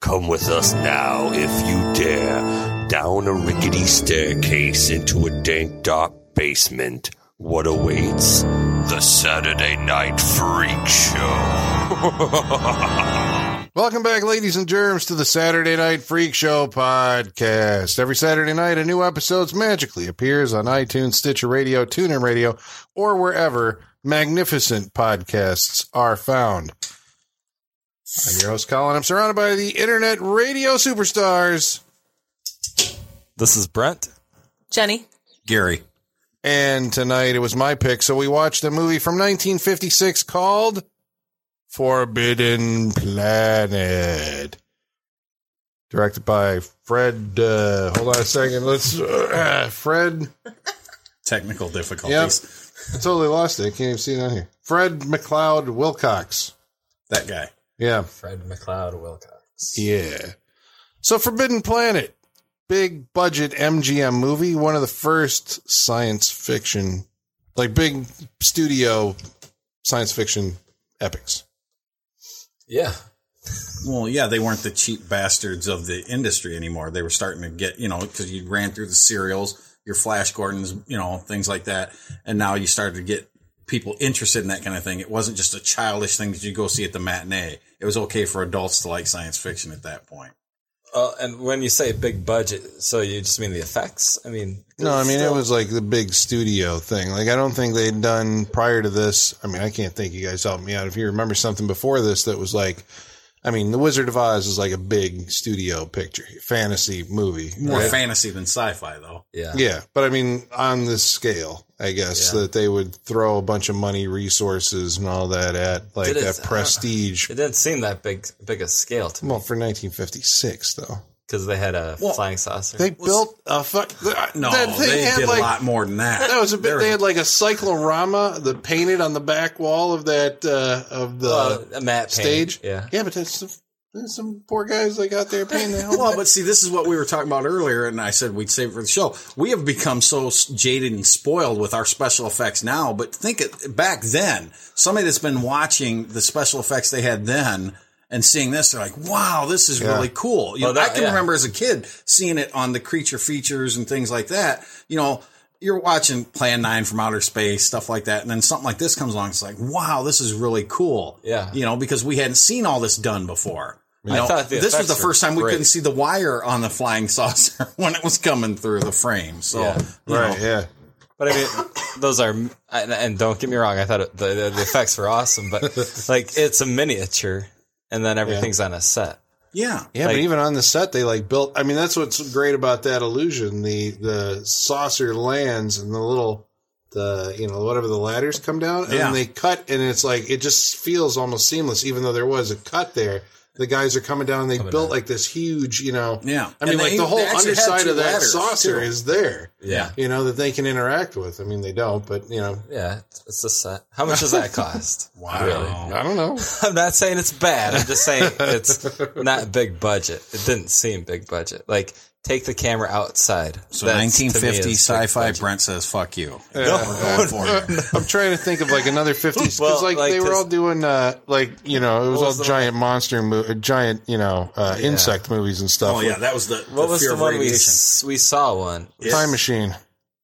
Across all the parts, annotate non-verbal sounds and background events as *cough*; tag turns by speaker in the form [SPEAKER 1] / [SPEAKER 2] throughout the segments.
[SPEAKER 1] Come with us now, if you dare, down a rickety staircase into a dank, dark basement. What awaits? The Saturday Night Freak *laughs* Show.
[SPEAKER 2] Welcome back, ladies and germs, to the Saturday Night Freak Show podcast. Every Saturday night, a new episode magically appears on iTunes, Stitcher Radio, TuneIn Radio, or wherever magnificent podcasts are found. I'm your host, Colin. I'm surrounded by the internet radio superstars,
[SPEAKER 3] This is Brent.
[SPEAKER 4] Jenny.
[SPEAKER 3] Gary.
[SPEAKER 2] and tonight it was my pick. So we watched a movie from 1956 called Forbidden Planet, directed by Fred. Uh, hold on a second. Let's uh, Fred.
[SPEAKER 3] Technical difficulties.
[SPEAKER 2] Yep. I totally lost it. I can't even see it on here. Fred McLeod Wilcox.
[SPEAKER 3] That guy.
[SPEAKER 2] Yeah.
[SPEAKER 5] Fred McLeod Wilcox.
[SPEAKER 2] Yeah. So Forbidden Planet, big budget MGM movie, one of the first science fiction, like big studio science fiction epics.
[SPEAKER 5] Yeah.
[SPEAKER 3] Well, yeah, they weren't the cheap bastards of the industry anymore. They were starting to get, you know, because you ran through the serials, your Flash Gordons, you know, things like that. And now you started to get people interested in that kind of thing. It wasn't just a childish thing that you go see at the matinee. It was okay for adults to like science fiction at that point.
[SPEAKER 5] Well, Uh, and when you say big budget, so you just mean the effects? I mean,
[SPEAKER 2] No, I mean it
[SPEAKER 5] still-
[SPEAKER 2] was like the big studio thing. Like I don't think they'd done prior to this. I mean, I can't think you guys helped me out if you remember something before this that was like I mean, The Wizard of Oz is like a big studio picture, fantasy movie.
[SPEAKER 3] More
[SPEAKER 2] right?
[SPEAKER 3] fantasy than sci-fi, though.
[SPEAKER 5] yeah,
[SPEAKER 2] Yeah, but I mean, on this scale, I guess
[SPEAKER 5] Yeah.
[SPEAKER 2] that they would throw a bunch of money, resources, and all that at like
[SPEAKER 5] Did it-
[SPEAKER 2] that prestige.
[SPEAKER 5] It didn't seem that big, big a scale to me
[SPEAKER 2] well, for 1956, though,
[SPEAKER 5] because they had a
[SPEAKER 3] Well,
[SPEAKER 5] flying saucer.
[SPEAKER 2] they built a fuck.
[SPEAKER 3] No, they did a lot more than that.
[SPEAKER 2] That was a bit.
[SPEAKER 3] There
[SPEAKER 2] They had like a cyclorama that painted on the back wall of that uh, of the
[SPEAKER 5] Well, a matte painting,
[SPEAKER 2] stage.
[SPEAKER 5] yeah.
[SPEAKER 2] yeah, but that's some, there's some poor guys that got there painting the whole.
[SPEAKER 3] Well, but see, this is what we were talking about earlier, and I said we'd save it for the show. We have become so s- jaded and spoiled with our special effects now, but think it, back then, somebody that's been watching the special effects they had then and seeing this, they're like, "Wow, this is really cool." You
[SPEAKER 5] Well,
[SPEAKER 3] know, I
[SPEAKER 5] that-
[SPEAKER 3] can
[SPEAKER 5] yeah.
[SPEAKER 3] remember as a kid seeing it on the creature features and things like that. You know. You're watching Plan 9 from Outer Space, stuff like that. And then something like this comes along. It's like, wow, this is really cool.
[SPEAKER 5] Yeah.
[SPEAKER 3] You know, because we hadn't seen all this done before. You
[SPEAKER 5] I
[SPEAKER 3] know,
[SPEAKER 5] thought the
[SPEAKER 3] this was
[SPEAKER 5] effects
[SPEAKER 3] the
[SPEAKER 5] were
[SPEAKER 3] first time we
[SPEAKER 5] great.
[SPEAKER 3] couldn't see the wire on the flying *laughs* saucer when it was coming through the frame. So,
[SPEAKER 5] Yeah.
[SPEAKER 3] you
[SPEAKER 2] right?
[SPEAKER 3] know,
[SPEAKER 2] Yeah.
[SPEAKER 5] But I mean, those are, and, and don't get me wrong, I thought it, the, the, the effects were awesome,
[SPEAKER 2] *laughs*
[SPEAKER 5] but like it's a miniature and then everything's on a set.
[SPEAKER 3] yeah,
[SPEAKER 2] Yeah, but
[SPEAKER 5] Like-
[SPEAKER 2] even on the set, they like built. I mean, that's what's great about that illusion. The the saucer lands and the little the you know whatever the ladders come down and
[SPEAKER 3] Yeah.
[SPEAKER 2] then they cut and it's like it just feels almost seamless. Even though there was a cut there, the guys are coming down. and They built like this huge, you know.
[SPEAKER 3] Yeah.
[SPEAKER 2] I mean,
[SPEAKER 3] And
[SPEAKER 2] like
[SPEAKER 3] they-
[SPEAKER 2] the whole
[SPEAKER 3] they actually had
[SPEAKER 2] underside
[SPEAKER 3] two
[SPEAKER 2] of that
[SPEAKER 3] ladders,
[SPEAKER 2] saucer
[SPEAKER 3] too.
[SPEAKER 2] is there.
[SPEAKER 5] Yeah.
[SPEAKER 2] You know that they can interact with. I mean, they don't, but you know,
[SPEAKER 5] Yeah. It's, it's a set. How much does that cost?
[SPEAKER 3] Wow.
[SPEAKER 2] I don't know.
[SPEAKER 5] I'm not saying it's bad. I'm just saying it's not big budget. It didn't seem big budget. Like take the camera outside.
[SPEAKER 3] So,
[SPEAKER 5] That's, to me,
[SPEAKER 3] 1950
[SPEAKER 5] is big
[SPEAKER 3] sci-fi.
[SPEAKER 5] budget.
[SPEAKER 3] Brent says, "Fuck you."
[SPEAKER 2] Yeah.
[SPEAKER 5] *laughs*
[SPEAKER 3] We're
[SPEAKER 2] *laughs*
[SPEAKER 3] going for it.
[SPEAKER 2] I'm trying to think of like another 50s because
[SPEAKER 5] Well,
[SPEAKER 2] like,
[SPEAKER 5] like
[SPEAKER 2] they were
[SPEAKER 5] this-
[SPEAKER 2] all doing uh like you know it was
[SPEAKER 5] What
[SPEAKER 2] all
[SPEAKER 5] was the Oh,
[SPEAKER 2] giant monster mo- giant you know uh, insect movies and stuff.
[SPEAKER 3] Oh yeah, that was the
[SPEAKER 5] What was
[SPEAKER 3] fear
[SPEAKER 5] the
[SPEAKER 3] of
[SPEAKER 5] one we,
[SPEAKER 3] radiation.
[SPEAKER 5] s- we saw one?
[SPEAKER 2] With Time Machine.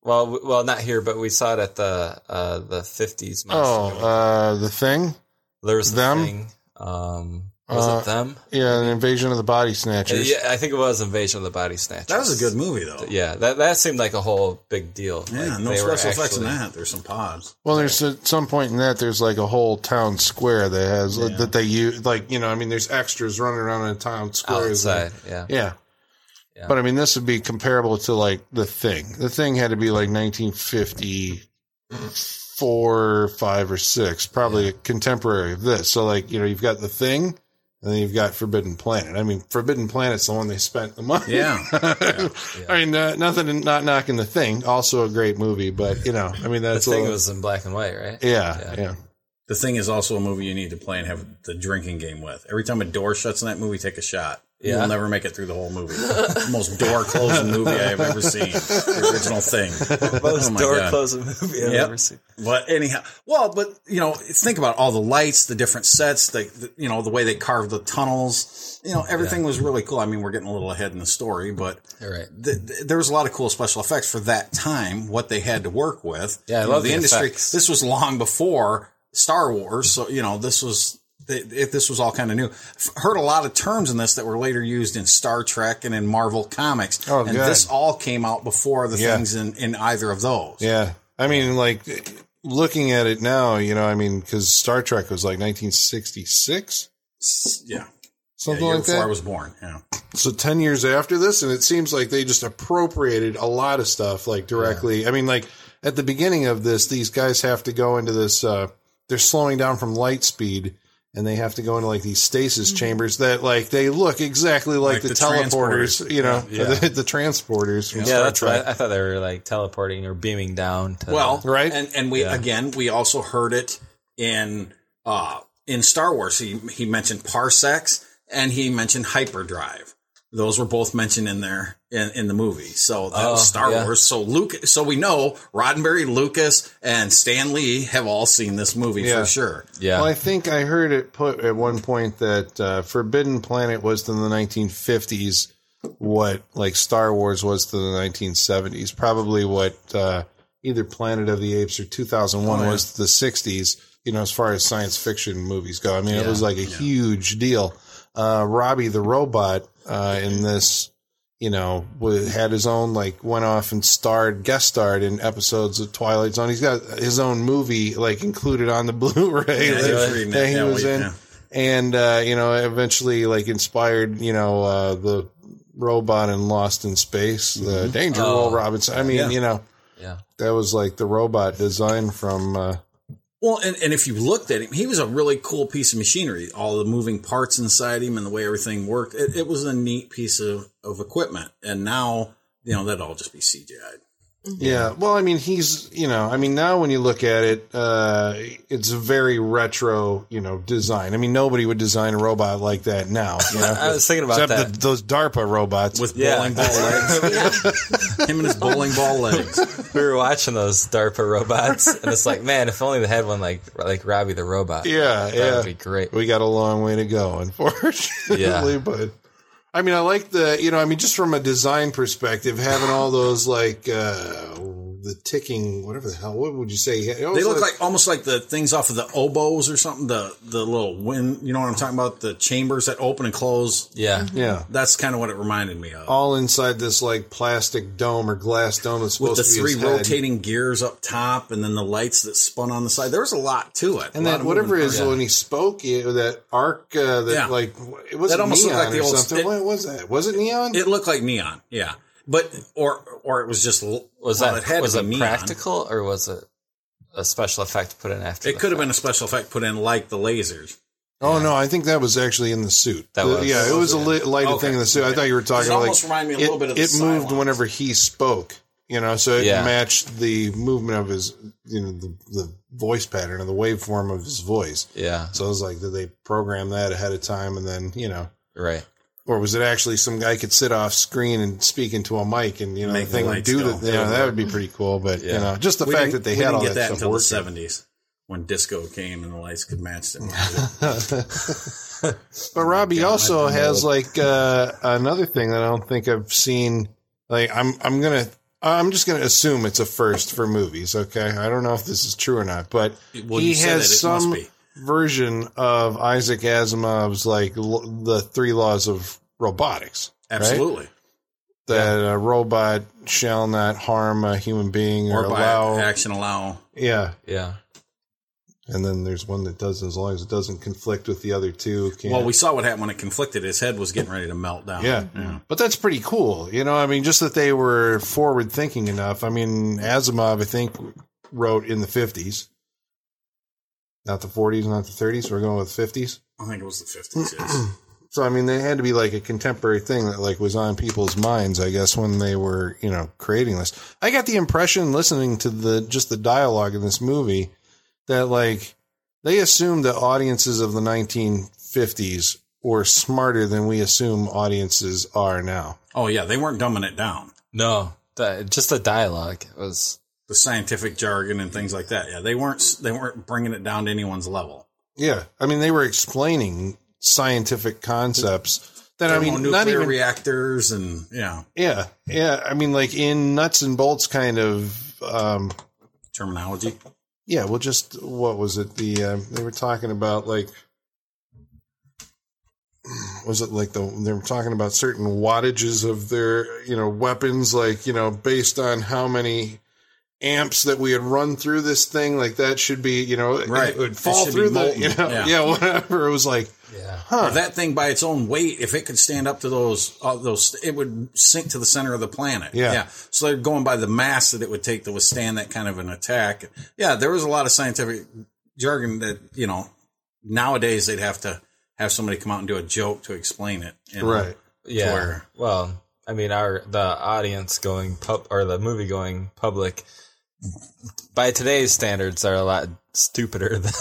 [SPEAKER 5] Well, w- well, not here, but we saw it at the uh, the 50s. Monster
[SPEAKER 2] Oh,
[SPEAKER 5] movie.
[SPEAKER 2] uh, the thing.
[SPEAKER 5] There was
[SPEAKER 2] Them?
[SPEAKER 5] them. Thing. Um, was
[SPEAKER 2] Uh,
[SPEAKER 5] it them? Uh,
[SPEAKER 2] Yeah, an invasion of the body snatchers.
[SPEAKER 5] Yeah, I think it was Invasion of the Body Snatchers.
[SPEAKER 3] That was a good movie though. Yeah,
[SPEAKER 5] Yeah, that that seemed like a whole big deal. Like,
[SPEAKER 3] no
[SPEAKER 5] they were
[SPEAKER 3] special effects in
[SPEAKER 5] actually-
[SPEAKER 3] that. There's some pods.
[SPEAKER 2] Well, there's at some point in that there's like a whole town square that has that they use like you know I mean there's extras running around in a town square
[SPEAKER 5] outside. Yeah,
[SPEAKER 2] Yeah.
[SPEAKER 5] Yeah.
[SPEAKER 2] But I mean, this would be comparable to like the thing. The thing had to be like 1954, five, or six, probably contemporary of this. So like, you know, you've got the thing, and then you've got Forbidden Planet. I mean, Forbidden Planet's the one they spent the money.
[SPEAKER 3] Yeah.
[SPEAKER 2] *laughs* I mean, uh, nothing, not knocking the thing. Also a great movie, but you know, I mean,
[SPEAKER 5] the
[SPEAKER 2] that's
[SPEAKER 5] thing
[SPEAKER 2] all-
[SPEAKER 5] was in black and white, right?
[SPEAKER 2] yeah, yeah,
[SPEAKER 3] The thing is also a movie you need to play and have the drinking game with. Every time a door shuts in that movie, take a shot.
[SPEAKER 5] Yeah.
[SPEAKER 3] You'll never make it through the whole movie. Most door closing movie I have ever seen. The original thing.
[SPEAKER 5] *laughs* Most
[SPEAKER 3] Oh my
[SPEAKER 5] door
[SPEAKER 3] God.
[SPEAKER 5] closing movie I've
[SPEAKER 3] Yep.
[SPEAKER 5] ever seen.
[SPEAKER 3] But anyhow, well, but you know, it's- think about all the lights, the different sets, the, the you know the way they carved the tunnels. You know, everything was really cool. I mean, we're getting a little ahead in the story, but
[SPEAKER 5] All right.
[SPEAKER 3] th- th- there was a lot of cool special effects for that time. What they had to work with.
[SPEAKER 5] Yeah, I
[SPEAKER 3] You know,
[SPEAKER 5] love
[SPEAKER 3] the,
[SPEAKER 5] the
[SPEAKER 3] industry.
[SPEAKER 5] effects.
[SPEAKER 3] This was long before Star Wars, so you know this was. th- If this was all kind of new, F- heard a lot of terms in this that were later used in Star Trek and in Marvel comics,
[SPEAKER 2] Oh,
[SPEAKER 3] and
[SPEAKER 2] good.
[SPEAKER 3] this all came out before the
[SPEAKER 2] Yeah.
[SPEAKER 3] things in, in either of those.
[SPEAKER 2] Yeah. I mean, like looking at it now, you know, I mean, because Star Trek was like 1966,
[SPEAKER 3] S- yeah.
[SPEAKER 2] something
[SPEAKER 3] year
[SPEAKER 2] like
[SPEAKER 3] before
[SPEAKER 2] that.
[SPEAKER 3] I was born. Yeah.
[SPEAKER 2] so 10 years after this, and it seems like they just appropriated a lot of stuff, like directly. I mean, like at the beginning of this, these guys have to go into this, uh, they're slowing down from light speed. And they have to go into like these stasis chambers that like they look exactly like,
[SPEAKER 3] Like
[SPEAKER 2] the,
[SPEAKER 3] the
[SPEAKER 2] teleporters,
[SPEAKER 3] transporters.
[SPEAKER 2] you know,
[SPEAKER 5] Yeah.
[SPEAKER 2] *laughs* the, the transporters. From
[SPEAKER 5] yeah,
[SPEAKER 2] Star
[SPEAKER 5] that's
[SPEAKER 2] Trek.
[SPEAKER 5] right. I thought they were like teleporting or beaming down. To,
[SPEAKER 3] Well,
[SPEAKER 2] Right?
[SPEAKER 3] And and we
[SPEAKER 5] Yeah.
[SPEAKER 3] again we also heard it in uh in Star Wars. He he mentioned parsecs and he mentioned hyperdrive. Those were both mentioned in there in, in the movie. So that
[SPEAKER 5] Oh,
[SPEAKER 3] was Star
[SPEAKER 5] yeah.
[SPEAKER 3] Wars. So Luke so we know Roddenberry, Lucas, and Stan Lee have all seen this movie
[SPEAKER 2] Yeah.
[SPEAKER 3] for sure.
[SPEAKER 5] yeah,
[SPEAKER 2] Well, I think I heard it put at one point that uh, Forbidden Planet was to the 1950s what like Star Wars was to the 1970s. Probably what uh, either Planet of the Apes or 2001
[SPEAKER 3] Oh, yeah.
[SPEAKER 2] was to the 60s. You know, as far as science fiction movies go, I mean, it
[SPEAKER 5] Yeah.
[SPEAKER 2] was like a huge deal. Uh, Robbie the robot uh, in this, you know, wa- had his own like went off and starred guest starred in episodes of Twilight Zone. He's got his own movie like included on the *laughs* Blu-ray
[SPEAKER 3] Yeah, he
[SPEAKER 2] that-
[SPEAKER 3] was reading it.
[SPEAKER 2] that he
[SPEAKER 3] Yeah,
[SPEAKER 2] was
[SPEAKER 3] we-
[SPEAKER 2] in,
[SPEAKER 3] yeah.
[SPEAKER 2] and uh, you know, eventually like inspired you know uh, the robot in Lost in Space, the Danger
[SPEAKER 5] Oh,
[SPEAKER 2] Roll Robinson. I mean,
[SPEAKER 3] Mm-hmm. yeah.
[SPEAKER 2] you know,
[SPEAKER 5] yeah.
[SPEAKER 2] that was like the robot design from. Uh,
[SPEAKER 3] Well, and, and if you looked at him, he was a really cool piece of machinery. All the moving parts inside him and the way everything worked, it, it was a neat piece of, of equipment. And now, you know, that'd all just be CGI.
[SPEAKER 2] Yeah. Well, I mean, he's, you know, I mean, now when you look at it, uh, it's a very retro, you know, design. I mean, nobody would design a robot like that now. You know?
[SPEAKER 5] *laughs* I was thinking about
[SPEAKER 2] Except The,
[SPEAKER 5] that.
[SPEAKER 2] those DARPA robots.
[SPEAKER 3] With
[SPEAKER 5] Yeah.
[SPEAKER 3] bowling ball legs. Him and his bowling ball
[SPEAKER 5] *laughs*
[SPEAKER 3] legs.
[SPEAKER 5] *laughs* we were watching those DARPA robots, and it's like, man, if only they had one like like Robbie the robot.
[SPEAKER 2] yeah,
[SPEAKER 5] that
[SPEAKER 2] yeah.
[SPEAKER 5] would be great.
[SPEAKER 2] we got a long way to go, *laughs* unfortunately.
[SPEAKER 5] Yeah.
[SPEAKER 2] But I mean, I like the, you know, I mean, just from a design perspective, having all those like uh, the ticking, whatever the hell, what would you say?
[SPEAKER 3] They look like almost like the things off of the oboes or something. The the little wind, you know what I'm talking about? The chambers that open and close.
[SPEAKER 5] Yeah,
[SPEAKER 2] yeah.
[SPEAKER 3] That's kind of what it reminded me of.
[SPEAKER 2] All inside this like plastic dome or glass dome that's
[SPEAKER 3] With
[SPEAKER 2] supposed
[SPEAKER 3] the
[SPEAKER 2] to be
[SPEAKER 3] three
[SPEAKER 2] his head.
[SPEAKER 3] rotating gears up top, and then the lights that spun on the side. There was a lot to it.
[SPEAKER 2] And
[SPEAKER 3] A lot
[SPEAKER 2] that
[SPEAKER 3] of
[SPEAKER 2] whatever
[SPEAKER 3] moving
[SPEAKER 2] is
[SPEAKER 3] parts.
[SPEAKER 2] when he spoke, it, that arc, uh, that
[SPEAKER 3] Yeah.
[SPEAKER 2] like it was
[SPEAKER 3] That almost
[SPEAKER 2] neon
[SPEAKER 3] looked like the
[SPEAKER 2] or
[SPEAKER 3] old-
[SPEAKER 2] something.
[SPEAKER 3] it-
[SPEAKER 2] what was that? Was it neon?
[SPEAKER 3] It looked like neon, yeah. But or or it was just l-
[SPEAKER 5] was
[SPEAKER 3] well,
[SPEAKER 5] that
[SPEAKER 3] it had to
[SPEAKER 5] was
[SPEAKER 3] be
[SPEAKER 5] it
[SPEAKER 3] neon.
[SPEAKER 5] practical or was it a special effect put in after?
[SPEAKER 3] It could have been a special effect put in like the lasers.
[SPEAKER 2] oh no, I think that was actually in the suit.
[SPEAKER 5] That
[SPEAKER 2] The-
[SPEAKER 5] was-
[SPEAKER 2] yeah, it was a li- lighted
[SPEAKER 3] Okay.
[SPEAKER 2] thing in the suit. I thought you were talking
[SPEAKER 3] It almost
[SPEAKER 2] like
[SPEAKER 3] reminded me a
[SPEAKER 2] it,
[SPEAKER 3] little bit of the
[SPEAKER 2] it moved
[SPEAKER 3] Cylons.
[SPEAKER 2] whenever he spoke. You know, so it
[SPEAKER 5] Yeah.
[SPEAKER 2] matched the movement of his, you know, the, the voice pattern or the waveform of his voice.
[SPEAKER 5] Yeah,
[SPEAKER 2] So I was like, did they program that ahead of time? And then, you know,
[SPEAKER 5] right.
[SPEAKER 2] or was it actually some guy could sit off screen and speak into a mic and you know
[SPEAKER 3] Make
[SPEAKER 2] the
[SPEAKER 3] the
[SPEAKER 2] thing would
[SPEAKER 3] lights
[SPEAKER 2] do
[SPEAKER 3] go.
[SPEAKER 2] that? You know, that would be pretty cool. But you
[SPEAKER 5] Yeah.
[SPEAKER 2] know, just the
[SPEAKER 3] We
[SPEAKER 2] fact
[SPEAKER 3] didn't-
[SPEAKER 2] that they
[SPEAKER 3] we
[SPEAKER 2] had
[SPEAKER 3] didn't
[SPEAKER 2] all
[SPEAKER 3] get that
[SPEAKER 2] that,
[SPEAKER 3] until the
[SPEAKER 2] stuff
[SPEAKER 3] seventies when disco came and the lights could
[SPEAKER 2] *laughs*
[SPEAKER 3] match them. *laughs*
[SPEAKER 2] working. *laughs* But Robbie
[SPEAKER 3] God,
[SPEAKER 2] also
[SPEAKER 3] I'm
[SPEAKER 2] has
[SPEAKER 3] old.
[SPEAKER 2] like uh, another thing that I don't think I've seen. Like I'm, I'm gonna, I'm just gonna assume it's a first for movies. Okay, I don't know if this is true or not, but
[SPEAKER 3] Well,
[SPEAKER 2] he
[SPEAKER 3] you said
[SPEAKER 2] has
[SPEAKER 3] it, it
[SPEAKER 2] some
[SPEAKER 3] must be.
[SPEAKER 2] version of Isaac Asimov's like l- the three laws of robotics.
[SPEAKER 3] Absolutely,
[SPEAKER 2] that a robot shall not harm a human being or,
[SPEAKER 3] or by
[SPEAKER 2] allow.
[SPEAKER 3] action allow.
[SPEAKER 2] Yeah,
[SPEAKER 5] Yeah,
[SPEAKER 2] and then there's one that doesn't, as long as it doesn't conflict with the other two. Can't.
[SPEAKER 3] Well, we saw what happened when it conflicted. His head was getting ready to melt down.
[SPEAKER 2] yeah. but that's pretty cool. You know, I mean, just that they were forward thinking enough. I mean, Asimov, I think, wrote in the fifties, not the forties, not the thirties. We're going with fifties.
[SPEAKER 3] I think it was the fifties. Yes. *clears throat*
[SPEAKER 2] So I mean, they had to be like a contemporary thing that like was on people's minds, I guess, when they were you know creating this. I got the impression listening to the just the dialogue in this movie that like they assumed that audiences of the 1950s were smarter than we assume audiences are now.
[SPEAKER 3] Oh yeah, they weren't dumbing it down.
[SPEAKER 5] No, the, just the dialogue was.
[SPEAKER 3] The scientific jargon and things like that. Yeah, they weren't they weren't bringing it down to anyone's level.
[SPEAKER 2] Yeah, I mean they were explaining scientific concepts that I mean not
[SPEAKER 3] Thermonuclear
[SPEAKER 2] even
[SPEAKER 3] reactors and yeah
[SPEAKER 2] yeah yeah I mean like in nuts and bolts kind of um,
[SPEAKER 3] terminology.
[SPEAKER 2] yeah well just what was it the um, they were talking about like was it like the they were talking about certain wattages of their you know weapons like you know based on how many amps that we had run through this thing like that should be you know
[SPEAKER 3] Right.
[SPEAKER 2] it would
[SPEAKER 3] It
[SPEAKER 2] fall
[SPEAKER 3] should be
[SPEAKER 2] through the
[SPEAKER 3] molten.
[SPEAKER 2] you know
[SPEAKER 3] Yeah.
[SPEAKER 2] yeah. whatever it was like
[SPEAKER 5] Yeah.
[SPEAKER 2] huh
[SPEAKER 3] That thing by its own weight, if it could stand up to those uh, those, it would sink to the center of the planet.
[SPEAKER 2] Yeah.
[SPEAKER 3] So they're going by the mass that it would take to withstand that kind of an attack. Yeah, there was a lot of scientific jargon that you know nowadays they'd have to have somebody come out and do a joke to explain it. you know?
[SPEAKER 2] right
[SPEAKER 5] Yeah.
[SPEAKER 3] where-
[SPEAKER 5] Well, I mean, our the audience going pub or the movie going public by today's standards are a lot stupider than.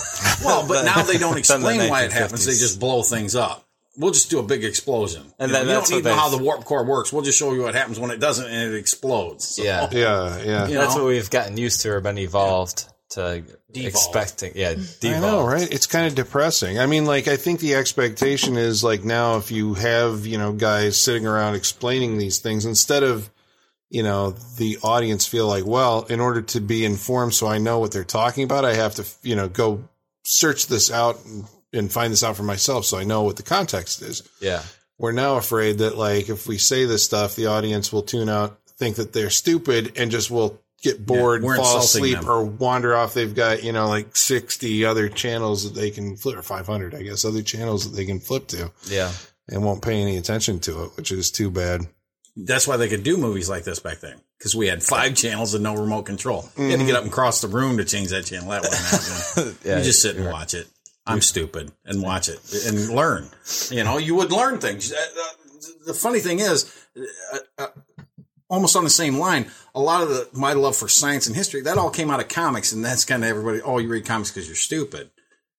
[SPEAKER 3] Well, but
[SPEAKER 5] than-
[SPEAKER 3] now
[SPEAKER 5] *laughs*
[SPEAKER 3] they
[SPEAKER 5] than
[SPEAKER 3] don't
[SPEAKER 5] the
[SPEAKER 3] explain why it happens. They
[SPEAKER 5] 1950s.
[SPEAKER 3] just blow things up. We'll just do a big explosion.
[SPEAKER 5] And
[SPEAKER 3] You know,
[SPEAKER 5] that-
[SPEAKER 3] you
[SPEAKER 5] that's
[SPEAKER 3] don't
[SPEAKER 5] what
[SPEAKER 3] need to know
[SPEAKER 5] they-
[SPEAKER 3] how the warp core works. We'll just show you what happens when it doesn't and it explodes. So,
[SPEAKER 5] yeah.
[SPEAKER 2] yeah yeah
[SPEAKER 3] You
[SPEAKER 5] That's
[SPEAKER 3] know?
[SPEAKER 5] what we've gotten used to or been evolved to expecting. Yeah.
[SPEAKER 2] I know,
[SPEAKER 5] devolved.
[SPEAKER 2] right? It's kind of depressing. I mean, like, I think the expectation is like now, if you have, you know, guys sitting around explaining these things, instead of, you know, the audience feel like, well, in order to be informed so I know what they're talking about, I have to, you know, go search this out and, and find this out for myself so I know what the context is
[SPEAKER 5] Yeah.
[SPEAKER 2] we're now afraid that like if we say this stuff, the audience will tune out, think that they're stupid, and just will get bored,
[SPEAKER 3] we're
[SPEAKER 2] fall
[SPEAKER 3] insulting
[SPEAKER 2] asleep,
[SPEAKER 3] them.
[SPEAKER 2] or wander off. They've got you know like sixty other channels that they can flip, or five hundred, I guess, other channels that they can flip to,
[SPEAKER 5] Yeah.
[SPEAKER 2] and won't pay any attention to it, which is too bad.
[SPEAKER 3] That's why they could do movies like this back then because we
[SPEAKER 5] *laughs*
[SPEAKER 3] had five channels and no remote control. You had to get up and cross the room to change that channel. That one,
[SPEAKER 5] Mm-hmm. *laughs* Yeah.
[SPEAKER 3] you just sit and watch it. I'm stupid and watch it and learn. You know, you would learn things. Uh, uh, The funny thing is, uh, uh, almost on the same line, a lot of the, my love for science and history that all came out of comics, and that's kind of everybody. Oh, you read comics because you're stupid.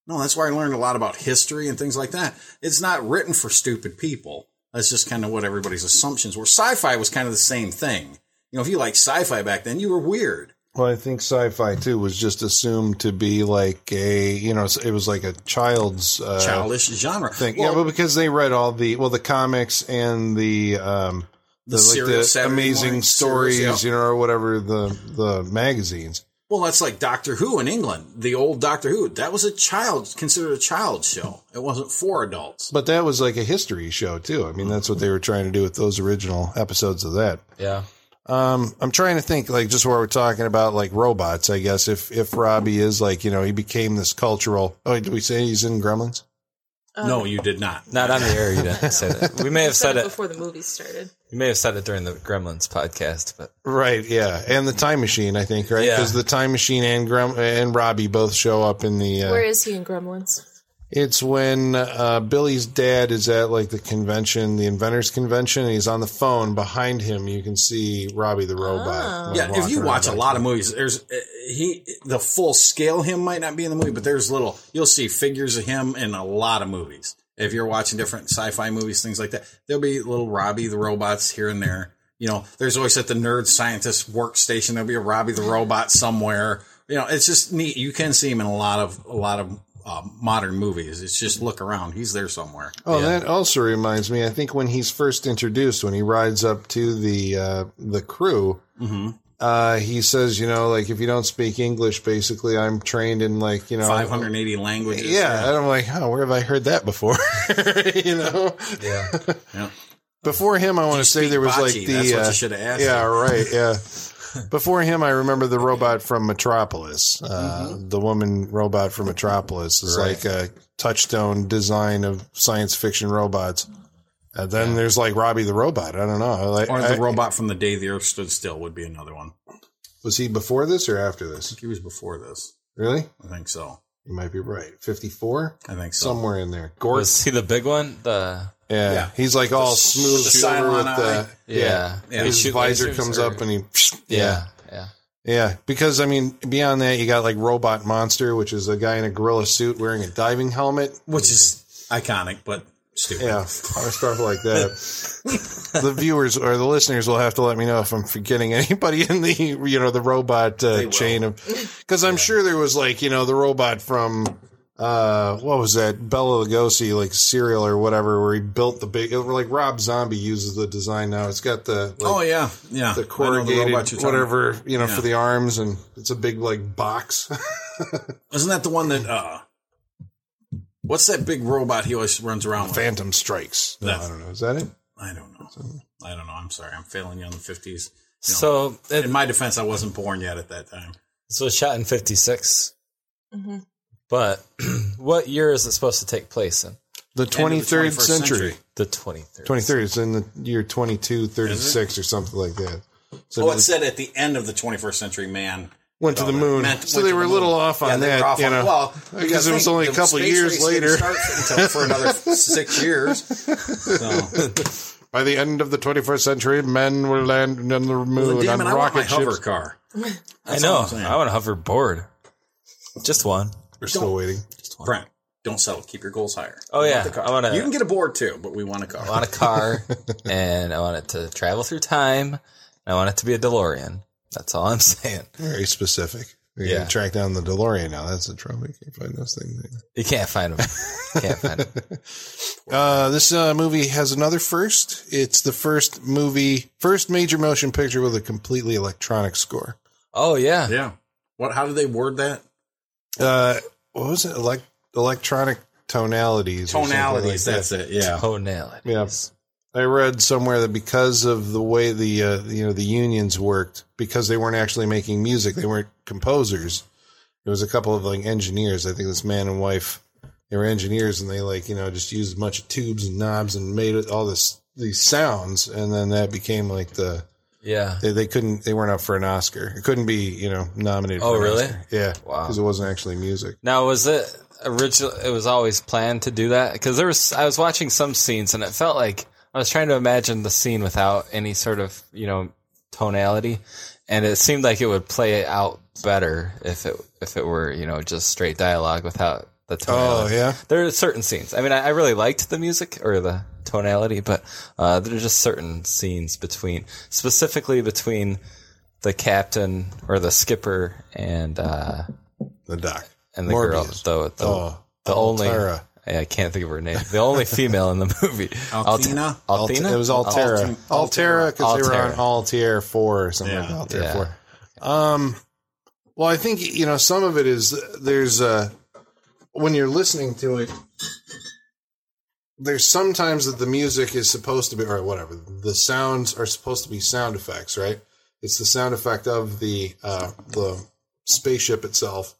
[SPEAKER 3] No, that's where I learned a lot about history and things like that. It's not written for stupid people. That's just kind of what everybody's assumptions were. Sci-fi was kind of the same thing. You know, if you liked sci-fi back then, you were weird.
[SPEAKER 2] Well, I think sci-fi too was just assumed to be like a you know it was like a child's uh,
[SPEAKER 3] Childish genre.
[SPEAKER 2] thing.
[SPEAKER 3] Well,
[SPEAKER 2] yeah, but because they read all the well the comics and the um the, like
[SPEAKER 3] serious
[SPEAKER 2] the
[SPEAKER 3] Saturday
[SPEAKER 2] amazing
[SPEAKER 3] morning
[SPEAKER 2] stories,
[SPEAKER 3] serials, yeah.
[SPEAKER 2] you know, or whatever the the magazines.
[SPEAKER 3] Well, that's like Doctor Who in England. The old Doctor Who. That was a child, considered a child show. It wasn't for adults.
[SPEAKER 2] But that was like a history show too. I mean, that's what they were trying to do with those original episodes of that.
[SPEAKER 5] Yeah.
[SPEAKER 2] Um, I'm trying to think like just where we're talking about like robots, I guess. If if Robbie is like, you know, he became this cultural oh wait, did we say he's in Gremlins?
[SPEAKER 3] no, you did not.
[SPEAKER 5] Not on the air. You didn't say that. We may have
[SPEAKER 4] said
[SPEAKER 5] said
[SPEAKER 4] it
[SPEAKER 5] it.
[SPEAKER 4] before the movie started.
[SPEAKER 5] You may have said it during the Gremlins podcast, but
[SPEAKER 2] Right, yeah. And the time machine, I think, right?
[SPEAKER 5] Yeah.
[SPEAKER 2] Because the time machine and Grem and Robbie both show up in the uh,
[SPEAKER 4] Where is he in Gremlins?
[SPEAKER 2] It's when uh, Billy's dad is at like the convention, the inventors convention, and he's on the phone. Behind him, you can see Robbie the robot.
[SPEAKER 3] Yeah, if you watch a lot of movies, there's uh, he the full scale him might not be in the movie, but there's little you'll see figures of him in a lot of movies. If you're watching different sci-fi movies, things like that, there'll be little Robbie the robots here and there. You know, there's always at the nerd scientist workstation there'll be a Robbie the robot somewhere. You know, it's just neat. You can see him in a lot of a lot of uh, modern movies. It's just look around; he's there somewhere.
[SPEAKER 2] Oh, that also reminds me. I think when he's first introduced, when he rides up to the uh, the crew,
[SPEAKER 3] Mm-hmm.
[SPEAKER 2] uh, he says, "You know, like if you don't speak English, basically, I'm trained in like you know."
[SPEAKER 3] 580 languages.
[SPEAKER 2] Oh. yeah, and I'm like, oh, where have I heard that before? *laughs* you know,
[SPEAKER 5] yeah.
[SPEAKER 3] Yeah.
[SPEAKER 2] Before him, I want to say
[SPEAKER 3] speak
[SPEAKER 2] there was like
[SPEAKER 3] bocce?
[SPEAKER 2] the
[SPEAKER 3] That's what you
[SPEAKER 2] uh,
[SPEAKER 3] should have asked.
[SPEAKER 2] Yeah, right. Yeah.
[SPEAKER 3] *laughs*
[SPEAKER 2] Before him, I remember the robot from Metropolis. Uh,
[SPEAKER 3] Mm-hmm.
[SPEAKER 2] The woman robot from Metropolis is like a touchstone design of science fiction robots. And then there's like Robbie the robot. I don't know. Like,
[SPEAKER 3] Or the
[SPEAKER 2] I-
[SPEAKER 3] robot from the day the earth stood still would be another one.
[SPEAKER 2] was he before this or after this?
[SPEAKER 3] He was before this.
[SPEAKER 2] Really?
[SPEAKER 3] I think so.
[SPEAKER 2] You might be right. 54?
[SPEAKER 3] I think so.
[SPEAKER 2] Somewhere in there. Gort.
[SPEAKER 5] *laughs* Was he the big one? The
[SPEAKER 2] yeah.
[SPEAKER 3] yeah.
[SPEAKER 2] He's like all
[SPEAKER 3] s-
[SPEAKER 2] smooth
[SPEAKER 3] the
[SPEAKER 2] shooter
[SPEAKER 3] Cylon
[SPEAKER 2] with
[SPEAKER 3] eye.
[SPEAKER 2] the.
[SPEAKER 5] yeah.
[SPEAKER 3] Yeah.
[SPEAKER 5] He
[SPEAKER 2] His
[SPEAKER 5] shoot
[SPEAKER 2] visor
[SPEAKER 5] lasers
[SPEAKER 2] comes
[SPEAKER 5] or-
[SPEAKER 2] up and he.
[SPEAKER 5] yeah. Yeah.
[SPEAKER 2] Yeah, because I mean, beyond that, you got like Robot Monster, which is a guy in a gorilla suit wearing a diving helmet.
[SPEAKER 3] Which is iconic, but stupid.
[SPEAKER 2] Yeah, *laughs* or stuff like that. the viewers or the listeners will have to let me know if I'm forgetting anybody in the you know the robot
[SPEAKER 3] They
[SPEAKER 2] uh,
[SPEAKER 3] will.
[SPEAKER 2] chain of because I'm sure there was like you know the robot from uh what was that Bella Lugosi like serial or whatever where he built the big like Rob Zombie uses the design now. It's got the like,
[SPEAKER 3] oh yeah, yeah.
[SPEAKER 2] the
[SPEAKER 3] I know the
[SPEAKER 2] corrugated
[SPEAKER 3] robot you're talking
[SPEAKER 2] whatever you know
[SPEAKER 3] Yeah.
[SPEAKER 2] for the arms and it's a big like box. *laughs*
[SPEAKER 3] about. Isn't that the one that? uh What's that big robot he always runs around with?
[SPEAKER 2] Phantom Strikes. No, I
[SPEAKER 3] That's-
[SPEAKER 2] don't know. Is that it?
[SPEAKER 3] I don't know. I don't know. I'm sorry. I'm failing you on the fifties.
[SPEAKER 5] So
[SPEAKER 3] In
[SPEAKER 5] it,
[SPEAKER 3] my defense, I wasn't born yet at that time.
[SPEAKER 5] so it's shot in '56,
[SPEAKER 4] Mhm.
[SPEAKER 5] but *clears throat* what year is it supposed to take place in?
[SPEAKER 2] The
[SPEAKER 3] End
[SPEAKER 2] twenty
[SPEAKER 3] of the
[SPEAKER 2] third
[SPEAKER 3] 21st
[SPEAKER 2] century.
[SPEAKER 5] The 23rd.
[SPEAKER 2] 23rd. It's in the year 2236 or something like that. So
[SPEAKER 3] Oh,
[SPEAKER 2] they
[SPEAKER 3] it said at the end of the 21st century, man.
[SPEAKER 2] went to the moon.
[SPEAKER 3] Oh, Meant-
[SPEAKER 2] so
[SPEAKER 3] went
[SPEAKER 2] they
[SPEAKER 3] to
[SPEAKER 2] were
[SPEAKER 3] the
[SPEAKER 2] a little
[SPEAKER 3] moon.
[SPEAKER 2] off
[SPEAKER 3] Yeah,
[SPEAKER 2] on
[SPEAKER 3] they were
[SPEAKER 2] that,
[SPEAKER 3] off
[SPEAKER 2] you
[SPEAKER 3] on-
[SPEAKER 2] know,
[SPEAKER 3] well,
[SPEAKER 2] because it was
[SPEAKER 3] think
[SPEAKER 2] only a
[SPEAKER 3] the
[SPEAKER 2] couple
[SPEAKER 3] space race
[SPEAKER 2] years
[SPEAKER 3] didn't
[SPEAKER 2] later.
[SPEAKER 3] start until for another *laughs* six years. So,
[SPEAKER 2] By the end of the 21st century, men were landing on the moon
[SPEAKER 3] well, damn it,
[SPEAKER 2] on
[SPEAKER 3] I want my
[SPEAKER 2] rocket
[SPEAKER 3] hover
[SPEAKER 2] ships.
[SPEAKER 3] car.
[SPEAKER 5] I
[SPEAKER 3] That's
[SPEAKER 5] know.
[SPEAKER 3] all I'm saying.
[SPEAKER 5] I want a hoverboard. Just one.
[SPEAKER 2] We're still waiting.
[SPEAKER 3] Brent, don't settle. Keep your goals higher.
[SPEAKER 5] Oh
[SPEAKER 3] We
[SPEAKER 5] yeah.
[SPEAKER 3] want the car.
[SPEAKER 5] I want a-
[SPEAKER 3] You can get a board too, but we want a car.
[SPEAKER 5] I want a car, *laughs* and I want it to travel through time. And I want it to be a DeLorean. That's all I'm *laughs* saying.
[SPEAKER 2] Very specific. We're
[SPEAKER 5] Yeah.
[SPEAKER 2] going to track down the DeLorean now. That's the trouble. You can't find those things.
[SPEAKER 5] You can't find them. can't find *laughs* them.
[SPEAKER 2] Uh, this uh, movie has another first. It's the first movie, first major motion picture with a completely electronic score.
[SPEAKER 5] Oh yeah.
[SPEAKER 3] yeah. What? How do they word that?
[SPEAKER 2] Uh, what was it? Elec electronic tonalities. or something
[SPEAKER 3] Tonalities.
[SPEAKER 2] like that.
[SPEAKER 3] that's it. Yeah.
[SPEAKER 5] Oh nail it.
[SPEAKER 2] Yeah. I read somewhere that because of the way the uh, you know the unions worked, because they weren't actually making music, they weren't composers. It was a couple of like engineers. I think this man and wife, they were engineers, and they like you know just used a bunch of tubes and knobs and made it all this these sounds, and then that became like the
[SPEAKER 5] Yeah.
[SPEAKER 2] they, they couldn't they weren't up for an Oscar. It couldn't be you know nominated.
[SPEAKER 5] Oh,
[SPEAKER 2] for an
[SPEAKER 5] really?
[SPEAKER 2] Oscar. Yeah.
[SPEAKER 5] Wow.
[SPEAKER 2] Because it wasn't actually music.
[SPEAKER 5] Now was it original? It was always planned to do that because there was. I was watching some scenes and it felt like I was trying to imagine the scene without any sort of you know tonality, and it seemed like it would play out better if it if it were you know just straight dialogue without the
[SPEAKER 2] Oh
[SPEAKER 5] tonality.
[SPEAKER 2] yeah.
[SPEAKER 5] There are certain scenes. I mean, I, I really liked the music or the tonality, but uh, there are just certain scenes between, specifically between the captain or the skipper and uh,
[SPEAKER 2] The doc.
[SPEAKER 5] and the
[SPEAKER 2] Morbius.
[SPEAKER 5] girl, the the,
[SPEAKER 2] Oh,
[SPEAKER 5] the only.
[SPEAKER 2] Altera.
[SPEAKER 5] I can't think of her name. The only female in the *laughs* movie.
[SPEAKER 3] Altina?
[SPEAKER 5] Alt- Altina?
[SPEAKER 2] It was Altera.
[SPEAKER 3] Alti-
[SPEAKER 2] Altera, because they were on
[SPEAKER 5] Altera.
[SPEAKER 2] Altair 4 or something
[SPEAKER 3] Yeah.
[SPEAKER 2] like that. Altair
[SPEAKER 5] Yeah.
[SPEAKER 2] 4. Um, well, I think, you know, some of it is uh, there's, uh, when you're listening to it, there's sometimes that the music is supposed to be, or whatever, the sounds are supposed to be sound effects, right? It's the sound effect of the, uh, the spaceship itself.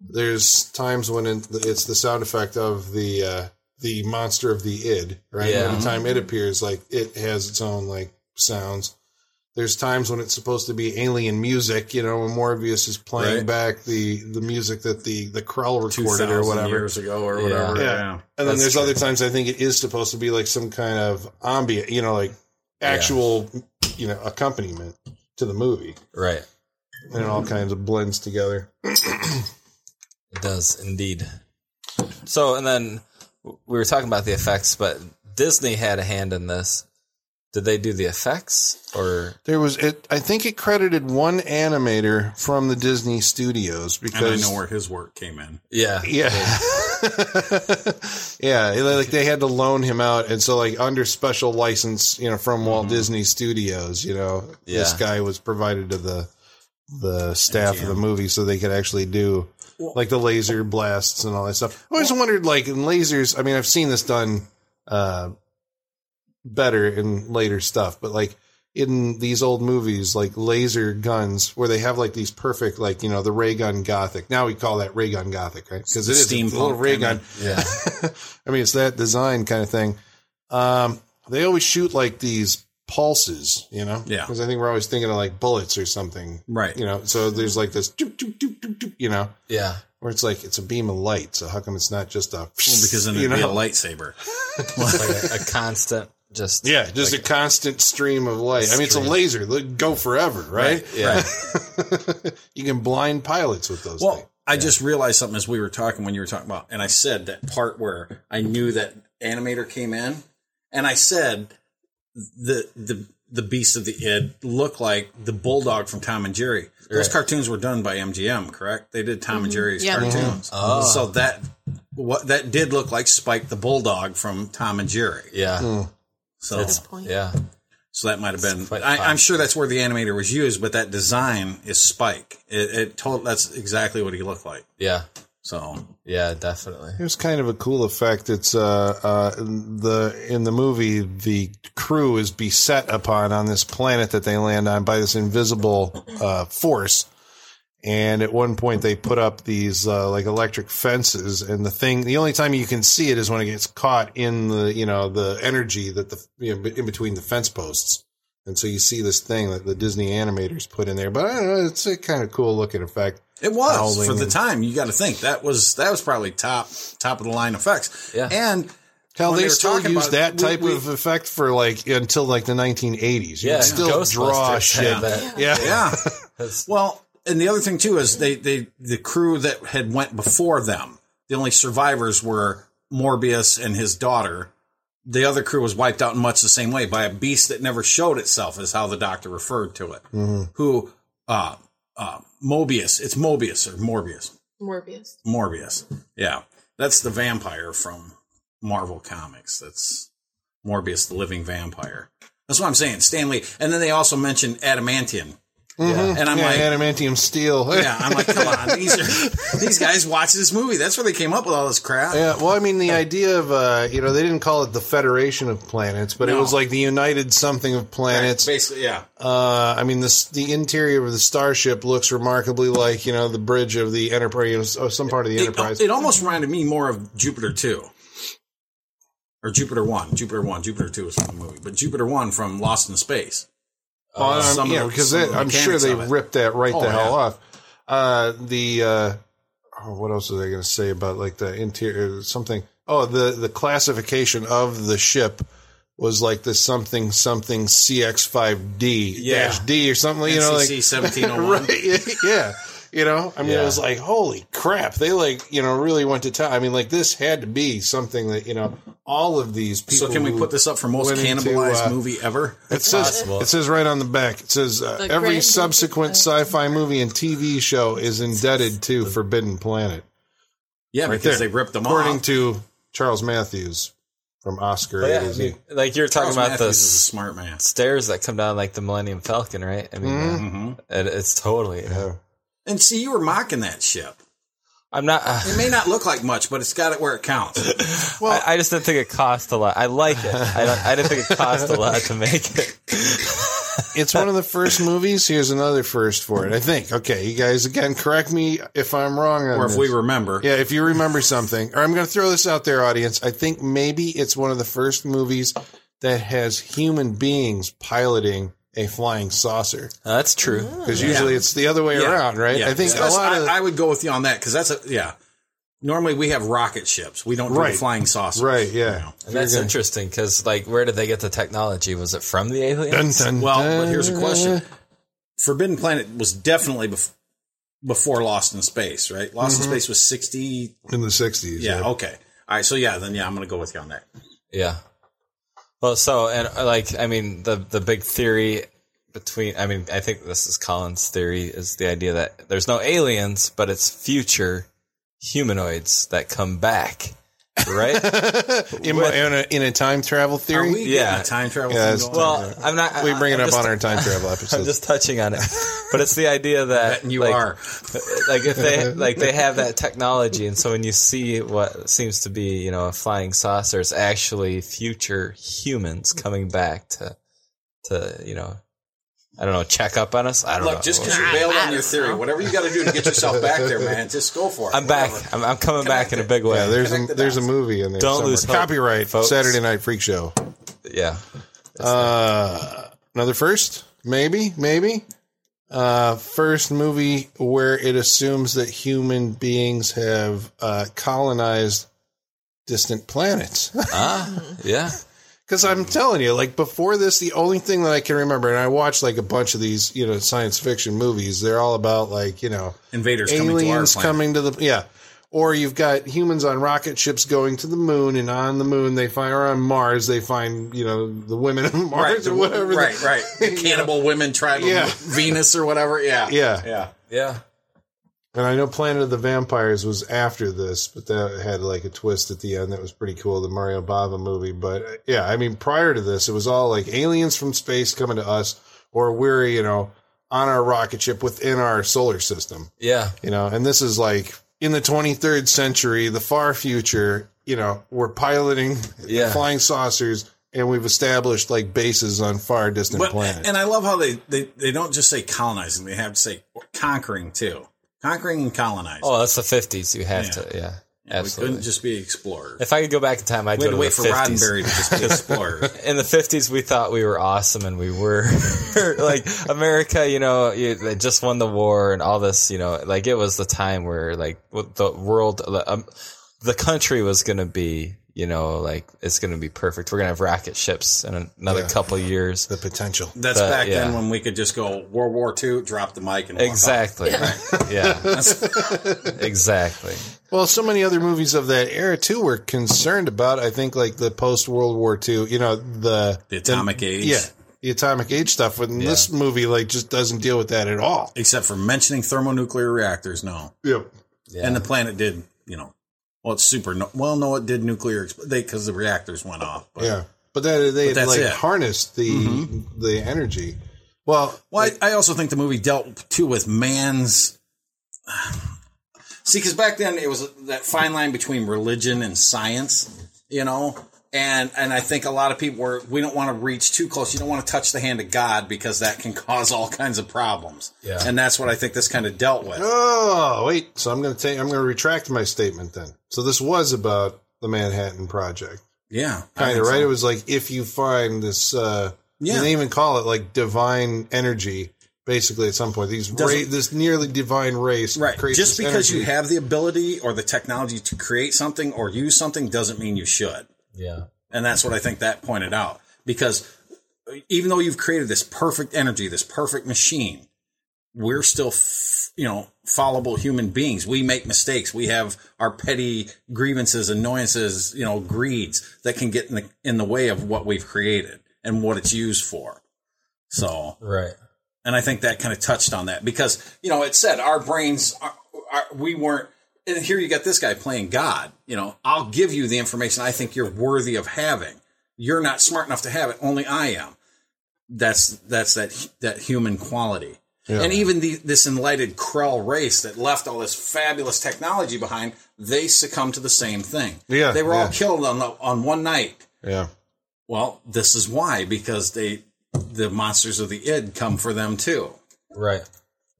[SPEAKER 2] There's times when it- it's the sound effect of the, uh, the monster of the id, right?
[SPEAKER 5] Yeah.
[SPEAKER 2] Every time it appears, like it has its own like sounds. There's times when it's supposed to be alien music, you know, when Morbius is playing
[SPEAKER 3] Right.
[SPEAKER 2] back the the music that the the Krell recorded
[SPEAKER 3] 2000
[SPEAKER 2] or whatever.
[SPEAKER 3] years ago or
[SPEAKER 5] Yeah.
[SPEAKER 3] whatever.
[SPEAKER 2] Yeah. And then
[SPEAKER 5] That's
[SPEAKER 2] there's
[SPEAKER 5] true.
[SPEAKER 2] other times I think it is supposed to be like some kind of ambient, you know, like actual, you know, accompaniment to the movie,
[SPEAKER 5] Right.
[SPEAKER 2] and it
[SPEAKER 3] Mm-hmm.
[SPEAKER 2] all kinds of blends together.
[SPEAKER 5] It does indeed. So, and then we were talking about the effects, but Disney had a hand in this. Did they do the effects or
[SPEAKER 2] There was it. I think it credited one animator from the Disney studios
[SPEAKER 3] And I
[SPEAKER 2] because
[SPEAKER 3] know where his work came in.
[SPEAKER 5] yeah?
[SPEAKER 2] *laughs* Yeah. *laughs* yeah. it- Like they had to loan him out. And so, like, under special license, you know, from Walt
[SPEAKER 3] Mm-hmm.
[SPEAKER 2] Disney Studios, you know, this
[SPEAKER 5] Yeah.
[SPEAKER 2] guy was provided to the the staff of the movie so they could actually do like the laser blasts and all that stuff. I always wondered, like, in lasers, I mean, I've seen this done uh, better in later stuff, but like, in these old movies, like laser guns, where they have like these perfect, like you know, the ray gun gothic. Now we call that ray gun gothic, right? Because it is a
[SPEAKER 3] Steampunk,
[SPEAKER 2] little ray
[SPEAKER 3] I mean.
[SPEAKER 2] gun.
[SPEAKER 5] Yeah.
[SPEAKER 2] I mean, it's that design kind of thing. Um, they always shoot like these pulses, you know?
[SPEAKER 3] Yeah.
[SPEAKER 2] Because I think we're always thinking of like bullets or something,
[SPEAKER 3] Right.
[SPEAKER 2] you know? So there's like this, doop, doop, doop, doop, doop, you know,
[SPEAKER 5] Yeah.
[SPEAKER 2] where it's like it's a beam of light. So how come it's not just a? Well,
[SPEAKER 3] Well,
[SPEAKER 2] *laughs*
[SPEAKER 3] because then it'd be a lightsaber.
[SPEAKER 5] *laughs* Like *laughs* a, a constant just
[SPEAKER 2] Yeah, just
[SPEAKER 5] like-
[SPEAKER 2] a constant stream of light. I mean, it's a
[SPEAKER 5] Stream.
[SPEAKER 2] laser. They go forever, right?
[SPEAKER 5] yeah.
[SPEAKER 2] *laughs* you can blind pilots with those.
[SPEAKER 3] Well,
[SPEAKER 2] things.
[SPEAKER 3] I just realized something as we were talking when you were talking about, and I said that part where I knew that animator came in, and I said the the the Beast of the Id looked like the Bulldog from Tom and Jerry. Those
[SPEAKER 5] Right.
[SPEAKER 3] cartoons were done by MGM, correct? They did Tom and Jerry's
[SPEAKER 4] Yeah.
[SPEAKER 3] cartoons,
[SPEAKER 5] Oh.
[SPEAKER 3] so that what that did look like Spike the Bulldog from Tom and Jerry.
[SPEAKER 5] Yeah.
[SPEAKER 2] Hmm.
[SPEAKER 3] So
[SPEAKER 4] That's good point.
[SPEAKER 5] Yeah.
[SPEAKER 3] so that might have been.
[SPEAKER 5] quite
[SPEAKER 3] I,
[SPEAKER 5] fun.
[SPEAKER 3] I'm sure that's where the animator was used, but that design is Spike. It, it told that's exactly what he looked like.
[SPEAKER 5] Yeah.
[SPEAKER 3] So
[SPEAKER 5] Yeah, definitely.
[SPEAKER 2] Here's kind of a cool effect. It's uh, uh, the in the movie the crew is beset upon on this planet that they land on by this invisible uh, force, and at one point they put up these uh, like electric fences, and the thing the only time you can see it is when it gets caught in the you know the energy that the you know, in between the fence posts, and so you see this thing that the Disney animators put in there. But I don't know, it's a kind of cool looking effect.
[SPEAKER 3] It was
[SPEAKER 2] Howling
[SPEAKER 3] for the
[SPEAKER 2] and-
[SPEAKER 3] time. You got to think that was that was probably top top of the line effects.
[SPEAKER 5] Yeah.
[SPEAKER 3] and
[SPEAKER 2] Hell,
[SPEAKER 3] when
[SPEAKER 2] they,
[SPEAKER 3] were
[SPEAKER 2] still
[SPEAKER 3] talking
[SPEAKER 2] use
[SPEAKER 3] about
[SPEAKER 2] that
[SPEAKER 3] it,
[SPEAKER 2] type
[SPEAKER 3] we- we-
[SPEAKER 2] of effect for like until like the 1980s. You
[SPEAKER 5] Yeah,
[SPEAKER 2] could still draw
[SPEAKER 5] Ghostbusters had
[SPEAKER 2] shit.
[SPEAKER 5] that.
[SPEAKER 2] Yeah.
[SPEAKER 3] Yeah.
[SPEAKER 5] That's-
[SPEAKER 3] well, and the other thing too is they they the crew that had went before them. The only survivors were Morbius and his daughter. The other crew was wiped out in much the same way by a beast that never showed itself, is how the doctor referred to it.
[SPEAKER 2] Mm-hmm.
[SPEAKER 3] Who, uh, uh, Mobius? It's Mobius or Morbius?
[SPEAKER 4] Morbius.
[SPEAKER 3] Morbius. Yeah. That's the vampire from Marvel Comics. That's Morbius, the living vampire. That's what I'm saying. Stanley. And then they also mentioned Adamantium.
[SPEAKER 5] Yeah.
[SPEAKER 3] And I'm
[SPEAKER 2] Mm-hmm. yeah,
[SPEAKER 3] like,
[SPEAKER 2] adamantium steel. *laughs*
[SPEAKER 3] yeah, I'm like, come on. These, are, these guys watch this movie. That's where they came up with all this crap.
[SPEAKER 2] Yeah, well, I mean, the idea of uh, you know they didn't call it the Federation of Planets, but it
[SPEAKER 3] No.
[SPEAKER 2] was like the United something of planets.
[SPEAKER 3] Basically, yeah.
[SPEAKER 2] Uh, I mean, this the interior of the starship looks remarkably like you know the bridge of the Enterprise, you know, some part of the Enterprise.
[SPEAKER 3] It, it almost reminded me more of Jupiter 2. Or Jupiter 1. Jupiter 1. Jupiter 2 is from the movie. But Jupiter 1 from Lost in Space.
[SPEAKER 2] Well, I'm-
[SPEAKER 3] some of
[SPEAKER 2] yeah,
[SPEAKER 3] the-
[SPEAKER 2] because
[SPEAKER 3] some
[SPEAKER 2] they-
[SPEAKER 3] of the
[SPEAKER 2] I'm sure
[SPEAKER 3] mechanics
[SPEAKER 2] they
[SPEAKER 3] of it.
[SPEAKER 2] ripped that right
[SPEAKER 3] Oh,
[SPEAKER 2] the
[SPEAKER 3] yeah.
[SPEAKER 2] hell off. Uh, the uh, oh, what else was I going to say about like the interior something? Oh, the the classification of the ship was like the something something CX5D
[SPEAKER 3] Yeah.
[SPEAKER 2] dash D or something. You know, like
[SPEAKER 3] NCC 1701.
[SPEAKER 2] *laughs* right? Yeah, yeah. You know, I mean,
[SPEAKER 5] Yeah.
[SPEAKER 2] it was like, holy crap. They like, you know, really went to town. I mean, like, this had to be something that, you know, all of these people.
[SPEAKER 3] So can we
[SPEAKER 2] who-
[SPEAKER 3] put this up for most
[SPEAKER 2] went into,
[SPEAKER 3] cannibalized
[SPEAKER 2] uh,
[SPEAKER 3] movie ever?
[SPEAKER 2] It says,
[SPEAKER 5] possible.
[SPEAKER 2] it says right on the back. It says uh,
[SPEAKER 4] The
[SPEAKER 2] every
[SPEAKER 4] grand-
[SPEAKER 2] subsequent sci-fi movie and TV show is indebted to Forbidden Planet,
[SPEAKER 3] Yeah, because
[SPEAKER 2] there.
[SPEAKER 3] they ripped them
[SPEAKER 2] according
[SPEAKER 3] off.
[SPEAKER 2] to Charles Matthews from Oscar
[SPEAKER 5] But
[SPEAKER 3] Oh,
[SPEAKER 2] A
[SPEAKER 5] yeah,
[SPEAKER 2] to
[SPEAKER 5] I
[SPEAKER 2] Z.
[SPEAKER 5] mean, like you're talking
[SPEAKER 3] Charles
[SPEAKER 5] about
[SPEAKER 3] Matthews
[SPEAKER 5] the
[SPEAKER 3] is a
[SPEAKER 5] s-
[SPEAKER 3] smart man.
[SPEAKER 5] stairs that come down like the Millennium Falcon, right? I mean, uh,
[SPEAKER 3] Mhm.
[SPEAKER 5] it, it's totally.
[SPEAKER 2] Yeah.
[SPEAKER 3] And see, you were mocking that ship.
[SPEAKER 5] I'm not. uh,
[SPEAKER 3] It may not look like much, but it's got it where it
[SPEAKER 2] *laughs*
[SPEAKER 3] counts.
[SPEAKER 5] I, I just didn't think it cost a lot. I like it. I, don't, I didn't think it cost a lot to make it.
[SPEAKER 2] It's one of the first movies. Here's another first for it, I think. Okay, you guys again, correct me if I'm wrong. On
[SPEAKER 3] or if
[SPEAKER 2] this.
[SPEAKER 3] we remember.
[SPEAKER 2] Yeah, if you remember something, or I'm going to throw this out there, audience. I think maybe it's one of the first movies that has human beings piloting a flying saucer.
[SPEAKER 5] *laughs* Uh, that's true.
[SPEAKER 2] Because usually it's the other way
[SPEAKER 3] Yeah.
[SPEAKER 2] around, right?
[SPEAKER 3] Yeah.
[SPEAKER 2] I think
[SPEAKER 3] So
[SPEAKER 2] a lot
[SPEAKER 3] I,
[SPEAKER 2] of
[SPEAKER 3] I would go with you on that because that's a yeah. Normally we have rocket ships. We don't do
[SPEAKER 2] Right.
[SPEAKER 3] the flying saucers.
[SPEAKER 2] right, yeah.
[SPEAKER 5] And that's interesting because, like, where did they get the technology? Was it from the aliens?
[SPEAKER 2] Dun, dun,
[SPEAKER 3] Well,
[SPEAKER 2] dun.
[SPEAKER 3] but here's a question: Forbidden Planet was definitely bef- before Lost in Space, right? Lost
[SPEAKER 2] Mm-hmm.
[SPEAKER 3] in Space was sixty.
[SPEAKER 2] in the '60s.
[SPEAKER 3] Yeah, Okay. All right. So yeah, then yeah, I'm gonna go with you on that.
[SPEAKER 5] Yeah. Well, so and uh, like I mean the the big theory between I mean I think this is Colin's theory is the idea that there's no aliens but it's future humanoids that come back, right?
[SPEAKER 2] *laughs* in, my- in a, in a time travel
[SPEAKER 3] Are
[SPEAKER 2] theory.
[SPEAKER 3] we
[SPEAKER 5] Yeah.
[SPEAKER 3] yeah time travel?
[SPEAKER 2] Yeah,
[SPEAKER 3] thing
[SPEAKER 2] it's-
[SPEAKER 3] going on?
[SPEAKER 5] well, I'm not.
[SPEAKER 2] we bring it
[SPEAKER 5] I'm
[SPEAKER 2] up
[SPEAKER 5] just-
[SPEAKER 2] on our time travel
[SPEAKER 5] I'm
[SPEAKER 2] episode.
[SPEAKER 5] just
[SPEAKER 2] *laughs*
[SPEAKER 5] touching on it, but it's the idea that
[SPEAKER 3] uh, you
[SPEAKER 5] like,
[SPEAKER 3] are.
[SPEAKER 5] *laughs* like
[SPEAKER 2] *laughs*
[SPEAKER 5] if they like they have that technology, and so when you see what seems to be you know a flying saucer, it's actually future humans coming back to to you know I don't know check up on us. I don't know.
[SPEAKER 3] Look, just because you bailed on your theory, whatever you got to do to get yourself back there, man, just go for it.
[SPEAKER 5] I'm
[SPEAKER 3] *laughs*
[SPEAKER 5] back. I'm, I'm coming back in a big way.
[SPEAKER 2] yeah,
[SPEAKER 5] Yeah,
[SPEAKER 2] there's a
[SPEAKER 3] Connect the
[SPEAKER 2] there's a
[SPEAKER 3] dots.
[SPEAKER 2] movie in there.
[SPEAKER 5] Don't
[SPEAKER 2] somewhere.
[SPEAKER 5] lose hope,
[SPEAKER 2] copyright
[SPEAKER 5] folks.
[SPEAKER 2] Saturday Night Freak Show. Uh, another first, maybe, maybe. Uh, first movie where it assumes that human beings have uh, colonized distant planets.
[SPEAKER 5] Ah, yeah.
[SPEAKER 2] Because I'm telling you, like before this, the only thing that I can remember, and I watched like a bunch of these, you know, science fiction movies. They're all about like you know
[SPEAKER 3] Invaders coming to our
[SPEAKER 2] aliens
[SPEAKER 3] planet.
[SPEAKER 2] coming to the yeah, Or you've got humans on rocket ships going to the moon, and on the moon they find, or on Mars they find, you know, the women of *laughs* Mars or whatever.
[SPEAKER 3] Right,
[SPEAKER 5] *laughs*
[SPEAKER 3] right. The cannibal women tribe
[SPEAKER 2] Yeah.
[SPEAKER 3] of Venus or whatever. Yeah.
[SPEAKER 2] Yeah.
[SPEAKER 3] Yeah.
[SPEAKER 5] Yeah.
[SPEAKER 2] And I know Planet of the Vampires was after this, but that had like a twist at the end that was pretty cool, the Mario Bava movie. But uh, yeah, I mean, prior to this, it was all like aliens from space coming to us, or we're, you know, on our rocket ship within our solar system,
[SPEAKER 5] Yeah.
[SPEAKER 2] you know, and this is like in the 23rd century, the far future, you know, we're piloting
[SPEAKER 5] Yeah.
[SPEAKER 2] flying saucers and we've established like bases on far distant
[SPEAKER 3] But,
[SPEAKER 2] planets.
[SPEAKER 3] and I love how they, they, they don't just say colonizing, they have to say conquering too. Conquering and colonizing.
[SPEAKER 5] Oh, that's the 50s. You have
[SPEAKER 3] Yeah.
[SPEAKER 5] to. Yeah.
[SPEAKER 3] we
[SPEAKER 5] Absolutely.
[SPEAKER 3] couldn't just be explorers.
[SPEAKER 5] if I could go back in time, I'd
[SPEAKER 3] We
[SPEAKER 5] go
[SPEAKER 3] had
[SPEAKER 5] to
[SPEAKER 3] to
[SPEAKER 5] the
[SPEAKER 3] wait for
[SPEAKER 5] 50s.
[SPEAKER 3] Roddenberry to just
[SPEAKER 5] *laughs*
[SPEAKER 3] be explorers.
[SPEAKER 5] in the 50s we thought we were awesome and we were *laughs* like america you know you, they just won the war and all this you know like it was the time where like what the world the, um, the country was going to be you know like it's going to be perfect we're going to have rocket ships in another
[SPEAKER 2] Yeah.
[SPEAKER 5] couple years *laughs*
[SPEAKER 2] the potential.
[SPEAKER 3] That's
[SPEAKER 5] But,
[SPEAKER 3] back then
[SPEAKER 5] yeah.
[SPEAKER 3] when we could just go World War II, drop the mic, and walk
[SPEAKER 5] exactly yeah
[SPEAKER 3] *laughs*
[SPEAKER 5] exactly
[SPEAKER 2] Well, so many other movies of that era too were concerned about. I think like the post World War II, you know, the
[SPEAKER 3] off. the atomic age.
[SPEAKER 2] yeah, the atomic age stuff. And this movie like just doesn't deal with that at all.
[SPEAKER 3] Except for mentioning thermonuclear reactors, no.
[SPEAKER 2] Yep.
[SPEAKER 5] yeah.
[SPEAKER 3] And the planet did, you know, well, it's super. No, well, no, it did nuclear expl- they because the reactors went off. But,
[SPEAKER 2] Yeah, but that they
[SPEAKER 3] But that's
[SPEAKER 2] like
[SPEAKER 3] it. Mm-hmm.
[SPEAKER 2] harnessed the the energy. Well,
[SPEAKER 3] Well, I, I also think the movie dealt too with man's. *sighs* See, because back then it was that fine line between religion and science, you know, and and I think a lot of people were we don't want to reach too close. You don't want to touch the hand of God because that can *laughs* cause all kinds of problems.
[SPEAKER 5] Yeah.
[SPEAKER 3] and that's what I think this kind of dealt with.
[SPEAKER 2] oh wait, so I'm gonna take I'm gonna retract my statement then. So this was about the Manhattan Project.
[SPEAKER 3] Yeah, I
[SPEAKER 2] kind of
[SPEAKER 3] think
[SPEAKER 2] right.
[SPEAKER 3] so.
[SPEAKER 2] It was like if you find this, uh,
[SPEAKER 3] Yeah.
[SPEAKER 2] and they even call it like divine energy. Basically, at some point, these ra-
[SPEAKER 3] Doesn't-
[SPEAKER 2] this nearly divine race,
[SPEAKER 3] Right.
[SPEAKER 2] creates
[SPEAKER 3] Just
[SPEAKER 2] this
[SPEAKER 3] because you
[SPEAKER 2] energy.
[SPEAKER 3] have the ability or the technology to create something or use something doesn't mean you should.
[SPEAKER 5] yeah
[SPEAKER 3] And that's what I think that pointed out. Because even though you've created this perfect energy, this perfect machine, we're still, f- you know, fallible human beings. We make mistakes. We have our petty grievances, annoyances, you know, greeds that can get in the, in the way of what we've created and what it's used for. So,
[SPEAKER 5] right
[SPEAKER 3] and I think that kind of touched on that because you know it said our brains are, are we weren't and here you got this guy playing God you know I'll give you the information I think you're worthy of having you're not smart enough to have it only I am that's that's that that human quality and even the, this enlightened Krell race that left all this fabulous technology behind they succumbed to the same thing
[SPEAKER 2] Yeah,
[SPEAKER 3] they were all
[SPEAKER 2] yeah.
[SPEAKER 3] killed on the, on one night
[SPEAKER 2] yeah,
[SPEAKER 3] well this is why because they the monsters of the id come for them too
[SPEAKER 5] right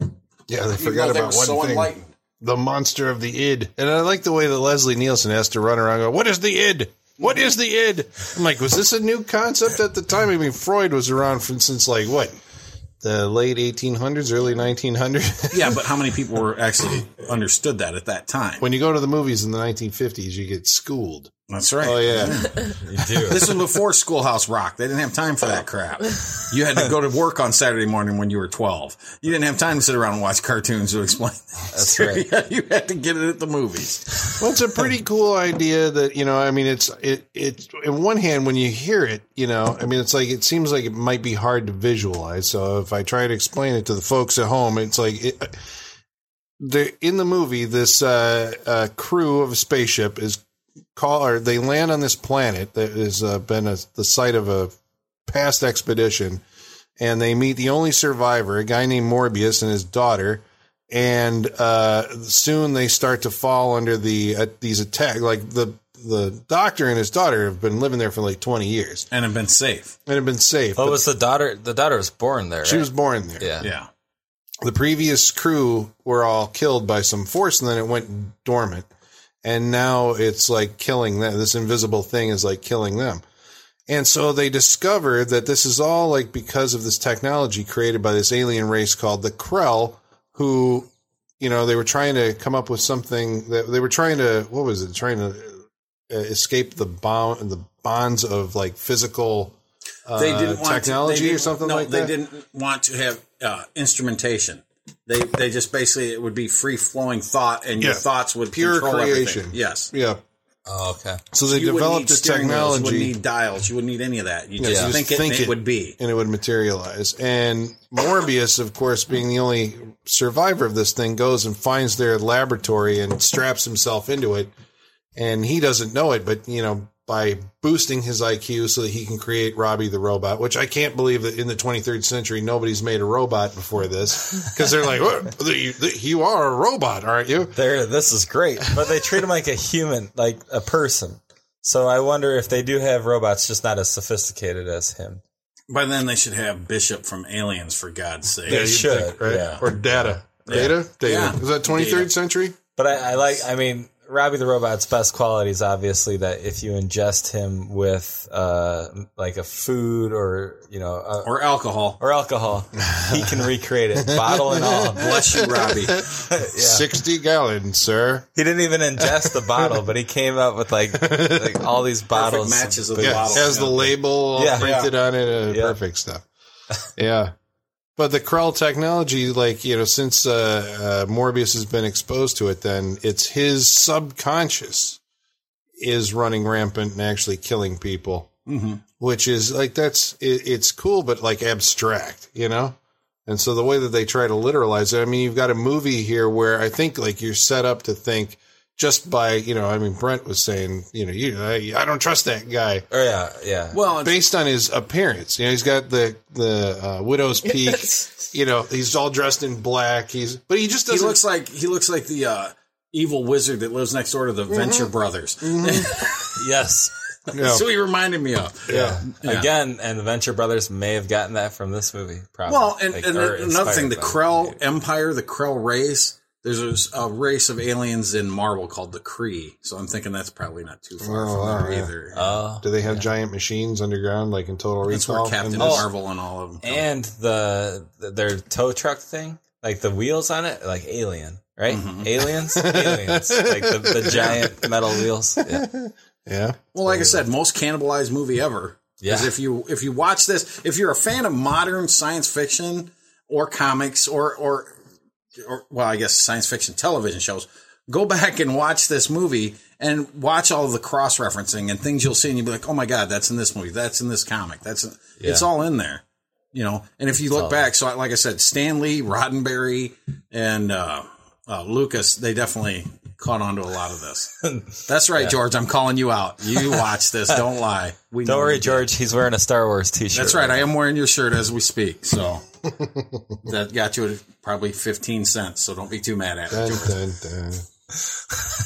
[SPEAKER 2] yeah. They
[SPEAKER 3] even
[SPEAKER 2] forgot
[SPEAKER 3] though they
[SPEAKER 2] about
[SPEAKER 3] were
[SPEAKER 2] one
[SPEAKER 3] so
[SPEAKER 2] thing:
[SPEAKER 3] enlightened.
[SPEAKER 2] the monster of the id. And I like the way that Leslie Nielsen has to run around. Going, what is the id? What is the id? I'm like, was this a new concept at the time? I mean, Freud was around from since like what the late 1800s, early 1900s.
[SPEAKER 3] *laughs* Yeah, but how many people were actually understood that at that
[SPEAKER 2] *laughs*
[SPEAKER 3] time?
[SPEAKER 2] when you go to the movies in the 1950s, you get schooled.
[SPEAKER 3] That's right.
[SPEAKER 2] Oh yeah.
[SPEAKER 5] you do
[SPEAKER 3] This was before Schoolhouse Rock. They didn't have time for that crap. You had to go to work on Saturday morning when you were 12. You didn't have time to sit around and watch cartoons to explain *laughs* that.
[SPEAKER 5] That's
[SPEAKER 3] So,
[SPEAKER 5] right.
[SPEAKER 3] yeah, you had to get it at the movies.
[SPEAKER 2] Well, it's a pretty cool idea that you know. I mean, it's it it. In one hand, when you hear it, you know, I mean, it's like it seems like it might be hard to visualize. So if I try to explain it to the folks at home, it's like it, they're in the movie. This uh, uh, crew of a spaceship is call or they land on this planet that has uh, been a, the site of a past expedition, and they meet the only survivor, a guy named Morbius, and his daughter and uh, soon they start to fall under the uh, these attack. Like the the doctor and his daughter have been living there for like twenty years
[SPEAKER 3] And have been safe.
[SPEAKER 2] and have been safe.
[SPEAKER 5] oh
[SPEAKER 2] but
[SPEAKER 5] was the daughter the daughter was born there
[SPEAKER 2] she
[SPEAKER 5] right?
[SPEAKER 2] was born there.
[SPEAKER 5] yeah
[SPEAKER 3] Yeah.
[SPEAKER 2] The previous crew were all killed by some force, and then it went dormant. And now it's like killing them. This invisible thing is like killing them. And so they discover that this is all like because of this technology created by this alien race called the Krell, who, you know, they were trying to come up with something that they were trying to, what was it, trying to uh, escape the bond, the bonds of like physical uh,
[SPEAKER 3] They didn't want to-
[SPEAKER 2] technology
[SPEAKER 3] they
[SPEAKER 2] or
[SPEAKER 3] didn't-
[SPEAKER 2] something
[SPEAKER 3] no,
[SPEAKER 2] like
[SPEAKER 3] they
[SPEAKER 2] that.
[SPEAKER 3] didn't want to have uh, instrumentation. They they just basically it would be free flowing thought, and your
[SPEAKER 2] Yeah.
[SPEAKER 3] thoughts would
[SPEAKER 2] Pure
[SPEAKER 3] control
[SPEAKER 2] creation.
[SPEAKER 3] Everything. Yes.
[SPEAKER 2] Yeah.
[SPEAKER 5] Oh, okay.
[SPEAKER 2] So they
[SPEAKER 3] You wouldn't
[SPEAKER 2] developed
[SPEAKER 3] need
[SPEAKER 2] the
[SPEAKER 3] steering wheels, You
[SPEAKER 2] technology.
[SPEAKER 3] wouldn't need dials. You wouldn't need any of that. You
[SPEAKER 2] Yeah,
[SPEAKER 3] just,
[SPEAKER 2] you just
[SPEAKER 3] think, it,
[SPEAKER 2] think
[SPEAKER 3] and it
[SPEAKER 2] it.
[SPEAKER 3] would be.
[SPEAKER 2] and it would materialize. And Morbius, of course, being the only survivor of this thing, goes and finds their laboratory and straps himself into it. And he doesn't know it, but you know, by boosting his IQ so that he can create Robbie the robot, which I can't believe that in the 23rd century nobody's made a robot before this because they're like, "What? you, you are a robot, aren't you?
[SPEAKER 5] There, this is great, but they treat him like a human, like a person. So I wonder if they do have robots, just not as sophisticated as him.
[SPEAKER 3] By then, they should have Bishop from Aliens, for God's sake.
[SPEAKER 5] They
[SPEAKER 2] you'd
[SPEAKER 5] should,
[SPEAKER 2] right?
[SPEAKER 5] yeah.
[SPEAKER 2] Or data.
[SPEAKER 3] Yeah.
[SPEAKER 2] Data? Data.
[SPEAKER 3] Yeah.
[SPEAKER 2] Is that 23rd
[SPEAKER 3] Data.
[SPEAKER 2] century?
[SPEAKER 5] But I, I like, I mean, Robbie the robot's best quality is obviously that if you ingest him with uh, like a food or you know a,
[SPEAKER 3] Or alcohol.
[SPEAKER 5] or alcohol, he can recreate it, bottle and all.
[SPEAKER 3] Bless
[SPEAKER 2] *laughs*
[SPEAKER 3] you, Robbie.
[SPEAKER 2] 60 gallons, sir.
[SPEAKER 5] He didn't even ingest the bottle, but he came up with like, like all these bottles
[SPEAKER 3] matches of
[SPEAKER 5] booze.
[SPEAKER 2] yeah,
[SPEAKER 3] bottle.
[SPEAKER 2] has the
[SPEAKER 3] Yeah.
[SPEAKER 2] label all
[SPEAKER 5] Yeah.
[SPEAKER 2] printed on it. Uh,
[SPEAKER 5] Yeah.
[SPEAKER 2] Perfect stuff. Yeah. But the Krell technology, like, you know, since uh, uh, Morbius has been exposed to it, then it's his subconscious is running rampant and actually killing people,
[SPEAKER 3] hmm
[SPEAKER 2] which is like, that's, it, it's cool, but like abstract, you know? And so the way that they try to literalize it, I mean, you've got a movie here where I think like you're set up to think just by, you know, I mean, Brent was saying, you know, you, I, I don't trust that guy
[SPEAKER 5] Or Oh, yeah, yeah.
[SPEAKER 3] Well, it's-
[SPEAKER 2] based on his appearance. You know, he's got the the uh, widow's
[SPEAKER 3] *laughs*
[SPEAKER 2] peak. you know, he's all dressed in black. He's but he just
[SPEAKER 3] he
[SPEAKER 2] doesn't.
[SPEAKER 3] looks like he looks like the uh, evil wizard that lives next door to
[SPEAKER 2] Mm-hmm.
[SPEAKER 3] the Venture Brothers.
[SPEAKER 5] yes.
[SPEAKER 2] you know,
[SPEAKER 3] That's who he reminded me of.
[SPEAKER 2] yeah.
[SPEAKER 3] Yeah.
[SPEAKER 5] Again, and the Venture Brothers may have gotten that from this movie. Probably.
[SPEAKER 3] Well, and,
[SPEAKER 5] Like,
[SPEAKER 3] and
[SPEAKER 5] or
[SPEAKER 3] another thing,
[SPEAKER 5] inspired
[SPEAKER 3] the
[SPEAKER 5] by
[SPEAKER 3] Krell
[SPEAKER 5] movie.
[SPEAKER 3] Empire, the Krell race. There's a, a race of aliens in Marvel called the Kree, so I'm thinking that's probably not too far
[SPEAKER 2] Oh,
[SPEAKER 3] from there
[SPEAKER 2] alright.
[SPEAKER 3] either.
[SPEAKER 5] Oh,
[SPEAKER 2] Do they have giant machines underground, like in Total
[SPEAKER 3] that's where
[SPEAKER 2] Recall?
[SPEAKER 3] Captain
[SPEAKER 2] And this-
[SPEAKER 3] Marvel and all of them. come.
[SPEAKER 5] and the their tow truck thing, like the wheels on it, like Alien, right?
[SPEAKER 3] Mm-hmm. *laughs*
[SPEAKER 5] Aliens, aliens, like the, the giant metal wheels. Yeah.
[SPEAKER 3] *laughs*
[SPEAKER 2] yeah,
[SPEAKER 3] Well, like I said, most cannibalized movie ever.
[SPEAKER 5] Yeah.
[SPEAKER 3] Because if you if you watch this, if you're a fan of modern science fiction or comics or or or well, I guess science fiction television shows, go *laughs* back and watch this movie and watch all the cross referencing and things you'll see, and you'll be like, oh my god, that's in this movie, that's in this comic, that's in, it's all in there, you know. And if you look back, so I- like I said, Stanley Roddenberry and uh, uh, Lucas, they definitely caught on to a lot of this. That's right, George. I'm calling you out. You watch this. Don't lie. We
[SPEAKER 5] Don't
[SPEAKER 3] know
[SPEAKER 5] worry,
[SPEAKER 3] you
[SPEAKER 5] George. He's wearing a Star Wars
[SPEAKER 3] did.
[SPEAKER 5] T-shirt.
[SPEAKER 3] That's right. I am wearing your shirt as we speak. So
[SPEAKER 2] *laughs*
[SPEAKER 3] that got you at probably 15 cents. So don't be too mad at it,
[SPEAKER 2] Dun,
[SPEAKER 3] George.
[SPEAKER 2] dun,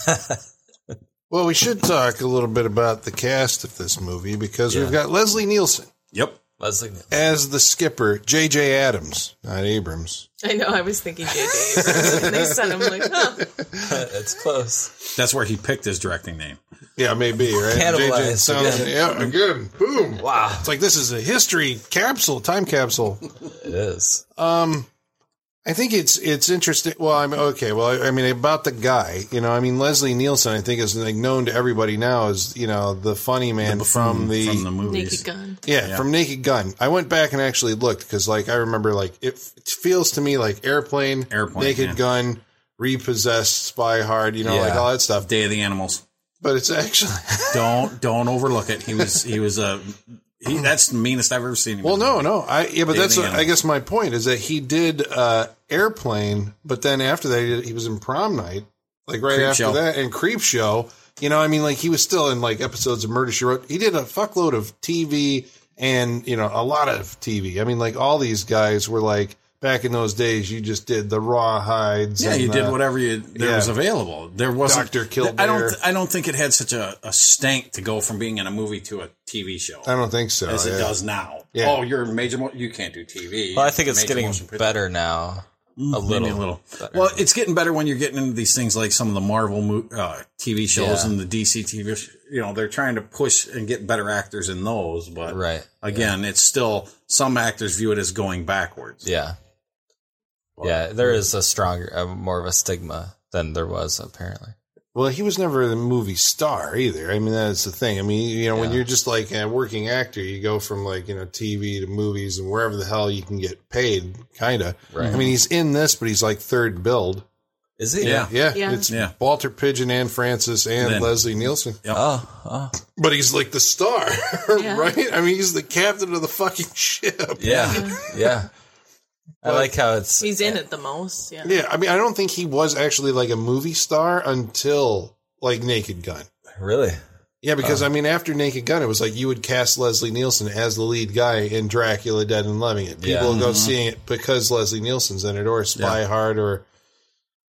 [SPEAKER 2] dun. well, we should talk a little bit about the cast of this movie because we've got Leslie Nielsen
[SPEAKER 3] Yep.
[SPEAKER 5] Leslie.
[SPEAKER 2] as the skipper, J.J. Adams, not Abrams.
[SPEAKER 4] I know. I was thinking *laughs* JJ. Abrams, and they sent him like, huh?
[SPEAKER 5] it's close.
[SPEAKER 3] That's where he picked his directing name.
[SPEAKER 2] Yeah, maybe right.
[SPEAKER 5] Cannibalized.
[SPEAKER 2] JJ sounds,
[SPEAKER 3] *laughs*
[SPEAKER 2] yeah, again, boom.
[SPEAKER 5] Wow,
[SPEAKER 2] It's like this is a history capsule, time capsule.
[SPEAKER 5] it is.
[SPEAKER 2] Um, I think it's it's interesting. Well, I'm okay. Well, I, I mean about the guy, you know, I mean Leslie Nielsen, I think is like known to everybody now as you know the funny man from the,
[SPEAKER 3] from the
[SPEAKER 4] Naked
[SPEAKER 3] movies.
[SPEAKER 4] Gun.
[SPEAKER 2] yeah, from Naked Gun. I went back and actually looked because like I remember like it, f- it feels to me like Airplane,
[SPEAKER 3] Airplane,
[SPEAKER 2] Naked
[SPEAKER 3] yeah.
[SPEAKER 2] Gun, Repossessed, Spy Hard, you know, like
[SPEAKER 5] Yeah.
[SPEAKER 2] all that stuff.
[SPEAKER 3] Day of the Animals.
[SPEAKER 2] But it's actually
[SPEAKER 3] Don't don't overlook it. He was he was a he, that's the meanest I've ever seen. Him
[SPEAKER 2] Well, no, no. I yeah, but
[SPEAKER 3] Did
[SPEAKER 2] that's
[SPEAKER 3] the
[SPEAKER 2] I
[SPEAKER 3] animal.
[SPEAKER 2] guess my point is that he did uh, airplane, but then after that he, did- he was in prom night, like right after
[SPEAKER 3] Creepshow.
[SPEAKER 2] that, and creep show. You know, I mean, like he was still in like episodes of Murder She Wrote. He did a fuckload of TV and you know a lot of TV. I mean, like all these guys were like back in those days. You just did the raw hides.
[SPEAKER 3] Yeah,
[SPEAKER 2] and uh,
[SPEAKER 3] you did
[SPEAKER 2] the-
[SPEAKER 3] whatever you there
[SPEAKER 2] yeah.
[SPEAKER 3] was available. There wasn't
[SPEAKER 2] Dr. Kildare.
[SPEAKER 3] I don't. I don't think it had such a, a stank to go from being in a movie to a TV show
[SPEAKER 2] I don't think so.
[SPEAKER 3] as it
[SPEAKER 2] yeah.
[SPEAKER 3] does now.
[SPEAKER 2] Yeah.
[SPEAKER 3] Oh, you're a major. Mo- you can't do TV.
[SPEAKER 5] Well, I think it's
[SPEAKER 3] Major
[SPEAKER 5] getting
[SPEAKER 3] motion picture.
[SPEAKER 5] better now. A
[SPEAKER 3] Maybe
[SPEAKER 5] little.
[SPEAKER 3] a little. Well, it's getting better when you're getting into these things like some of the Marvel mo- uh, TV shows
[SPEAKER 5] Yeah.
[SPEAKER 3] and the DC TV. sh- You know, they're trying to push and get better actors in those, but
[SPEAKER 5] Right.
[SPEAKER 3] again, it's still some actors view it as going backwards.
[SPEAKER 5] Yeah. Yeah, there is a stronger, uh, more of a stigma than there was apparently.
[SPEAKER 2] Well, he was never the movie star either. I mean, that's the thing. I mean, you know, when
[SPEAKER 5] Yeah.
[SPEAKER 2] you're just like a working actor, you go from like, you know, TV to movies and wherever the hell you can get paid, kind of.
[SPEAKER 5] Right.
[SPEAKER 2] I mean, he's in this, but he's like third build.
[SPEAKER 5] Is he?
[SPEAKER 3] Yeah.
[SPEAKER 2] Yeah.
[SPEAKER 4] Yeah.
[SPEAKER 2] It's
[SPEAKER 3] Yeah.
[SPEAKER 2] Walter Pigeon and Francis and
[SPEAKER 3] Then-
[SPEAKER 2] Leslie Nielsen.
[SPEAKER 5] Oh, oh.
[SPEAKER 2] But he's like the star, *laughs*
[SPEAKER 4] Yeah.
[SPEAKER 2] right? I mean, he's the captain of the fucking *laughs* ship.
[SPEAKER 5] yeah, *laughs* yeah. I like how it's
[SPEAKER 4] He's in it the most. Yeah.
[SPEAKER 2] Yeah. I mean, I don't think he was actually like a movie star until like Naked Gun.
[SPEAKER 5] really.
[SPEAKER 2] Yeah, because I mean, after Naked Gun, it was like you would cast Leslie Nielsen as the lead guy in Dracula Dead and Loving It. People
[SPEAKER 5] Yeah.
[SPEAKER 2] will go seeing it because Leslie Nielsen's in it, or Spy Hard, or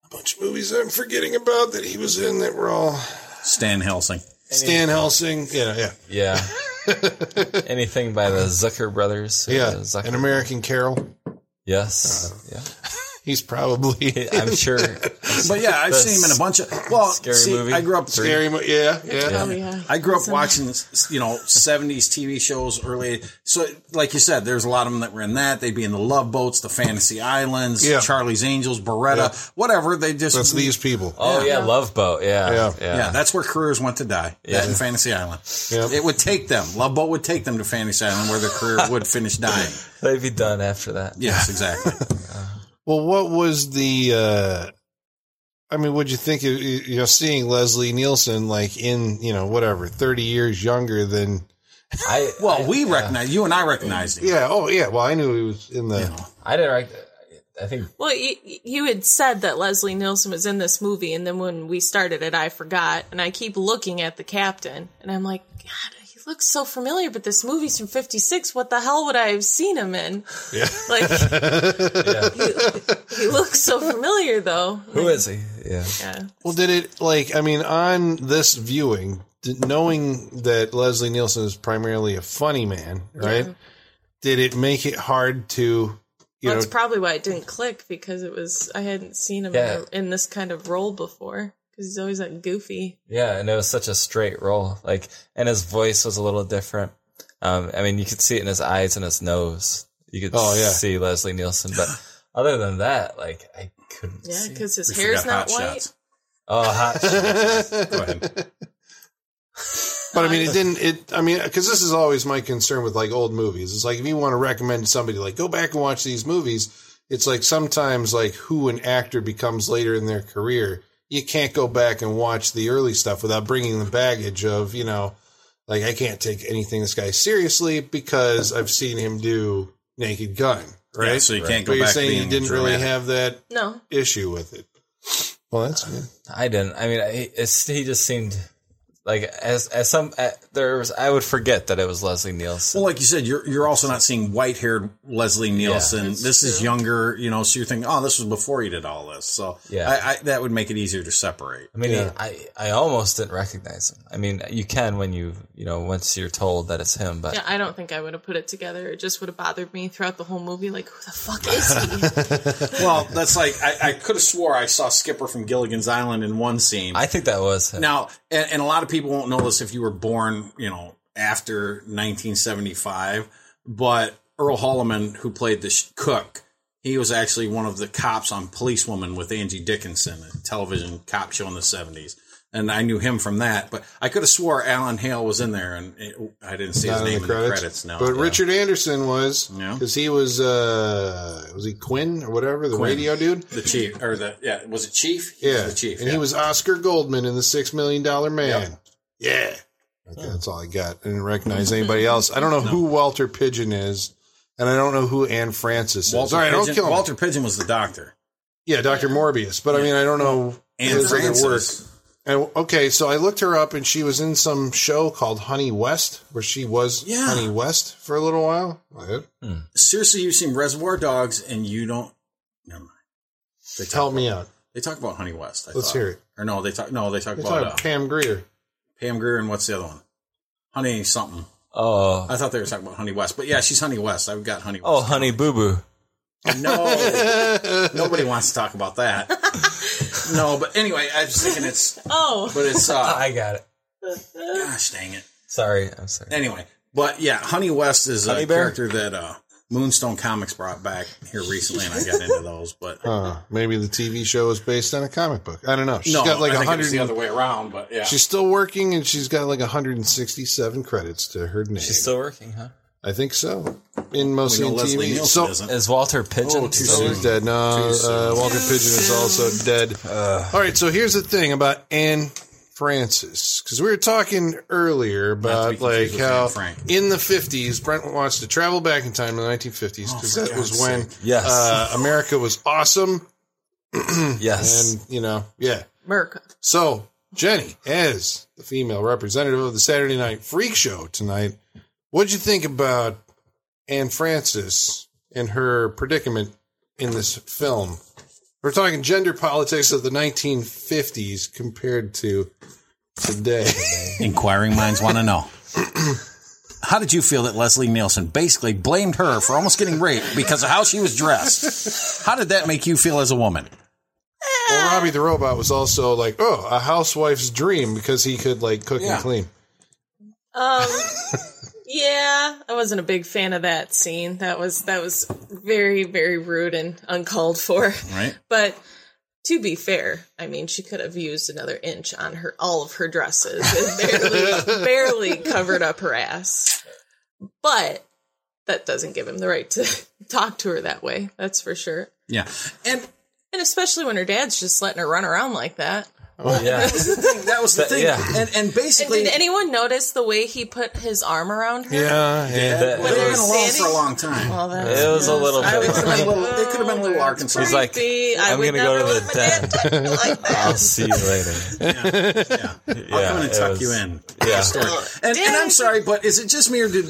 [SPEAKER 2] a bunch of movies I'm forgetting about that he was in that were all
[SPEAKER 5] *laughs*
[SPEAKER 3] Stan Helsing.
[SPEAKER 2] Stan Helsing. Yeah, yeah,
[SPEAKER 5] Yeah. Anything by the Zucker brothers? or
[SPEAKER 2] yeah.
[SPEAKER 5] the Zucker-
[SPEAKER 2] An American Carol.
[SPEAKER 5] Yes.
[SPEAKER 2] He's probably
[SPEAKER 5] yeah. I'm sure. *laughs*
[SPEAKER 3] But yeah, I've
[SPEAKER 5] The
[SPEAKER 3] seen him in a bunch of well,
[SPEAKER 5] Scary
[SPEAKER 3] see,
[SPEAKER 5] Movie
[SPEAKER 3] I grew up
[SPEAKER 2] scary. mo- Yeah, yeah,
[SPEAKER 4] Oh, yeah.
[SPEAKER 3] I grew up
[SPEAKER 4] Some-
[SPEAKER 3] watching, you know, 70s TV shows early. So, like you said, there's a lot of them that were in that. They'd be in the Love Boats, the Fantasy Islands,
[SPEAKER 2] Yeah.
[SPEAKER 3] Charlie's Angels, Beretta,
[SPEAKER 2] Yeah.
[SPEAKER 3] whatever. They just,
[SPEAKER 2] That's these people.
[SPEAKER 5] Oh yeah, Love Boat. Yeah.
[SPEAKER 2] Yeah.
[SPEAKER 5] Yeah.
[SPEAKER 3] yeah. that's where careers went to die. That and Fantasy Island.
[SPEAKER 2] Yeah.
[SPEAKER 3] It would take them, Love Boat would take them to Fantasy Island where their career would finish dying.
[SPEAKER 5] They'd be done after that.
[SPEAKER 3] Yes, exactly.
[SPEAKER 2] Well, what was the? uh I mean, what'd you think of you know seeing Leslie Nielsen like in you know whatever thirty years younger than?
[SPEAKER 5] I
[SPEAKER 3] Well,
[SPEAKER 5] I-
[SPEAKER 3] we recognize, you and I recognized him.
[SPEAKER 2] Yeah. Oh, yeah. Well, I knew he was in the.
[SPEAKER 5] I didn't. Rec- I think
[SPEAKER 4] Well, you, you had said that Leslie Nielsen was in this movie, and then when we started it, I forgot. And I keep looking at the captain, and I'm like, God, he looks so familiar, but this movie's from 56. What the hell would I have seen him in?
[SPEAKER 2] Yeah.
[SPEAKER 4] Like, he, he looks so familiar, though.
[SPEAKER 5] who is he? Yeah.
[SPEAKER 4] Yeah.
[SPEAKER 2] Well, did it like? I mean, on this viewing, did, knowing that Leslie Nielsen is primarily a funny man, right? Did it make it hard to, you
[SPEAKER 4] Well, that's
[SPEAKER 2] know?
[SPEAKER 4] probably why it didn't click because it was I hadn't seen him
[SPEAKER 5] Yeah.
[SPEAKER 4] in, a, in this kind of role before because he's always that goofy.
[SPEAKER 5] Yeah, and it was such a straight roll. Like, and his voice was a little different. Um, I mean, you could see it in his eyes and his nose. You could
[SPEAKER 2] Oh, yeah.
[SPEAKER 5] see Leslie Nielsen, but other than that, like, I couldn't.
[SPEAKER 4] Yeah,
[SPEAKER 5] see.
[SPEAKER 4] because his
[SPEAKER 3] We
[SPEAKER 4] hair's
[SPEAKER 3] forgot
[SPEAKER 4] not
[SPEAKER 3] Hot
[SPEAKER 4] white.
[SPEAKER 3] Shots.
[SPEAKER 5] oh, hot.
[SPEAKER 2] *laughs*
[SPEAKER 5] shit.
[SPEAKER 3] Go ahead.
[SPEAKER 2] but I mean, it didn't. It. I mean, because this is always my concern with like old movies. It's like if you want to recommend to somebody, like go back and watch these movies. It's like sometimes like who an actor becomes later in their career. You can't go back and watch the early stuff without bringing the baggage of you know, like I can't take anything this guy seriously because I've seen him do Naked Gun, right?
[SPEAKER 3] Yeah, so you can't go
[SPEAKER 2] but you're
[SPEAKER 3] back
[SPEAKER 2] saying
[SPEAKER 3] being
[SPEAKER 2] you didn't
[SPEAKER 3] dramatic.
[SPEAKER 2] really have that
[SPEAKER 4] No,
[SPEAKER 2] issue with it. Well, that's good.
[SPEAKER 5] I didn't. I mean, I, it's, he just seemed like as as some uh there was. I would forget that it was Leslie Nielsen.
[SPEAKER 3] Well, like you said, you're you're also not seeing white haired Leslie Nielsen.
[SPEAKER 4] That's
[SPEAKER 3] this is
[SPEAKER 4] true.
[SPEAKER 3] younger, you know. So you're thinking, oh, this was before he did all this. So
[SPEAKER 5] Yeah.
[SPEAKER 3] I, I, that would make it easier to separate.
[SPEAKER 5] I mean, he, I I almost didn't recognize him. I mean, you can when you you know once you're told that it's him, but
[SPEAKER 4] yeah, I don't think I would have put it together. It just would have bothered me throughout the whole movie. Like, who the fuck
[SPEAKER 3] *laughs*
[SPEAKER 4] is he?
[SPEAKER 3] Well, that's like I, I could have swore I saw Skipper from Gilligan's Island in one scene.
[SPEAKER 5] I think that was him.
[SPEAKER 3] now, and, and a lot of people won't know this if you were born, you know, after 1975. But Earl Holliman, who played the sh- cook, he was actually one of the cops on Policewoman with Angie Dickinson, a television cop show in the 70s. And I knew him from that, but I could have swore Alan Hale was in there, and it, I didn't see his
[SPEAKER 2] Not
[SPEAKER 3] name in the credits. now,
[SPEAKER 2] But Richard Anderson was
[SPEAKER 3] Yeah.
[SPEAKER 2] because he was uh was he Quinn or whatever the
[SPEAKER 3] Quinn.
[SPEAKER 2] radio dude.
[SPEAKER 3] the chief or the yeah, was it chief? He was
[SPEAKER 2] Yeah,
[SPEAKER 3] the chief.
[SPEAKER 2] and
[SPEAKER 3] yeah.
[SPEAKER 2] he was Oscar Goldman in the Six Million Dollar Man. Yeah,
[SPEAKER 3] Hmm.
[SPEAKER 2] okay, that's all I got. I didn't recognize anybody else. I don't know who Walter Pigeon is, and I don't know who Anne Francis is.
[SPEAKER 3] Walter
[SPEAKER 2] All right,
[SPEAKER 3] Pigeon,
[SPEAKER 2] don't kill him.
[SPEAKER 3] Walter Pigeon was the doctor.
[SPEAKER 2] yeah, Doctor Morbius. But I mean, I don't know
[SPEAKER 3] And
[SPEAKER 2] his other
[SPEAKER 3] Francis.
[SPEAKER 2] And okay, so I looked her up, and she was in some show called Honey West, where she was
[SPEAKER 3] Yeah.
[SPEAKER 2] Honey West for a little while.
[SPEAKER 3] seriously, you've seen Reservoir Dogs and you don't. Never mind. They talk,
[SPEAKER 2] Help me out.
[SPEAKER 3] they talk about Honey West. I
[SPEAKER 2] Let's
[SPEAKER 3] thought.
[SPEAKER 2] hear it.
[SPEAKER 3] Or no, they talk. No, they talk
[SPEAKER 2] You're
[SPEAKER 3] about
[SPEAKER 2] talking
[SPEAKER 3] uh,
[SPEAKER 2] Pam Greer.
[SPEAKER 3] Pam Greer and what's the other one? Honey something.
[SPEAKER 5] Oh,
[SPEAKER 3] I thought they were talking about Honey West, but yeah, she's Honey West. I've got Honey
[SPEAKER 5] oh,
[SPEAKER 3] West.
[SPEAKER 5] honey, boo boo.
[SPEAKER 3] no,
[SPEAKER 2] *laughs*
[SPEAKER 3] nobody wants to talk about that. no, but anyway, I was thinking it's,
[SPEAKER 4] oh,
[SPEAKER 3] but it's uh,
[SPEAKER 5] I got it.
[SPEAKER 3] gosh dang it.
[SPEAKER 5] Sorry, I'm sorry.
[SPEAKER 3] Anyway, but yeah, Honey West is a
[SPEAKER 5] Honey Bear?
[SPEAKER 3] character that uh, Moonstone Comics brought back here recently, and I got into those. But
[SPEAKER 2] Huh. Maybe the TV show is based on a comic book. I don't know. Uh, She's
[SPEAKER 3] no,
[SPEAKER 2] got like
[SPEAKER 3] I think
[SPEAKER 2] 100.
[SPEAKER 3] it's the other way around. But yeah,
[SPEAKER 2] She's still working and she's got like 167 credits to her name.
[SPEAKER 5] She's still working, huh?
[SPEAKER 2] I think so. In mostly
[SPEAKER 3] we know
[SPEAKER 2] in
[SPEAKER 3] Leslie
[SPEAKER 2] TV.
[SPEAKER 3] Nielsen
[SPEAKER 2] So,
[SPEAKER 3] doesn't.
[SPEAKER 5] Is Walter Pigeon
[SPEAKER 3] Oh, too
[SPEAKER 5] still
[SPEAKER 3] soon.
[SPEAKER 2] He's dead. No, uh, Walter Pigeon is also dead.
[SPEAKER 3] Uh.
[SPEAKER 2] All right, so here's the thing about Anne Francis, because we were talking earlier
[SPEAKER 3] Not to
[SPEAKER 2] about
[SPEAKER 3] be
[SPEAKER 2] like
[SPEAKER 3] confused with
[SPEAKER 2] how
[SPEAKER 3] Anne Frank.
[SPEAKER 2] in the 50s Brent wants to travel back in time to the 1950s because
[SPEAKER 3] Oh, for
[SPEAKER 2] that was
[SPEAKER 3] God's
[SPEAKER 2] when
[SPEAKER 5] Yes.
[SPEAKER 2] uh, America was awesome,
[SPEAKER 5] yes.
[SPEAKER 2] and you know, yeah.
[SPEAKER 4] Merc.
[SPEAKER 2] So Jenny, as the female representative of the Saturday Night Freak Show tonight, what'd you think about Anne Francis and her predicament in this film? We're talking gender politics of the 1950s compared to today.
[SPEAKER 3] Inquiring minds want to *clears throat* know. How did you feel that Leslie Nielsen basically blamed her for almost getting raped because of how she was dressed? How did that make you feel as a woman?
[SPEAKER 2] well, Robbie the Robot was also like, oh, a housewife's dream because he could like cook
[SPEAKER 3] Yeah.
[SPEAKER 2] and clean.
[SPEAKER 4] Um, yeah, I wasn't a big fan of that scene. That was that was very very rude and uncalled for.
[SPEAKER 3] Right?
[SPEAKER 4] But to be fair, I mean, she could have used another inch on her all of her dresses.
[SPEAKER 5] *laughs*
[SPEAKER 4] It barely barely covered up her ass. But that doesn't give him the right to *laughs* talk to her that way. That's for sure.
[SPEAKER 3] Yeah. And
[SPEAKER 4] And especially when her dad's just letting her run around like that.
[SPEAKER 5] *laughs* yeah.
[SPEAKER 3] the thing, that was the thing.
[SPEAKER 5] yeah.
[SPEAKER 3] And, and
[SPEAKER 4] And
[SPEAKER 3] basically,
[SPEAKER 4] did anyone notice the way he put his arm around her?
[SPEAKER 2] Yeah, yeah.
[SPEAKER 5] That-
[SPEAKER 4] When
[SPEAKER 3] they've
[SPEAKER 4] they're
[SPEAKER 3] been alone
[SPEAKER 4] standing-
[SPEAKER 3] for a long time.
[SPEAKER 4] Well, that
[SPEAKER 5] It was a little
[SPEAKER 4] I
[SPEAKER 5] bit-
[SPEAKER 4] was
[SPEAKER 3] It could have been a
[SPEAKER 4] like,
[SPEAKER 3] little, it could have been a little Arkansas.
[SPEAKER 5] He's like,
[SPEAKER 4] creepy. I
[SPEAKER 5] I'm
[SPEAKER 4] would
[SPEAKER 5] gonna
[SPEAKER 4] never
[SPEAKER 5] go to
[SPEAKER 4] let
[SPEAKER 5] the
[SPEAKER 4] my dad
[SPEAKER 5] den. *laughs*
[SPEAKER 4] touch me like
[SPEAKER 5] I'll
[SPEAKER 4] that.
[SPEAKER 5] see you later.
[SPEAKER 3] yeah. I'll
[SPEAKER 5] Yeah,
[SPEAKER 3] come in and
[SPEAKER 5] it
[SPEAKER 3] tuck
[SPEAKER 5] was-
[SPEAKER 3] you in.
[SPEAKER 5] Yeah.
[SPEAKER 3] And, and I'm sorry, but is it just me or did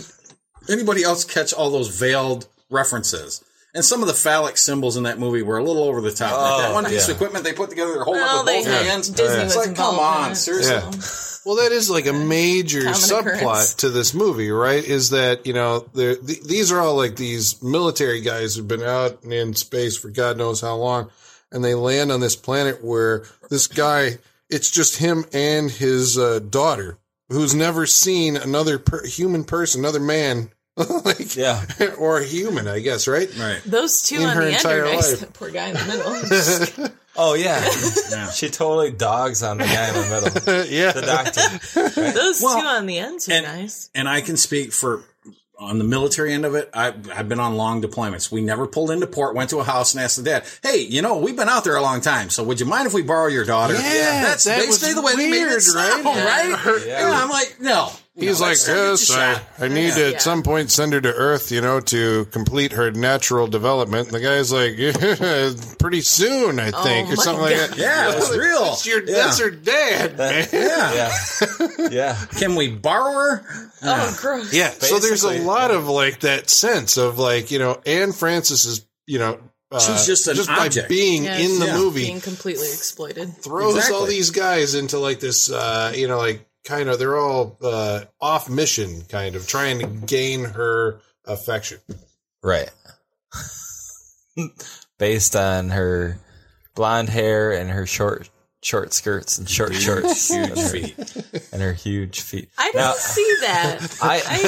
[SPEAKER 3] anybody else catch all those veiled references? And some of the phallic symbols in that movie were a little over the top. like that
[SPEAKER 5] Oh,
[SPEAKER 3] one piece
[SPEAKER 5] yeah.
[SPEAKER 3] of equipment they put together, they're holding
[SPEAKER 4] Well,
[SPEAKER 3] up with
[SPEAKER 4] they
[SPEAKER 3] both
[SPEAKER 4] had-
[SPEAKER 3] hands.
[SPEAKER 4] Disney
[SPEAKER 3] it's
[SPEAKER 4] was
[SPEAKER 3] like, come
[SPEAKER 4] involved in
[SPEAKER 3] on,
[SPEAKER 4] it.
[SPEAKER 3] seriously.
[SPEAKER 2] Yeah. Well, that is like a major subplot
[SPEAKER 4] occurrence.
[SPEAKER 2] to this movie, right? Is that you know there th- these are all like these military guys who've been out and in space for God knows how long, and they land on this planet where this guy it's just him and his uh, daughter who's never seen another per- human person, another man, *laughs* like
[SPEAKER 5] Yeah.
[SPEAKER 2] or a human, I guess, right?
[SPEAKER 3] Right.
[SPEAKER 4] Those two
[SPEAKER 2] In
[SPEAKER 4] on
[SPEAKER 2] her
[SPEAKER 4] the end are
[SPEAKER 2] entire
[SPEAKER 4] nice.
[SPEAKER 2] life.
[SPEAKER 4] That *laughs* poor guy in the middle.
[SPEAKER 2] *laughs*
[SPEAKER 5] Oh yeah.
[SPEAKER 3] Yeah.
[SPEAKER 5] She totally dogs on the guy in the middle.
[SPEAKER 2] yeah,
[SPEAKER 5] The doctor.
[SPEAKER 4] Those
[SPEAKER 3] Well,
[SPEAKER 4] two on the ends are
[SPEAKER 3] and-
[SPEAKER 4] nice.
[SPEAKER 3] And I can speak for on the military end of it. I, I've been on long deployments. We never pulled into port, went to a house and asked the dad, Hey, you know, we've been out there a long time. So would you mind if we borrow your daughter?
[SPEAKER 2] Yeah,
[SPEAKER 3] that's
[SPEAKER 2] that was
[SPEAKER 3] basically the way they made
[SPEAKER 2] weird,
[SPEAKER 3] it sound,
[SPEAKER 2] right?
[SPEAKER 3] right?
[SPEAKER 5] Yeah.
[SPEAKER 3] And I'm like, no.
[SPEAKER 2] He's
[SPEAKER 3] No,
[SPEAKER 2] like,
[SPEAKER 3] that's not good
[SPEAKER 2] yes,
[SPEAKER 3] to
[SPEAKER 2] I,
[SPEAKER 3] shot."
[SPEAKER 2] I need to
[SPEAKER 4] Yeah.
[SPEAKER 2] at some point send her to Earth, you know, to complete her natural development. And the guy's like, *laughs* yeah, pretty soon, I think, or
[SPEAKER 4] my
[SPEAKER 2] something like
[SPEAKER 4] God.
[SPEAKER 2] that.
[SPEAKER 3] Yeah, it was real.
[SPEAKER 2] That's your,
[SPEAKER 3] yeah.
[SPEAKER 2] that's her
[SPEAKER 3] *laughs*
[SPEAKER 2] dad, man.
[SPEAKER 3] yeah.
[SPEAKER 5] Yeah. Yeah.
[SPEAKER 3] Can we borrow her?
[SPEAKER 4] Oh, gross.
[SPEAKER 2] Yeah. So there's a
[SPEAKER 5] Basically,
[SPEAKER 2] lot of like that sense of like, you know, Anne Francis is, you know, uh,
[SPEAKER 3] She's just an
[SPEAKER 2] by
[SPEAKER 3] object.
[SPEAKER 2] being
[SPEAKER 4] Yeah,
[SPEAKER 2] in the
[SPEAKER 4] she's
[SPEAKER 2] movie
[SPEAKER 4] Being completely exploited.
[SPEAKER 2] throws all
[SPEAKER 3] Exactly.
[SPEAKER 2] these guys into like this, uh, you know, like kind of they're all uh, off mission, kind of trying to gain her affection.
[SPEAKER 5] Right. *laughs* Based on her blonde hair and her short short skirts and short shorts and, her, and her huge feet.
[SPEAKER 4] I didn't
[SPEAKER 5] Now,
[SPEAKER 4] see that.
[SPEAKER 5] *laughs* I
[SPEAKER 4] I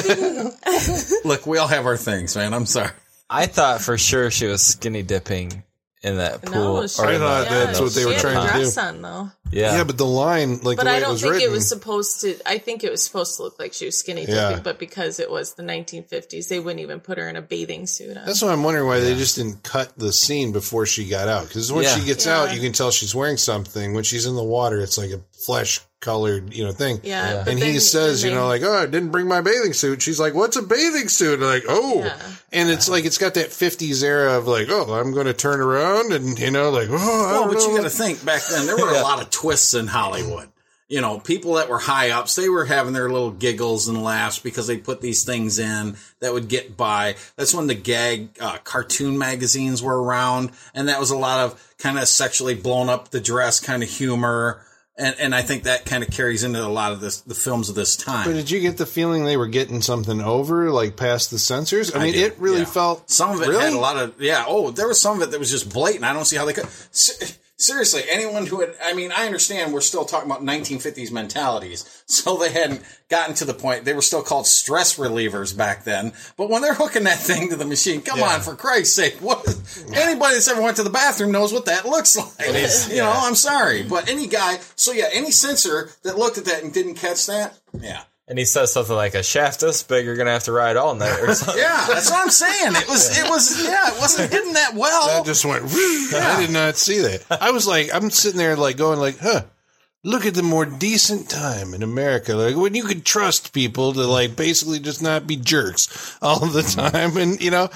[SPEAKER 2] *laughs*
[SPEAKER 4] didn't.
[SPEAKER 3] Look, we all have our things, man. I'm sorry.
[SPEAKER 5] I thought for sure she was skinny dipping in that pool.
[SPEAKER 4] No, she,
[SPEAKER 5] or in
[SPEAKER 2] I thought
[SPEAKER 5] that-
[SPEAKER 4] yeah,
[SPEAKER 2] that's what they
[SPEAKER 4] she
[SPEAKER 2] were
[SPEAKER 4] had
[SPEAKER 2] trying
[SPEAKER 4] a
[SPEAKER 2] to do.
[SPEAKER 4] dress On, though.
[SPEAKER 5] Yeah.
[SPEAKER 2] Yeah, but the line, like
[SPEAKER 4] But
[SPEAKER 2] the way
[SPEAKER 4] I don't
[SPEAKER 2] it was
[SPEAKER 4] think
[SPEAKER 2] written,
[SPEAKER 4] it was supposed to. I think it was supposed to look like she was skinny dipping,
[SPEAKER 2] Yeah.
[SPEAKER 4] but because it was the 1950s, they wouldn't even put her in a bathing suit. On.
[SPEAKER 2] that's why I'm wondering why they just didn't cut the scene before she got out. Because when
[SPEAKER 5] Yeah.
[SPEAKER 2] she gets
[SPEAKER 4] Yeah.
[SPEAKER 2] out, you can tell she's wearing something. When she's in the water, it's like a flesh colored, you know, thing.
[SPEAKER 4] yeah. but
[SPEAKER 2] And
[SPEAKER 4] then-
[SPEAKER 2] he says,
[SPEAKER 4] then
[SPEAKER 2] you know,
[SPEAKER 4] they-
[SPEAKER 2] like, oh, I didn't bring my bathing suit. She's like, what's a bathing suit? And like, oh,
[SPEAKER 4] Yeah.
[SPEAKER 2] and it's like it's got that '50s era of like, oh, I'm going to turn around and you know, like, oh, I
[SPEAKER 3] Well,
[SPEAKER 2] don't
[SPEAKER 3] but
[SPEAKER 2] know.
[SPEAKER 3] you got to think back then, there were a lot of twists in Hollywood. You know, people that were high ups, they were having their little giggles and laughs because they put these things in that would get by. That's when the gag uh, cartoon magazines were around, and that was a lot of kind of sexually blown up the dress kind of humor. And, and I think that kind of carries into a lot of this, the films of this time.
[SPEAKER 2] but did you get the feeling they were getting something over, like past the censors? I, mean,
[SPEAKER 3] did,
[SPEAKER 2] it really
[SPEAKER 3] yeah.
[SPEAKER 2] felt
[SPEAKER 3] Some of it
[SPEAKER 2] really?
[SPEAKER 3] had a lot of yeah. Oh, there was some of it that was just blatant. I don't see how they could. S- seriously, anyone who had, I mean, I understand we're still talking about 1950s mentalities. *laughs* So they hadn't gotten to the point. They were still called stress relievers back then. But when they're hooking that thing to the machine, come on, for Christ's sake. What, anybody that's ever went to the bathroom knows what that looks *laughs* like. you know, I'm sorry. But any guy, so yeah, any sensor that looked at that and didn't catch that, yeah.
[SPEAKER 5] And he says something like, "A shaft this big, you're gonna have to ride all
[SPEAKER 2] *laughs*
[SPEAKER 5] night." Or something.
[SPEAKER 3] Yeah, that's what I'm saying. It was, it was, yeah, it wasn't hidden that well.
[SPEAKER 2] *laughs* That just went. I did not see that. I was like, I'm sitting there like going like, huh. Look at the more decent time in America, like when you could trust people to like basically just not be jerks all the time, and you know.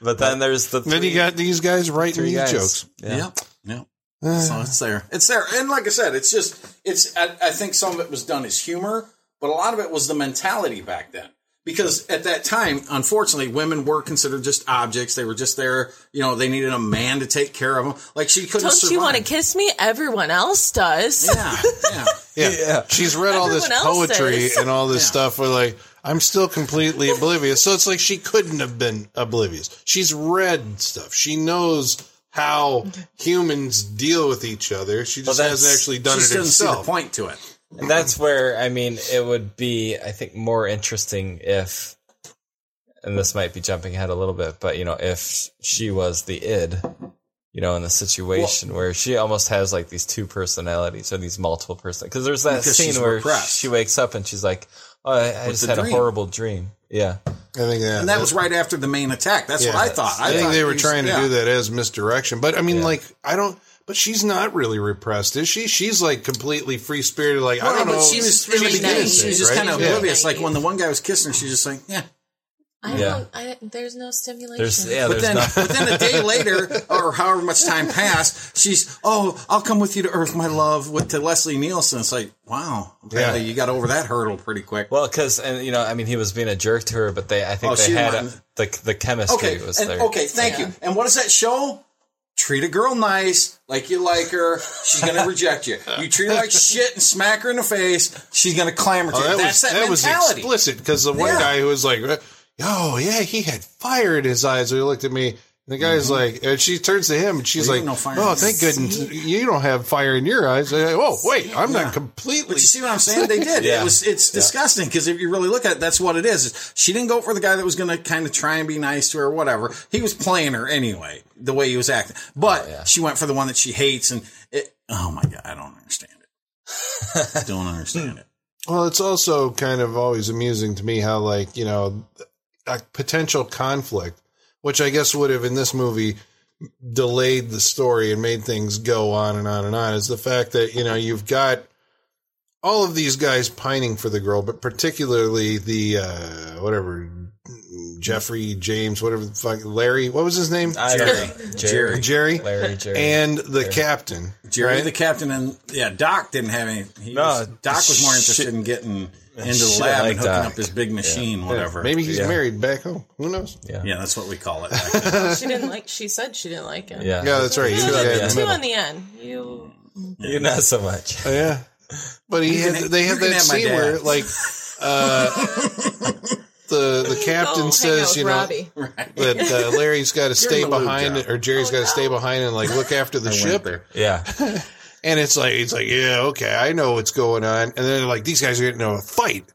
[SPEAKER 5] But then there's the
[SPEAKER 2] Then you
[SPEAKER 5] three-
[SPEAKER 2] got these guys writing
[SPEAKER 5] three
[SPEAKER 2] these
[SPEAKER 5] guys.
[SPEAKER 2] jokes.
[SPEAKER 5] Yeah.
[SPEAKER 3] Yep. Yep.
[SPEAKER 2] Uh.
[SPEAKER 3] so it's there. It's there. And like I said, it's just it's I, I think some of it was done as humor, but a lot of it was the mentality back then. Because at that time, unfortunately, women were considered just objects. They were just there, you know, they needed a man to take care of them. Like she couldn't
[SPEAKER 4] Don't
[SPEAKER 3] survive.
[SPEAKER 4] you want to kiss me? Everyone else does.
[SPEAKER 3] Yeah,
[SPEAKER 2] *laughs*
[SPEAKER 3] yeah.
[SPEAKER 2] Yeah. She's read all this
[SPEAKER 4] Everyone else
[SPEAKER 2] poetry
[SPEAKER 4] is.
[SPEAKER 2] and all this stuff where like I'm still completely oblivious. So it's like she couldn't have been oblivious. She's read stuff. She knows how
[SPEAKER 4] Mm-hmm.
[SPEAKER 2] humans deal with each other. She just
[SPEAKER 5] that's-
[SPEAKER 2] hasn't actually
[SPEAKER 3] She
[SPEAKER 2] done
[SPEAKER 3] just
[SPEAKER 2] it
[SPEAKER 3] doesn't see the
[SPEAKER 2] herself.
[SPEAKER 3] point to it.
[SPEAKER 5] And that's where I mean it would be I think more interesting if and this might be jumping ahead a little bit, but you know, if she was the id, you know, in the situation where she almost has like these two personalities or these multiple person because there's that
[SPEAKER 3] Because she's
[SPEAKER 5] scene where
[SPEAKER 3] repressed.
[SPEAKER 5] she wakes up and she's like, "Oh, I, I just
[SPEAKER 3] the
[SPEAKER 5] had
[SPEAKER 3] dream.
[SPEAKER 5] a horrible dream." Yeah,
[SPEAKER 2] I think that,
[SPEAKER 3] And that was right after the main attack. That's
[SPEAKER 2] Yeah,
[SPEAKER 3] what I
[SPEAKER 2] that's-
[SPEAKER 3] thought.
[SPEAKER 2] I, think
[SPEAKER 3] thought
[SPEAKER 2] they were
[SPEAKER 3] these-
[SPEAKER 2] trying to
[SPEAKER 3] yeah.
[SPEAKER 2] do that as misdirection. But I mean, like, I don't. But she's not really repressed, is she? She's like completely free spirited. Like I
[SPEAKER 3] Well,
[SPEAKER 2] don't
[SPEAKER 3] but
[SPEAKER 2] know.
[SPEAKER 3] she was
[SPEAKER 4] really
[SPEAKER 3] in the beginning,
[SPEAKER 4] naive,
[SPEAKER 3] She was just
[SPEAKER 4] right?
[SPEAKER 3] kind of
[SPEAKER 4] Yeah.
[SPEAKER 3] oblivious. Like
[SPEAKER 4] Naive.
[SPEAKER 3] when the one guy was kissing her, she was just like, "Yeah,
[SPEAKER 4] I
[SPEAKER 5] Yeah.
[SPEAKER 4] don't. I, there's no stimulation.
[SPEAKER 5] there's yeah,
[SPEAKER 3] But
[SPEAKER 5] there's
[SPEAKER 3] then,
[SPEAKER 5] not
[SPEAKER 3] but then
[SPEAKER 2] *laughs*
[SPEAKER 3] a day later, or however much time passed, she's, oh, I'll come with you to Earth, my love, with to Leslie Nielsen. It's like, wow, apparently
[SPEAKER 2] Yeah.
[SPEAKER 3] you got over that hurdle pretty quick.
[SPEAKER 5] well, because and you know, I mean, he was being a jerk to her, but they I think
[SPEAKER 3] Oh,
[SPEAKER 5] they
[SPEAKER 3] she
[SPEAKER 5] had a,
[SPEAKER 3] wanted-
[SPEAKER 5] the the chemistry
[SPEAKER 3] okay,
[SPEAKER 5] was
[SPEAKER 3] and-
[SPEAKER 5] there.
[SPEAKER 3] okay, thank you. And what does that show? Treat a girl nice, like you like her, she's
[SPEAKER 2] *laughs*
[SPEAKER 3] gonna reject you. You treat her like shit and smack her in the face, she's gonna clamor to
[SPEAKER 2] Oh, that
[SPEAKER 3] you. That's
[SPEAKER 2] was
[SPEAKER 3] that,
[SPEAKER 2] that was
[SPEAKER 3] mentality.
[SPEAKER 2] explicit because the one
[SPEAKER 3] Yeah.
[SPEAKER 2] guy who was like, "Oh yeah, he had fire in his eyes." He looked at me. and The guy's like, and she turns to him and she's
[SPEAKER 3] Well, you
[SPEAKER 2] like,
[SPEAKER 3] have no fire
[SPEAKER 2] "Oh,
[SPEAKER 3] in
[SPEAKER 2] thank
[SPEAKER 3] your-
[SPEAKER 2] goodness you don't have fire in your eyes." I- oh wait, I'm not completely.
[SPEAKER 3] But you see what I'm saying? They did.
[SPEAKER 5] Yeah.
[SPEAKER 3] It was it's disgusting because if you really look at it, that's what it is. Is She didn't go for the guy that was going to kind of try and be nice to her, or whatever. He was playing her anyway, the way he was acting.
[SPEAKER 5] Oh,
[SPEAKER 3] But she went for the one that she hates, and it. Oh my god, I don't understand
[SPEAKER 5] *laughs*
[SPEAKER 3] it. don't understand it.
[SPEAKER 2] Well, it's also kind of always amusing to me how, like, you know, a potential conflict, which I guess would have in this movie delayed the story and made things go on and on and on, is the fact that, you know, you've got all of these guys pining for the girl, but particularly the, uh, whatever, Jeffrey, James, whatever the fuck, Larry, what was his name?
[SPEAKER 5] I
[SPEAKER 3] Jerry.
[SPEAKER 5] don't know.
[SPEAKER 3] Jerry.
[SPEAKER 5] Jerry,
[SPEAKER 2] Jerry.
[SPEAKER 5] Larry, Jerry,
[SPEAKER 2] And the captain.
[SPEAKER 3] Jerry,
[SPEAKER 2] right?
[SPEAKER 3] the captain, and yeah, Doc didn't have any. He
[SPEAKER 5] No,
[SPEAKER 3] was, Doc was more interested
[SPEAKER 5] shit.
[SPEAKER 3] in getting into the
[SPEAKER 5] Shit, I
[SPEAKER 3] lab
[SPEAKER 5] like
[SPEAKER 3] and hooking
[SPEAKER 5] Doc.
[SPEAKER 3] up his big machine, whatever.
[SPEAKER 2] Maybe he's
[SPEAKER 5] Yeah.
[SPEAKER 2] married back home. Who knows?
[SPEAKER 3] Yeah, that's what we call it.
[SPEAKER 5] *laughs*
[SPEAKER 3] back then.
[SPEAKER 4] She didn't like. She said she didn't like him.
[SPEAKER 5] yeah,
[SPEAKER 2] Yeah, that's right. He
[SPEAKER 4] Two,
[SPEAKER 2] was the guy in the
[SPEAKER 4] two
[SPEAKER 2] middle.
[SPEAKER 4] on the end. You.
[SPEAKER 5] you not so much.
[SPEAKER 2] Oh, yeah. But he had,
[SPEAKER 3] can ha-
[SPEAKER 2] they
[SPEAKER 3] you
[SPEAKER 2] have
[SPEAKER 3] can
[SPEAKER 2] that
[SPEAKER 3] have my
[SPEAKER 2] scene where
[SPEAKER 3] dad.
[SPEAKER 2] like uh, the
[SPEAKER 4] *laughs*
[SPEAKER 2] the captain
[SPEAKER 4] Oh, hang out
[SPEAKER 2] says,
[SPEAKER 4] with
[SPEAKER 2] you know,
[SPEAKER 4] Robbie.
[SPEAKER 2] that uh, Larry's
[SPEAKER 4] *laughs*
[SPEAKER 2] got to stay
[SPEAKER 3] the lube
[SPEAKER 2] behind
[SPEAKER 3] job.
[SPEAKER 2] or Jerry's
[SPEAKER 4] Oh,
[SPEAKER 2] got to stay behind and like look after
[SPEAKER 3] *laughs*
[SPEAKER 2] the ship.
[SPEAKER 3] there.
[SPEAKER 5] Yeah.
[SPEAKER 2] And it's like it's like yeah okay I know what's going on. And then like these guys are getting into a fight.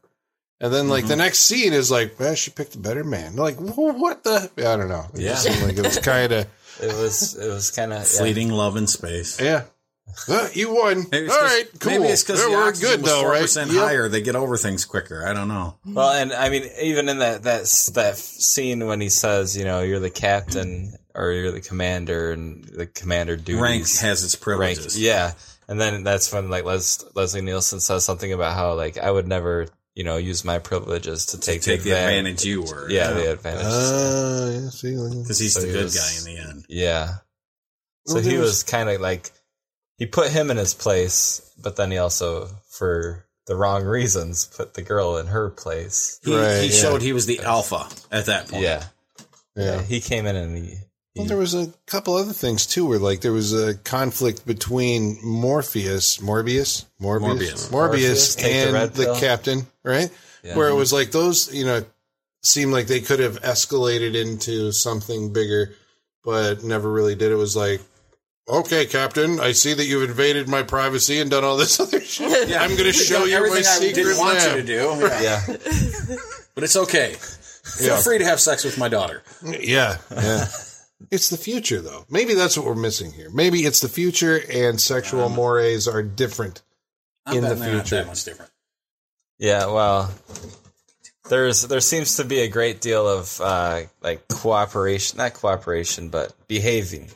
[SPEAKER 2] And then like
[SPEAKER 3] Mm-hmm.
[SPEAKER 2] the next scene is like well, she picked a better man. Like wh- what the I don't know. It
[SPEAKER 5] Yeah.
[SPEAKER 2] just seemed like it was kind
[SPEAKER 3] *laughs*
[SPEAKER 2] of
[SPEAKER 5] It was it was kind of
[SPEAKER 3] Fleeting love in space.
[SPEAKER 2] yeah. Uh, you won.
[SPEAKER 3] Maybe it's
[SPEAKER 2] All
[SPEAKER 3] 'cause-
[SPEAKER 2] right, cool.
[SPEAKER 3] Maybe it's because
[SPEAKER 2] Yeah,
[SPEAKER 3] the
[SPEAKER 2] we're
[SPEAKER 3] oxygen
[SPEAKER 2] good
[SPEAKER 3] was
[SPEAKER 2] though, right?
[SPEAKER 3] percent
[SPEAKER 2] Yep.
[SPEAKER 3] higher. They get over things quicker. I don't know.
[SPEAKER 5] Well, and I mean, even in that that s- that scene when he says, you know, you're the captain or you're the commander, and the commander duties
[SPEAKER 3] Rank has its
[SPEAKER 5] rank,
[SPEAKER 3] privileges.
[SPEAKER 5] yeah. And then that's when like Les, Leslie Nielsen says something about how like I would never, you know, use my privileges to take,
[SPEAKER 3] Take the
[SPEAKER 5] advan-
[SPEAKER 3] advantage you were.
[SPEAKER 5] Yeah, the advantage.
[SPEAKER 2] Uh, yeah, see, like-
[SPEAKER 3] Because he's
[SPEAKER 5] So
[SPEAKER 3] the
[SPEAKER 5] he
[SPEAKER 3] good
[SPEAKER 5] was-
[SPEAKER 3] guy in the end.
[SPEAKER 5] yeah. So
[SPEAKER 2] Well,
[SPEAKER 5] he
[SPEAKER 2] there was-
[SPEAKER 5] was kind of like he put him in his place, but then he also for the wrong reasons put the girl in her place.
[SPEAKER 3] He,
[SPEAKER 2] Right,
[SPEAKER 3] he
[SPEAKER 2] yeah.
[SPEAKER 3] showed he was the alpha at that point.
[SPEAKER 5] Yeah.
[SPEAKER 2] yeah.
[SPEAKER 5] He came in and he.
[SPEAKER 2] Well,
[SPEAKER 5] he-
[SPEAKER 2] there was a couple other things too, where like there was a conflict between Morpheus, Morbius, Morbius,
[SPEAKER 3] Morbius.
[SPEAKER 2] Morbius,
[SPEAKER 5] Morpheus, take the
[SPEAKER 2] and
[SPEAKER 5] red
[SPEAKER 2] the,
[SPEAKER 5] pill.
[SPEAKER 2] captain, right? Where it was
[SPEAKER 3] Mm-hmm.
[SPEAKER 2] like those, you know, seemed like they could have escalated into something bigger, but never really did. It was like, Okay, Captain, I see that you've invaded my privacy and done all this *laughs* other shit. I'm going to show you my
[SPEAKER 3] everything I
[SPEAKER 2] secret
[SPEAKER 3] didn't want you to
[SPEAKER 2] lab.
[SPEAKER 3] do. Yeah.
[SPEAKER 5] Yeah.
[SPEAKER 3] But it's okay. Feel
[SPEAKER 2] Yeah.
[SPEAKER 3] free to have sex with my daughter.
[SPEAKER 2] Yeah, yeah. it's the future, though. Maybe that's what we're missing here. Maybe it's the future, and sexual mores are different.
[SPEAKER 3] I'm
[SPEAKER 2] In the
[SPEAKER 3] betting they're not
[SPEAKER 2] future.
[SPEAKER 3] that much different.
[SPEAKER 5] Yeah, well, there's there seems to be a great deal of uh, like cooperation, not cooperation, but behaving,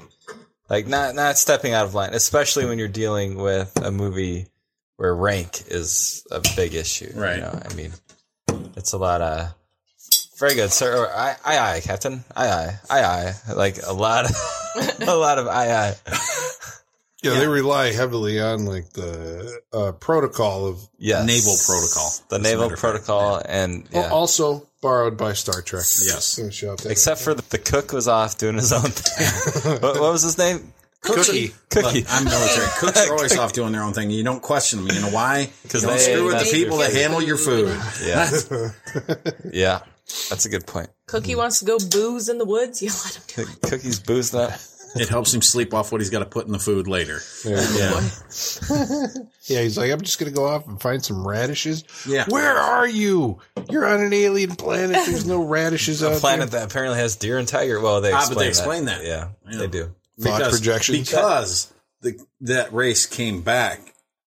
[SPEAKER 5] like not not stepping out of line, especially when you're dealing with a movie where rank is a big issue.
[SPEAKER 3] Right.
[SPEAKER 5] You know? I mean, it's a lot of very good, sir. Or, aye, aye, aye, Captain. Aye, aye, aye, aye. Like a lot, of, *laughs* a lot of aye, aye.
[SPEAKER 2] Yeah, they rely heavily on like the uh, protocol of
[SPEAKER 5] Yes.
[SPEAKER 3] Naval protocol.
[SPEAKER 5] The
[SPEAKER 3] As a
[SPEAKER 5] naval
[SPEAKER 3] matter of fact.
[SPEAKER 5] protocol, and yeah.
[SPEAKER 2] Al- also borrowed by Star Trek.
[SPEAKER 3] Yes.
[SPEAKER 2] Gonna shout that out.
[SPEAKER 5] Except for the, the cook was off doing his own thing. *laughs* what, what was his name?
[SPEAKER 2] Cookie.
[SPEAKER 5] Cookie.
[SPEAKER 3] I'm military. Cooks are always off doing their own thing. You don't question them. You know why?
[SPEAKER 5] 'Cause
[SPEAKER 3] You don't
[SPEAKER 5] they-
[SPEAKER 3] screw with
[SPEAKER 5] that's
[SPEAKER 3] the people
[SPEAKER 5] their
[SPEAKER 3] that
[SPEAKER 5] food.
[SPEAKER 3] handle your food.
[SPEAKER 5] Yeah. yeah. That's a good point.
[SPEAKER 4] Cookie wants to go booze in the woods. You *laughs* let him do it.
[SPEAKER 5] Cookie's booze that.
[SPEAKER 3] *laughs* It helps him sleep off what he's got to put in the food later. Yeah.
[SPEAKER 2] Yeah, he's like, I'm just gonna go off and find some radishes.
[SPEAKER 3] Yeah.
[SPEAKER 2] Where are you? You're on an alien planet. There's no radishes out
[SPEAKER 5] Planet that apparently has deer and tiger. Well, they
[SPEAKER 3] Ah,
[SPEAKER 5] explain,
[SPEAKER 3] but they explain that.
[SPEAKER 5] Yeah,
[SPEAKER 3] Yeah.
[SPEAKER 5] they do.
[SPEAKER 2] Thought projections.
[SPEAKER 3] Because the, that race came back.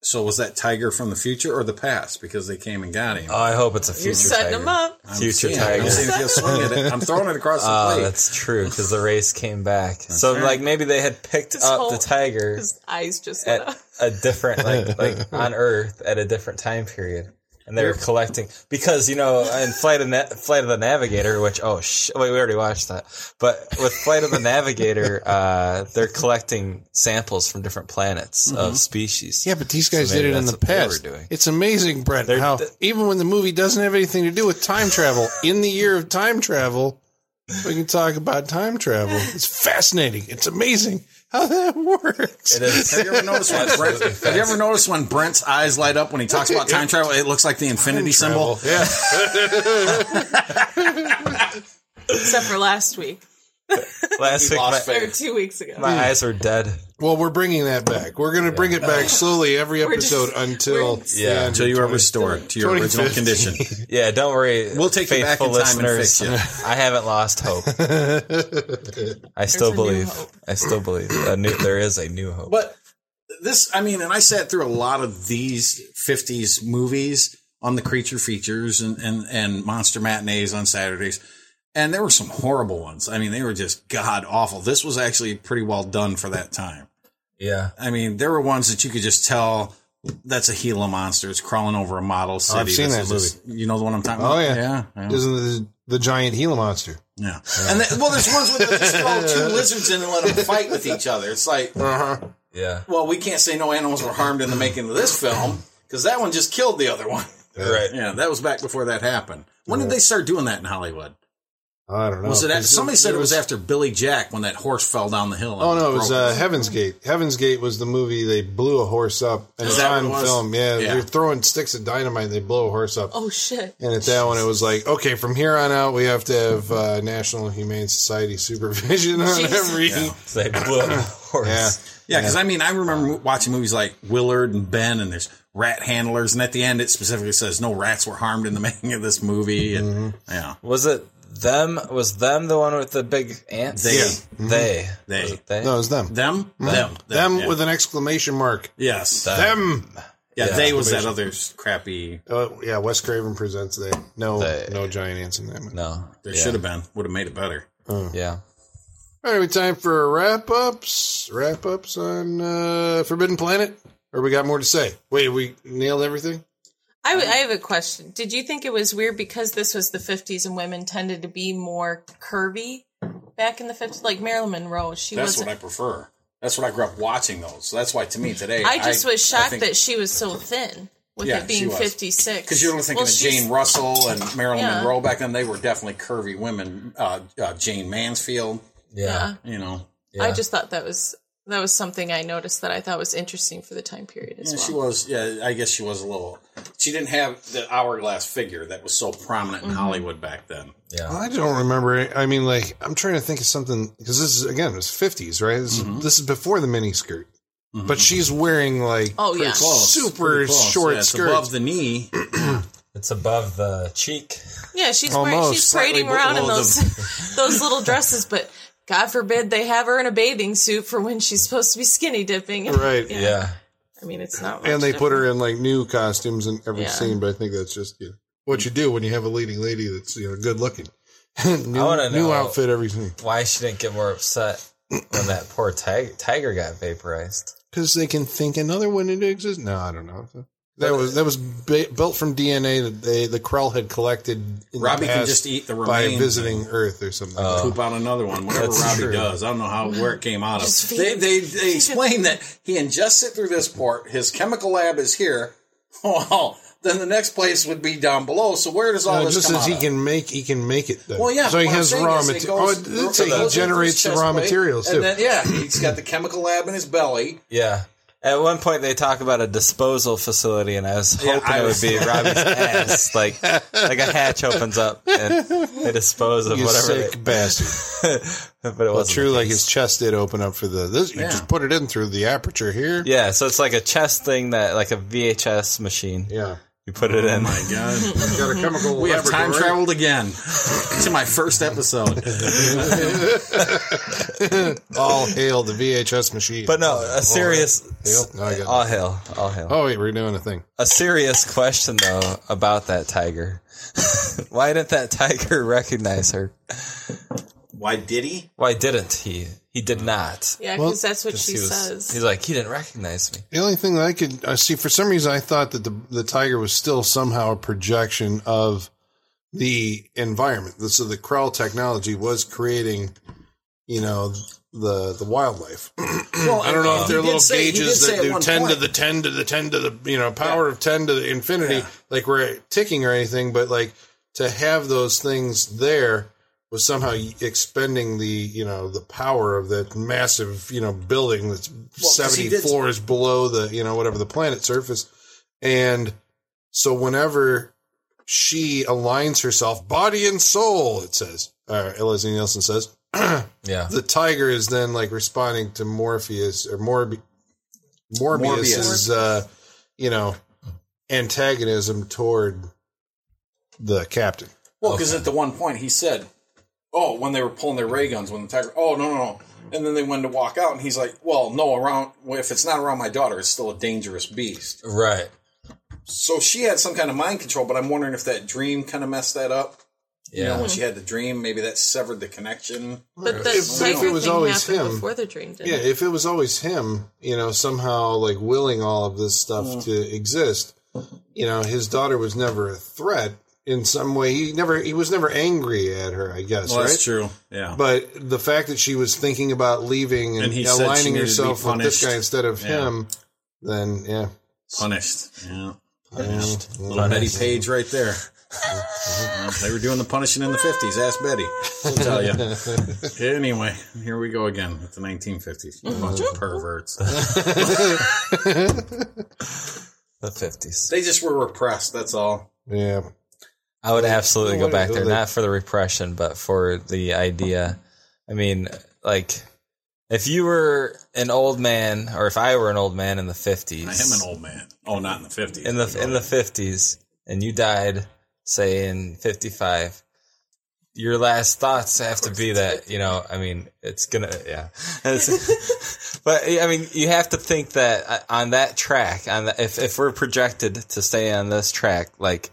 [SPEAKER 3] So was that tiger from the future or the past? Because they came and got him.
[SPEAKER 5] Oh, I hope it's a future
[SPEAKER 4] You're setting
[SPEAKER 5] tiger.
[SPEAKER 4] him up.
[SPEAKER 5] Future
[SPEAKER 3] Yeah,
[SPEAKER 5] tiger.
[SPEAKER 3] I'm, saying if you swing at it, I'm throwing it *laughs* across the
[SPEAKER 5] Oh,
[SPEAKER 3] plate.
[SPEAKER 5] that's true because the race came back. so
[SPEAKER 3] right.
[SPEAKER 5] like maybe they had picked
[SPEAKER 4] This
[SPEAKER 5] up
[SPEAKER 4] whole-
[SPEAKER 5] the tiger
[SPEAKER 4] His eyes just lit
[SPEAKER 5] at
[SPEAKER 4] up.
[SPEAKER 5] a different like like
[SPEAKER 3] *laughs*
[SPEAKER 5] on Earth at a different time period, and they were collecting because you know in Flight of Na- Flight of the Navigator, which oh sh- wait we already watched that, but with Flight of the
[SPEAKER 3] *laughs*
[SPEAKER 5] Navigator, uh, they're collecting samples from different planets
[SPEAKER 3] Mm-hmm.
[SPEAKER 5] of species.
[SPEAKER 2] Yeah, but these guys
[SPEAKER 5] So
[SPEAKER 2] did
[SPEAKER 5] maybe
[SPEAKER 2] it in
[SPEAKER 5] that's
[SPEAKER 2] the
[SPEAKER 5] what they were
[SPEAKER 2] past.
[SPEAKER 5] doing.
[SPEAKER 2] It's amazing, Brent, how even when the movie doesn't have anything to do with time travel, in the year of time travel, we can talk about time travel. It's fascinating. It's amazing how that works.
[SPEAKER 5] It is.
[SPEAKER 3] Have you ever
[SPEAKER 5] *laughs*
[SPEAKER 3] noticed when *laughs* Brent, Have you ever noticed when Brent's eyes light up when he talks about time travel? It looks like the infinity symbol.
[SPEAKER 2] Yeah.
[SPEAKER 4] Except for last week
[SPEAKER 5] Last week, my,
[SPEAKER 4] or two weeks ago.
[SPEAKER 5] my eyes were dead.
[SPEAKER 2] *laughs* Well, we're bringing that back. We're going to bring it back slowly every
[SPEAKER 4] just-
[SPEAKER 2] episode until
[SPEAKER 4] we're-
[SPEAKER 5] Yeah.
[SPEAKER 2] the end
[SPEAKER 3] Until you are
[SPEAKER 2] of 20
[SPEAKER 3] restored to your original
[SPEAKER 2] 2015.
[SPEAKER 3] condition.
[SPEAKER 5] Yeah, don't worry.
[SPEAKER 3] We'll take you back
[SPEAKER 5] faithful
[SPEAKER 3] in time and
[SPEAKER 5] listeners.
[SPEAKER 3] fix
[SPEAKER 5] I haven't lost hope.
[SPEAKER 3] *laughs*
[SPEAKER 5] I
[SPEAKER 4] There's a
[SPEAKER 5] still
[SPEAKER 4] new
[SPEAKER 5] believe.
[SPEAKER 4] hope.
[SPEAKER 5] I still believe. A new, there is a new hope.
[SPEAKER 3] But this, I mean, and I sat through a lot of these 50s movies on the creature features and, and, and monster matinees on Saturdays. And there were some horrible ones. I mean, they were just god awful. This was actually pretty well done for that time.
[SPEAKER 5] Yeah.
[SPEAKER 3] I mean, there were ones that you could just tell that's a Gila monster. It's crawling over a model city.
[SPEAKER 2] Oh, I've seen
[SPEAKER 3] This
[SPEAKER 2] that
[SPEAKER 3] is just- you know the one I'm talking
[SPEAKER 2] Oh,
[SPEAKER 3] about?
[SPEAKER 2] yeah.
[SPEAKER 3] Yeah. yeah.
[SPEAKER 2] *laughs* Isn't the, the giant Gila monster?
[SPEAKER 3] Yeah. And then, well, there's ones where they just
[SPEAKER 2] *laughs*
[SPEAKER 3] throw two lizards in and let them fight with each other. It's like,
[SPEAKER 5] Yeah.
[SPEAKER 3] well, we can't say no animals were harmed in the making of this film because that one just killed the other one. *laughs*
[SPEAKER 5] Right.
[SPEAKER 3] Yeah, that was back before that happened. When did they start doing that in Hollywood?
[SPEAKER 2] I don't know.
[SPEAKER 3] Was it after, somebody said it was
[SPEAKER 2] after.
[SPEAKER 3] after Billy Jack when that horse fell down the hill? and
[SPEAKER 2] Oh no, it was
[SPEAKER 3] broke
[SPEAKER 2] uh, Heaven's Gate. Heaven's Gate was the movie they blew a horse up and
[SPEAKER 3] Is
[SPEAKER 2] it's
[SPEAKER 3] that what
[SPEAKER 2] on
[SPEAKER 3] it was?
[SPEAKER 2] film. Yeah,
[SPEAKER 3] Yeah.
[SPEAKER 2] they're throwing sticks of dynamite and they blow a horse up.
[SPEAKER 4] Oh shit!
[SPEAKER 2] And at that one, it was like, okay, from here on out, we have to have uh, National Humane Society supervision on
[SPEAKER 4] Jesus.
[SPEAKER 2] every.
[SPEAKER 5] So they blew up the horse.
[SPEAKER 2] Yeah.
[SPEAKER 3] Yeah, because I mean, I remember watching movies like Willard and Ben, and there's rat handlers, and at the end, it specifically says no rats were harmed in the *laughs* making of this movie. And
[SPEAKER 2] Mm-hmm.
[SPEAKER 3] yeah,
[SPEAKER 5] Was it them? Was them the one with the big ants?
[SPEAKER 3] They. Yeah.
[SPEAKER 5] They.
[SPEAKER 3] They.
[SPEAKER 5] Was it they?
[SPEAKER 2] Mm-hmm. No, it was them.
[SPEAKER 3] them, them,
[SPEAKER 2] Mm-hmm. Them
[SPEAKER 3] yeah.
[SPEAKER 2] with an exclamation mark.
[SPEAKER 3] yes,
[SPEAKER 2] Them.
[SPEAKER 3] yeah,
[SPEAKER 5] Yeah.
[SPEAKER 3] they was that other s- crappy.
[SPEAKER 2] Oh yeah, Wes Craven presents they. No,
[SPEAKER 5] They.
[SPEAKER 2] no giant ants in that one.
[SPEAKER 5] No.
[SPEAKER 3] There
[SPEAKER 5] yeah.
[SPEAKER 3] should have been would have made it better.
[SPEAKER 5] Yeah.
[SPEAKER 2] All right, time for wrap ups. Wrap ups on uh, Forbidden Planet. Or we got more to say. Wait, we nailed everything.
[SPEAKER 4] I, w- I have a question. Did you think it was weird because this was the 50s and women tended to be more curvy back in the 50s? Like Marilyn Monroe, she
[SPEAKER 3] That's
[SPEAKER 4] was.
[SPEAKER 3] what I prefer. That's what I grew up watching those. So that's why to me today,
[SPEAKER 4] I just was shocked that she was so thin with
[SPEAKER 3] Yeah,
[SPEAKER 4] it being
[SPEAKER 3] she was.
[SPEAKER 4] 56.
[SPEAKER 3] because you're thinking
[SPEAKER 4] Well,
[SPEAKER 3] of
[SPEAKER 4] she's-
[SPEAKER 3] Jane Russell and Marilyn
[SPEAKER 4] Yeah.
[SPEAKER 3] Monroe back then. They were definitely curvy women. Uh, uh, Jane Mansfield,
[SPEAKER 5] Yeah.
[SPEAKER 3] you know.
[SPEAKER 4] I just thought that was That was something I noticed that I thought was interesting for the time period as
[SPEAKER 3] Yeah,
[SPEAKER 4] well.
[SPEAKER 3] she was. Yeah, I guess she was a little. She didn't have the hourglass figure that was so prominent in
[SPEAKER 4] Mm-hmm.
[SPEAKER 3] Hollywood back then.
[SPEAKER 5] Yeah.
[SPEAKER 2] I don't remember. it. I mean, like, I'm trying to think of something because this is again, it's 50s, right? This,
[SPEAKER 3] Mhm.
[SPEAKER 2] this is before the mini skirt,
[SPEAKER 3] Mhm.
[SPEAKER 2] but she's wearing like
[SPEAKER 4] Oh
[SPEAKER 3] Pretty
[SPEAKER 4] yeah,
[SPEAKER 3] close,
[SPEAKER 2] super
[SPEAKER 3] pretty close.
[SPEAKER 2] short
[SPEAKER 3] Yeah, it's
[SPEAKER 2] skirt.
[SPEAKER 3] above the knee.
[SPEAKER 5] It's above the cheek.
[SPEAKER 4] yeah. She's wearing,
[SPEAKER 2] Almost
[SPEAKER 4] she's
[SPEAKER 3] slightly
[SPEAKER 4] parading around in
[SPEAKER 3] below
[SPEAKER 4] those
[SPEAKER 2] *laughs*
[SPEAKER 4] those little dresses, but God forbid they have her in a bathing suit for when she's supposed to be skinny dipping.
[SPEAKER 2] right.
[SPEAKER 4] Yeah. I mean, it's not.
[SPEAKER 2] And they put her in like new costumes in every
[SPEAKER 4] Yeah.
[SPEAKER 2] scene, but I think that's just you know, what you do when you have a leading lady that's you know good looking. *laughs* new,
[SPEAKER 5] wanna
[SPEAKER 2] new
[SPEAKER 5] know-
[SPEAKER 2] outfit every scene
[SPEAKER 5] Why she didn't get more upset when that poor tag- tiger got vaporized?
[SPEAKER 2] because they can think another one into existence. No, I don't know.
[SPEAKER 3] uh,
[SPEAKER 2] That was that was ba- built from DNA that they the Krell had collected. In
[SPEAKER 3] Robbie
[SPEAKER 2] the
[SPEAKER 3] can
[SPEAKER 2] past
[SPEAKER 3] just eat the
[SPEAKER 2] by
[SPEAKER 3] remains.
[SPEAKER 2] visiting Earth or something. like
[SPEAKER 5] Oh.
[SPEAKER 2] that.
[SPEAKER 3] poop out another one. Whatever
[SPEAKER 5] That's
[SPEAKER 3] Robbie
[SPEAKER 5] true.
[SPEAKER 3] does, I don't know how where it came out of.
[SPEAKER 4] Just feed
[SPEAKER 3] They
[SPEAKER 4] him.
[SPEAKER 3] they, they explain that he ingests it through this port. His chemical lab is here. *laughs* Well, then the next place would be down below. So where does
[SPEAKER 2] No,
[SPEAKER 3] all
[SPEAKER 2] it
[SPEAKER 3] this
[SPEAKER 2] Uh, just
[SPEAKER 3] come
[SPEAKER 2] says
[SPEAKER 3] out
[SPEAKER 2] he
[SPEAKER 3] of?
[SPEAKER 2] can make he can make it though.
[SPEAKER 3] Well, yeah.
[SPEAKER 2] So he
[SPEAKER 3] what I'm
[SPEAKER 2] has
[SPEAKER 3] saying
[SPEAKER 2] raw
[SPEAKER 3] is it
[SPEAKER 2] materials.
[SPEAKER 3] goes
[SPEAKER 2] Oh, it
[SPEAKER 3] through-
[SPEAKER 2] did say
[SPEAKER 3] it
[SPEAKER 2] he
[SPEAKER 3] goes into
[SPEAKER 2] generates
[SPEAKER 3] his
[SPEAKER 2] the
[SPEAKER 3] chest
[SPEAKER 2] raw
[SPEAKER 3] plate,
[SPEAKER 2] materials
[SPEAKER 3] and
[SPEAKER 2] too.
[SPEAKER 3] then- yeah, he's got the chemical lab in his *laughs* belly.
[SPEAKER 5] Yeah. At one point, they talk about a disposal facility, and I was hoping
[SPEAKER 3] I
[SPEAKER 5] it would
[SPEAKER 3] was-
[SPEAKER 2] *laughs*
[SPEAKER 5] be Robbie's ass. Like, like a hatch opens up and they dispose of
[SPEAKER 2] you
[SPEAKER 5] whatever.
[SPEAKER 2] sick
[SPEAKER 5] They, *laughs*
[SPEAKER 2] bastard.
[SPEAKER 5] but it
[SPEAKER 2] Well,
[SPEAKER 5] wasn't
[SPEAKER 2] true,
[SPEAKER 5] the
[SPEAKER 2] like
[SPEAKER 5] case.
[SPEAKER 2] his chest did open up for the. This, you
[SPEAKER 3] Yeah.
[SPEAKER 2] just put it in through the aperture here.
[SPEAKER 5] Yeah, so it's like a chest thing that, like a VHS machine.
[SPEAKER 2] Yeah.
[SPEAKER 5] You put it in.
[SPEAKER 3] Oh My God.
[SPEAKER 2] Got a chemical.
[SPEAKER 3] *laughs* We have time
[SPEAKER 2] laboratory.
[SPEAKER 3] traveled again to my first episode.
[SPEAKER 2] All hail the VHS machine.
[SPEAKER 5] But no, a serious.
[SPEAKER 2] hail. No, I got
[SPEAKER 5] All hail. All hail.
[SPEAKER 2] oh wait, we're doing a thing.
[SPEAKER 5] A serious question, though, about that tiger. *laughs* Why didn't that tiger recognize her?
[SPEAKER 3] Why did he?
[SPEAKER 5] Why didn't he? He did not.
[SPEAKER 4] Yeah,
[SPEAKER 2] Well,
[SPEAKER 4] because that's what she
[SPEAKER 5] He was-
[SPEAKER 4] says.
[SPEAKER 5] He's like, he didn't recognize me.
[SPEAKER 2] The only thing that I could I see for some reason I thought that the the tiger was still somehow a projection of the environment. So the Krell technology was creating, you know, the the wildlife.
[SPEAKER 3] Well,
[SPEAKER 2] I don't know if
[SPEAKER 3] they
[SPEAKER 2] they're little gauges that do
[SPEAKER 3] one
[SPEAKER 2] ten to
[SPEAKER 3] point-
[SPEAKER 2] the ten to the ten to the you know power of ten to the infinity,
[SPEAKER 3] Yeah.
[SPEAKER 2] like we're ticking or anything, but like to have those things there was somehow expending the you know the power of that massive you know building that's
[SPEAKER 3] 'cause he
[SPEAKER 2] seventy
[SPEAKER 3] did-
[SPEAKER 2] floors below the you know whatever the planet surface, and so whenever she aligns herself, body and soul, it says, uh, Leslie Nielsen says. *clears throat*
[SPEAKER 5] Yeah.
[SPEAKER 2] the tiger is then like responding to Morpheus or Morbi- Morbius's,
[SPEAKER 3] Morbius.
[SPEAKER 2] uh, you know, antagonism toward the captain.
[SPEAKER 3] Well, because at the one point he said, "Oh, when they were pulling their ray guns, when the tiger." Oh no, no, no! And then they went to walk out, and he's like, "Well, no, around well, if it's not around my daughter, it's still a dangerous beast."
[SPEAKER 5] Right.
[SPEAKER 3] So she had some kind of mind control, but I'm wondering if that dream kind of messed that up. You know,
[SPEAKER 5] Yeah.
[SPEAKER 3] when she had the dream, maybe that severed the connection.
[SPEAKER 4] but the
[SPEAKER 2] If-
[SPEAKER 4] tiger
[SPEAKER 2] if it was
[SPEAKER 4] thing
[SPEAKER 2] always
[SPEAKER 4] happened
[SPEAKER 2] him-
[SPEAKER 4] before the dream did.
[SPEAKER 2] Yeah, if it was always him, you know, somehow like willing all of this stuff
[SPEAKER 3] Mm-hmm.
[SPEAKER 2] to exist, you know, his daughter was never a threat in some way. He never, he was never angry at her, I guess, right?
[SPEAKER 3] true. Yeah.
[SPEAKER 2] But the fact that she was thinking about leaving and,
[SPEAKER 3] And he said she
[SPEAKER 2] aligning
[SPEAKER 3] needed to be
[SPEAKER 2] herself with this
[SPEAKER 3] punished.
[SPEAKER 2] guy instead of
[SPEAKER 3] Yeah.
[SPEAKER 2] him, then yeah,
[SPEAKER 3] punished. Yeah.
[SPEAKER 2] punished.
[SPEAKER 3] Little Betty Page right
[SPEAKER 2] *laughs*
[SPEAKER 3] there. they were doing the punishing in the 50s. Ask Betty. She'll tell
[SPEAKER 2] *laughs*
[SPEAKER 3] you. Anyway, here we go again with the 1950s. A bunch of perverts.
[SPEAKER 5] The 50s.
[SPEAKER 3] They just were repressed, that's all.
[SPEAKER 2] Yeah.
[SPEAKER 5] I would absolutely go
[SPEAKER 2] what
[SPEAKER 5] back
[SPEAKER 2] is-
[SPEAKER 5] there,
[SPEAKER 2] they-
[SPEAKER 5] not for the repression, but for the idea. I mean, like, if you were an old man, or if I were an old man in the fifties,
[SPEAKER 3] I am an old man. Oh, not in the 50s.
[SPEAKER 5] in the in the fifties, and you died, say in fifty five, your last thoughts have to be that you know. I mean, it's gonna yeah. It's- *laughs* but I mean, you have to think that uh, on that track, on the, if if we're projected to stay on this track, like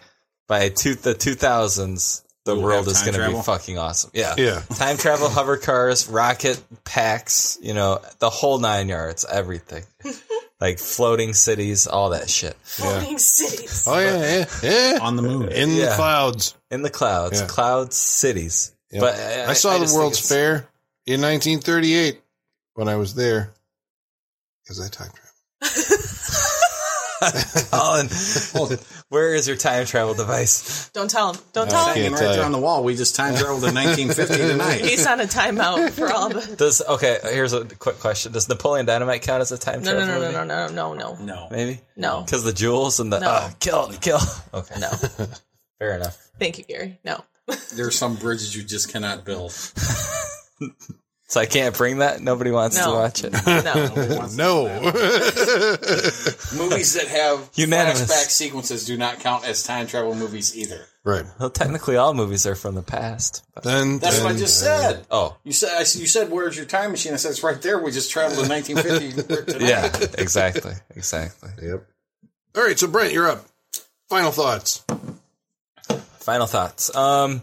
[SPEAKER 5] by two the two thousands, the
[SPEAKER 3] We'll
[SPEAKER 5] world
[SPEAKER 3] have
[SPEAKER 5] is
[SPEAKER 3] time
[SPEAKER 5] gonna be
[SPEAKER 3] travel.
[SPEAKER 5] fucking awesome.
[SPEAKER 3] *laughs*
[SPEAKER 5] Yeah,
[SPEAKER 2] Yeah.
[SPEAKER 5] Time travel, hover cars, rocket packs, you know, the whole nine yards, everything. like floating cities, all that shit.
[SPEAKER 4] Floating cities.
[SPEAKER 2] Oh yeah, yeah, yeah.
[SPEAKER 3] on the moon.
[SPEAKER 2] In the
[SPEAKER 5] Yeah.
[SPEAKER 2] clouds.
[SPEAKER 5] In the clouds,
[SPEAKER 2] Yeah.
[SPEAKER 5] clouds, cities.
[SPEAKER 2] Yeah.
[SPEAKER 5] But
[SPEAKER 2] I, saw
[SPEAKER 5] just
[SPEAKER 2] the
[SPEAKER 5] think
[SPEAKER 2] World's
[SPEAKER 5] it's-
[SPEAKER 2] Fair in 1938 when I was there because I time traveled.
[SPEAKER 5] Colin,
[SPEAKER 2] *laughs*
[SPEAKER 5] where is your time travel device?
[SPEAKER 4] Don't tell him. Don't tell him.
[SPEAKER 3] hanging right
[SPEAKER 2] tell
[SPEAKER 3] there
[SPEAKER 2] you.
[SPEAKER 3] on the wall. We just time traveled to 1950 tonight.
[SPEAKER 4] He's on a timeout for
[SPEAKER 2] *laughs*
[SPEAKER 4] all the.
[SPEAKER 5] Does okay? Here's a quick question: Does Napoleon Dynamite count as a time
[SPEAKER 4] No,
[SPEAKER 5] travel?
[SPEAKER 4] no, no, no,
[SPEAKER 5] movie?
[SPEAKER 4] no, no, no, no.
[SPEAKER 3] *laughs* No,
[SPEAKER 5] Maybe
[SPEAKER 4] No.
[SPEAKER 5] because the jewels and the
[SPEAKER 4] No.
[SPEAKER 5] oh, kill, kill. Okay, no, *laughs* fair enough.
[SPEAKER 4] Thank you, Gary.
[SPEAKER 2] *laughs*
[SPEAKER 4] No.
[SPEAKER 3] there's some bridges you just cannot build.
[SPEAKER 5] So I can't bring that. Nobody wants to
[SPEAKER 4] No.
[SPEAKER 5] watch
[SPEAKER 2] *laughs*
[SPEAKER 5] it.
[SPEAKER 4] No.
[SPEAKER 2] no.
[SPEAKER 3] movies that have
[SPEAKER 5] *laughs* Unanimous.
[SPEAKER 3] flashback sequences do not count as time travel movies either.
[SPEAKER 2] *laughs* right.
[SPEAKER 5] Well, technically, all movies are from the past. but-
[SPEAKER 2] Then
[SPEAKER 3] That's what I just said.
[SPEAKER 5] oh,
[SPEAKER 3] You said I, s- you said where's your time machine? I said it's right there. We just
[SPEAKER 5] *laughs*
[SPEAKER 3] traveled to 1950 tonight.
[SPEAKER 5] yeah, exactly, exactly.
[SPEAKER 2] Yep. All right, so Brent, you're up. Final thoughts.
[SPEAKER 5] Final thoughts. Um,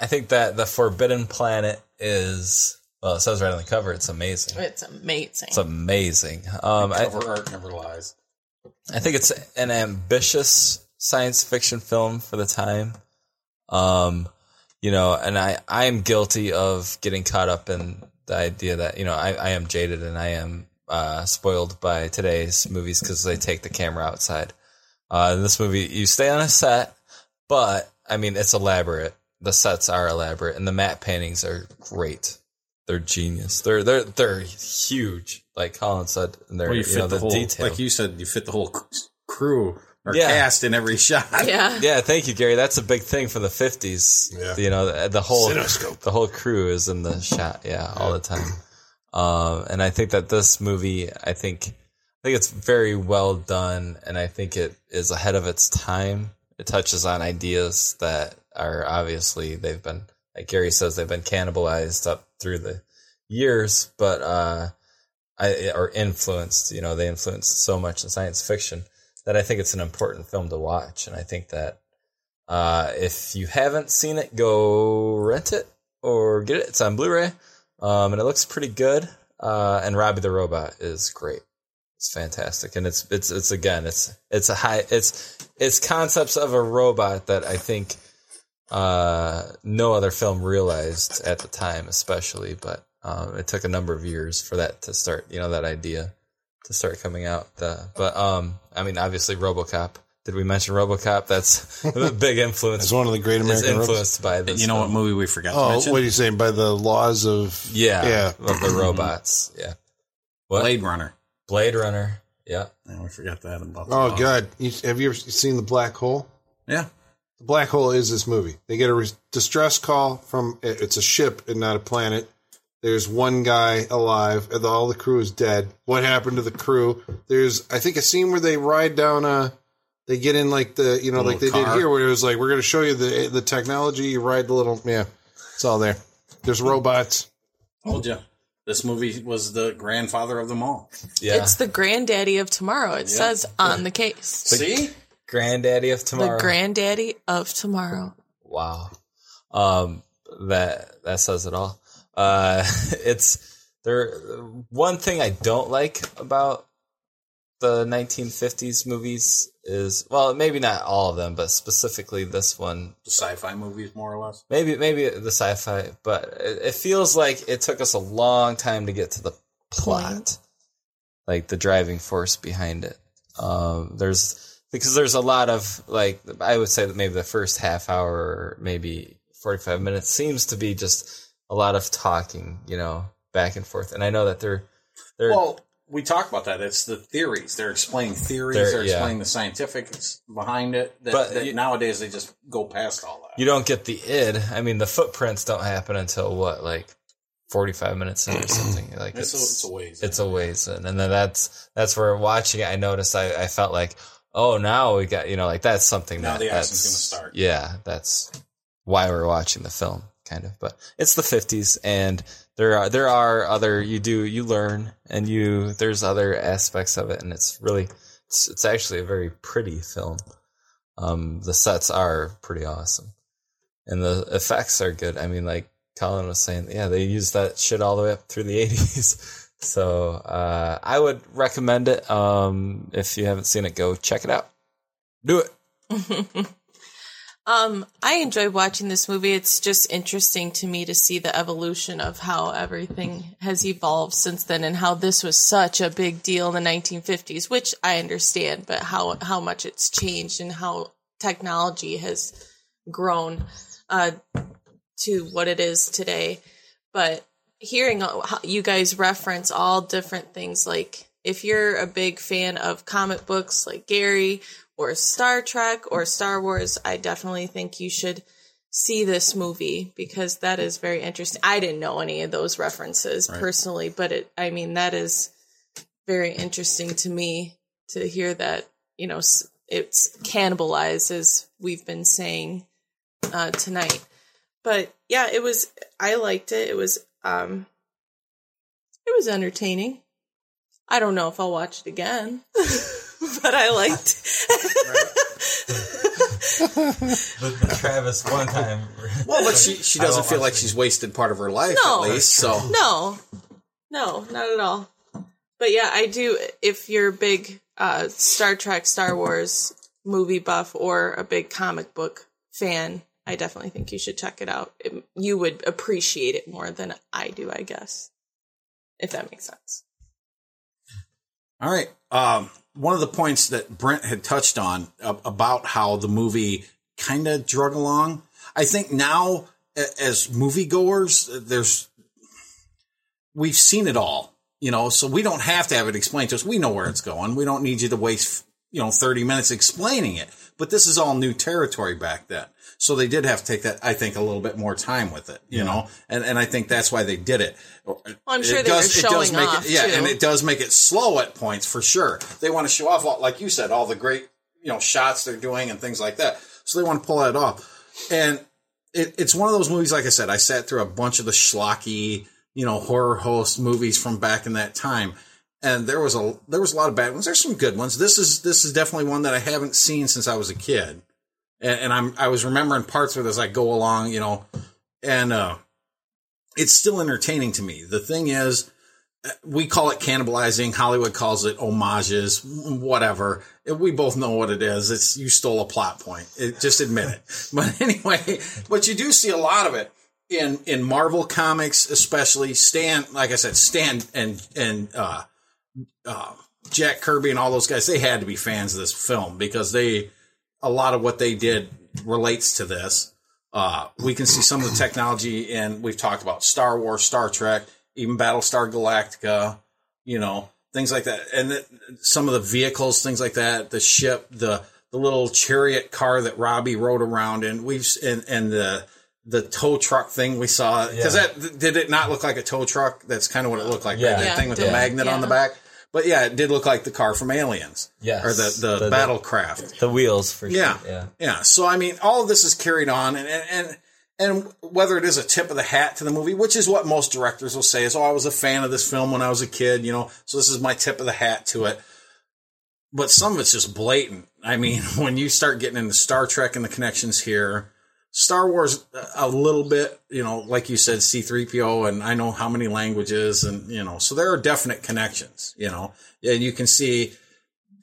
[SPEAKER 5] I think that the Forbidden Planet is well. It says right on the cover. It's amazing.
[SPEAKER 4] It's amazing.
[SPEAKER 5] It's amazing. Um, I,
[SPEAKER 3] Cover art never lies.
[SPEAKER 5] I think it's an ambitious science fiction film for the time. Um, you know, and I, I am guilty of getting caught up in the idea that, you know, I, I am jaded and I am uh, spoiled by today's movies because they take the camera outside. Uh, in this movie, you stay on a set, but I mean, it's elaborate. The sets are elaborate and the matte paintings are great. They're genius. They're, they're, they're huge. Like Colin said, and they're,
[SPEAKER 3] Well, you
[SPEAKER 5] you,
[SPEAKER 3] fit
[SPEAKER 5] know, the,
[SPEAKER 3] the whole,
[SPEAKER 5] detail.
[SPEAKER 3] like you said, you fit the whole c- crew or
[SPEAKER 5] Yeah.
[SPEAKER 3] cast in every *laughs* shot.
[SPEAKER 4] yeah.
[SPEAKER 5] Yeah, thank you, Gary. That's a big thing for the fifties.
[SPEAKER 2] Yeah.
[SPEAKER 5] You know, the, the whole
[SPEAKER 2] Cinescope.
[SPEAKER 5] the whole crew is in the shot. Yeah, all the time. Um, and I think that this movie, I think, I think it's very well done, and I think it is ahead of its time. It touches on ideas that are obviously they've been, like Gary says, they've been cannibalized up through the years, but uh, I or influenced. You know, they influenced so much in science fiction that I think it's an important film to watch, and I think that uh, if you haven't seen it, go rent it or get it. It's on Blu-ray, um, and it looks pretty good. Uh, and Robbie the Robot is great. It's fantastic, and it's it's it's again it's it's a high it's it's concepts of a robot that I think uh, no other film realized at the time, especially. But um, it took a number of years for that to start. You know that idea to start coming out. The, but um, I mean, obviously, RoboCop. Did we mention RoBocop? That's *laughs* a big influence.
[SPEAKER 2] It's one of the great
[SPEAKER 5] It's
[SPEAKER 2] American robots.
[SPEAKER 5] influenced by this.
[SPEAKER 3] You know what
[SPEAKER 5] film.
[SPEAKER 3] movie we forgot to
[SPEAKER 2] Oh,
[SPEAKER 3] mention?
[SPEAKER 2] what are you saying? By the laws of
[SPEAKER 5] Yeah,
[SPEAKER 2] Yeah.
[SPEAKER 5] of the robots. Yeah, what Mm-hmm. Blade,
[SPEAKER 3] Blade Runner.
[SPEAKER 5] Runner. Yeah,
[SPEAKER 3] Yeah, we forgot that about. the
[SPEAKER 2] Oh
[SPEAKER 3] law.
[SPEAKER 2] God! You, have you ever seen the black hole?
[SPEAKER 3] Yeah,
[SPEAKER 2] The black hole is this movie. They get a re- distress call from it- it's a ship and not a planet. There's one guy alive, and all the crew is dead. What happened to the crew? There's I think a scene where they ride down a. They get in like the you know like they
[SPEAKER 3] little car.
[SPEAKER 2] did here where it was like we're going to show you the the technology. You ride the little yeah, it's all there. There's robots.
[SPEAKER 3] told you. This movie was the grandfather of them all.
[SPEAKER 5] yeah.
[SPEAKER 4] It's the granddaddy of tomorrow. It says on the case.
[SPEAKER 3] See,
[SPEAKER 5] Granddaddy of
[SPEAKER 4] The
[SPEAKER 5] Tomorrow.
[SPEAKER 4] granddaddy of tomorrow.
[SPEAKER 5] wow, um, that that says it all. Uh, *laughs* it's there. One thing I don't like about the 1950s movies is well, maybe not all of them, but specifically this one
[SPEAKER 3] the sci-fi movies more or less.
[SPEAKER 5] maybe maybe the sci-fi but it, it feels like it took us a long time to get to the plot like the driving force behind it um there's because there's a lot of like i would say that maybe the first half hour maybe 45 minutes seems to be just a lot of talking you know back and forth and i know that they're they're
[SPEAKER 3] Well, we talk about that. It's the theories. They're explaining theories.
[SPEAKER 5] They're-
[SPEAKER 3] They're,
[SPEAKER 5] yeah.
[SPEAKER 3] explaining the scientific behind it. That,
[SPEAKER 5] But
[SPEAKER 3] that
[SPEAKER 5] you-
[SPEAKER 3] nowadays they just go past all that.
[SPEAKER 5] you don't get the id i mean the footprints don't happen until what like 45 minutes in or something like
[SPEAKER 3] it's, a, it's a ways.
[SPEAKER 5] it's a ways in. And then that's that's where watching it, I noticed I, I felt like, oh, now we got you know, like that's something
[SPEAKER 3] Now
[SPEAKER 5] that
[SPEAKER 3] the action's
[SPEAKER 5] that's-
[SPEAKER 3] gonna start.
[SPEAKER 5] Yeah, that's why we're watching the film, kind of. But it's the fifties, and there are there are other you do you learn and you there's other aspects of it, and it's really it's, it's actually a very pretty film. Um, the sets are pretty awesome, and the effects are good. I mean, like Colin was saying, yeah, they used that shit all the way up through the *laughs* eighties. So uh, I would recommend it. Um, if you haven't seen it, go check it out. Do it.
[SPEAKER 4] Um, I enjoyed watching this movie. It's just interesting to me to see the evolution of how everything has evolved since then and how this was such a big deal in the 1950s, which I understand, but how, how much it's changed and how technology has grown, uh, to what it is today. But hearing uh, how you guys reference all different things, like if you're a big fan of comic books like Gary or Star Trek or Star Wars, I definitely think you should see this movie because that is very interesting. I didn't know any of those references
[SPEAKER 3] Right.
[SPEAKER 4] personally, but it, I mean, that is very interesting to me to hear that, you know, s- it's cannibalized as we've been saying uh, tonight. But yeah, it was, I liked it. It was, um, it was entertaining. I don't know if I'll watch it again, *laughs* but I liked
[SPEAKER 5] Travis one time.
[SPEAKER 3] *laughs* Well, but she she doesn't feel like she's wasted part of her life
[SPEAKER 4] No.
[SPEAKER 3] at least. So
[SPEAKER 4] *laughs* No, no, not at all. But yeah, I do. If you're a big uh, Star Trek, Star Wars movie buff, or a big comic book fan, I definitely think you should check it out. It, you would appreciate it more than I do, I guess, if that makes sense.
[SPEAKER 3] All right. Um, one of the points that Brent had touched on a- about how the movie kind of drug along. I think now, a- as moviegoers, uh, there's we've seen it all, you know, so we don't have to have it explained to us. We know where it's going. We don't need you to waste, you know, 30 minutes explaining it. But this is all new territory back then. So they did have to take that, I think, a little bit more time with it, you know, and, and I think that's why they did it.
[SPEAKER 4] I'm
[SPEAKER 3] It
[SPEAKER 4] sure they were
[SPEAKER 3] it
[SPEAKER 4] showing
[SPEAKER 3] make
[SPEAKER 4] off,
[SPEAKER 3] it, yeah,
[SPEAKER 4] too.
[SPEAKER 3] and it does make it slow at points for sure. They want to show off, all, like you said, all the great you know shots they're doing and things like that. So they want to pull that off, and it, it's one of those movies. Like I said, I sat through a bunch of the schlocky you know horror host movies from back in that time, and there was a there was a lot of bad ones. There's some good ones. This is this is definitely one that I haven't seen since I was a kid, and, and I'm I was remembering parts of it as I go along, you know, and uh, it's still entertaining to me. The thing is uh, we call it cannibalizing. Hollywood calls it homages, whatever. We both know what it is. It's you stole a plot point. It, just admit it. *laughs* But anyway, but you do see a lot of it in in Marvel comics, especially Stan. Like I said, Stan and and uh, uh, Jack Kirby and all those guys. They had to be fans of this film because they a lot of what they did relates to this. Uh, we can see some of the technology, and we've talked about Star Wars, Star Trek, even Battlestar Galactica, you know, things like that, and th- some of the vehicles, things like that, the ship, the the little chariot car that Robbie rode around in. We've s- and and the the tow truck thing we saw because that did it not look like a tow truck? That's kind of what it looked like.
[SPEAKER 5] Yeah.
[SPEAKER 3] right? That
[SPEAKER 5] Yeah,
[SPEAKER 3] thing with
[SPEAKER 4] it
[SPEAKER 3] the
[SPEAKER 4] did.
[SPEAKER 3] magnet on
[SPEAKER 4] Yeah.
[SPEAKER 3] the back. But yeah, it did look like the car from Aliens.
[SPEAKER 5] Yes.
[SPEAKER 3] Or the, the,
[SPEAKER 5] The- the-
[SPEAKER 3] battlecraft.
[SPEAKER 5] The wheels for
[SPEAKER 3] Yeah.
[SPEAKER 5] sure. Yeah.
[SPEAKER 3] Yeah. So I mean, all of this is carried on, and and and whether it is a tip of the hat to the movie, which is what most directors will say, is oh, I was a fan of this film when I was a kid, you know, so this is my tip of the hat to it. But some of it's just blatant. I mean, *laughs* when you start getting into Star Trek and the connections here, Star Wars a little bit, you know, like you said, C3PO, and I know how many languages, and, you know, so there are definite connections, you know, and you can see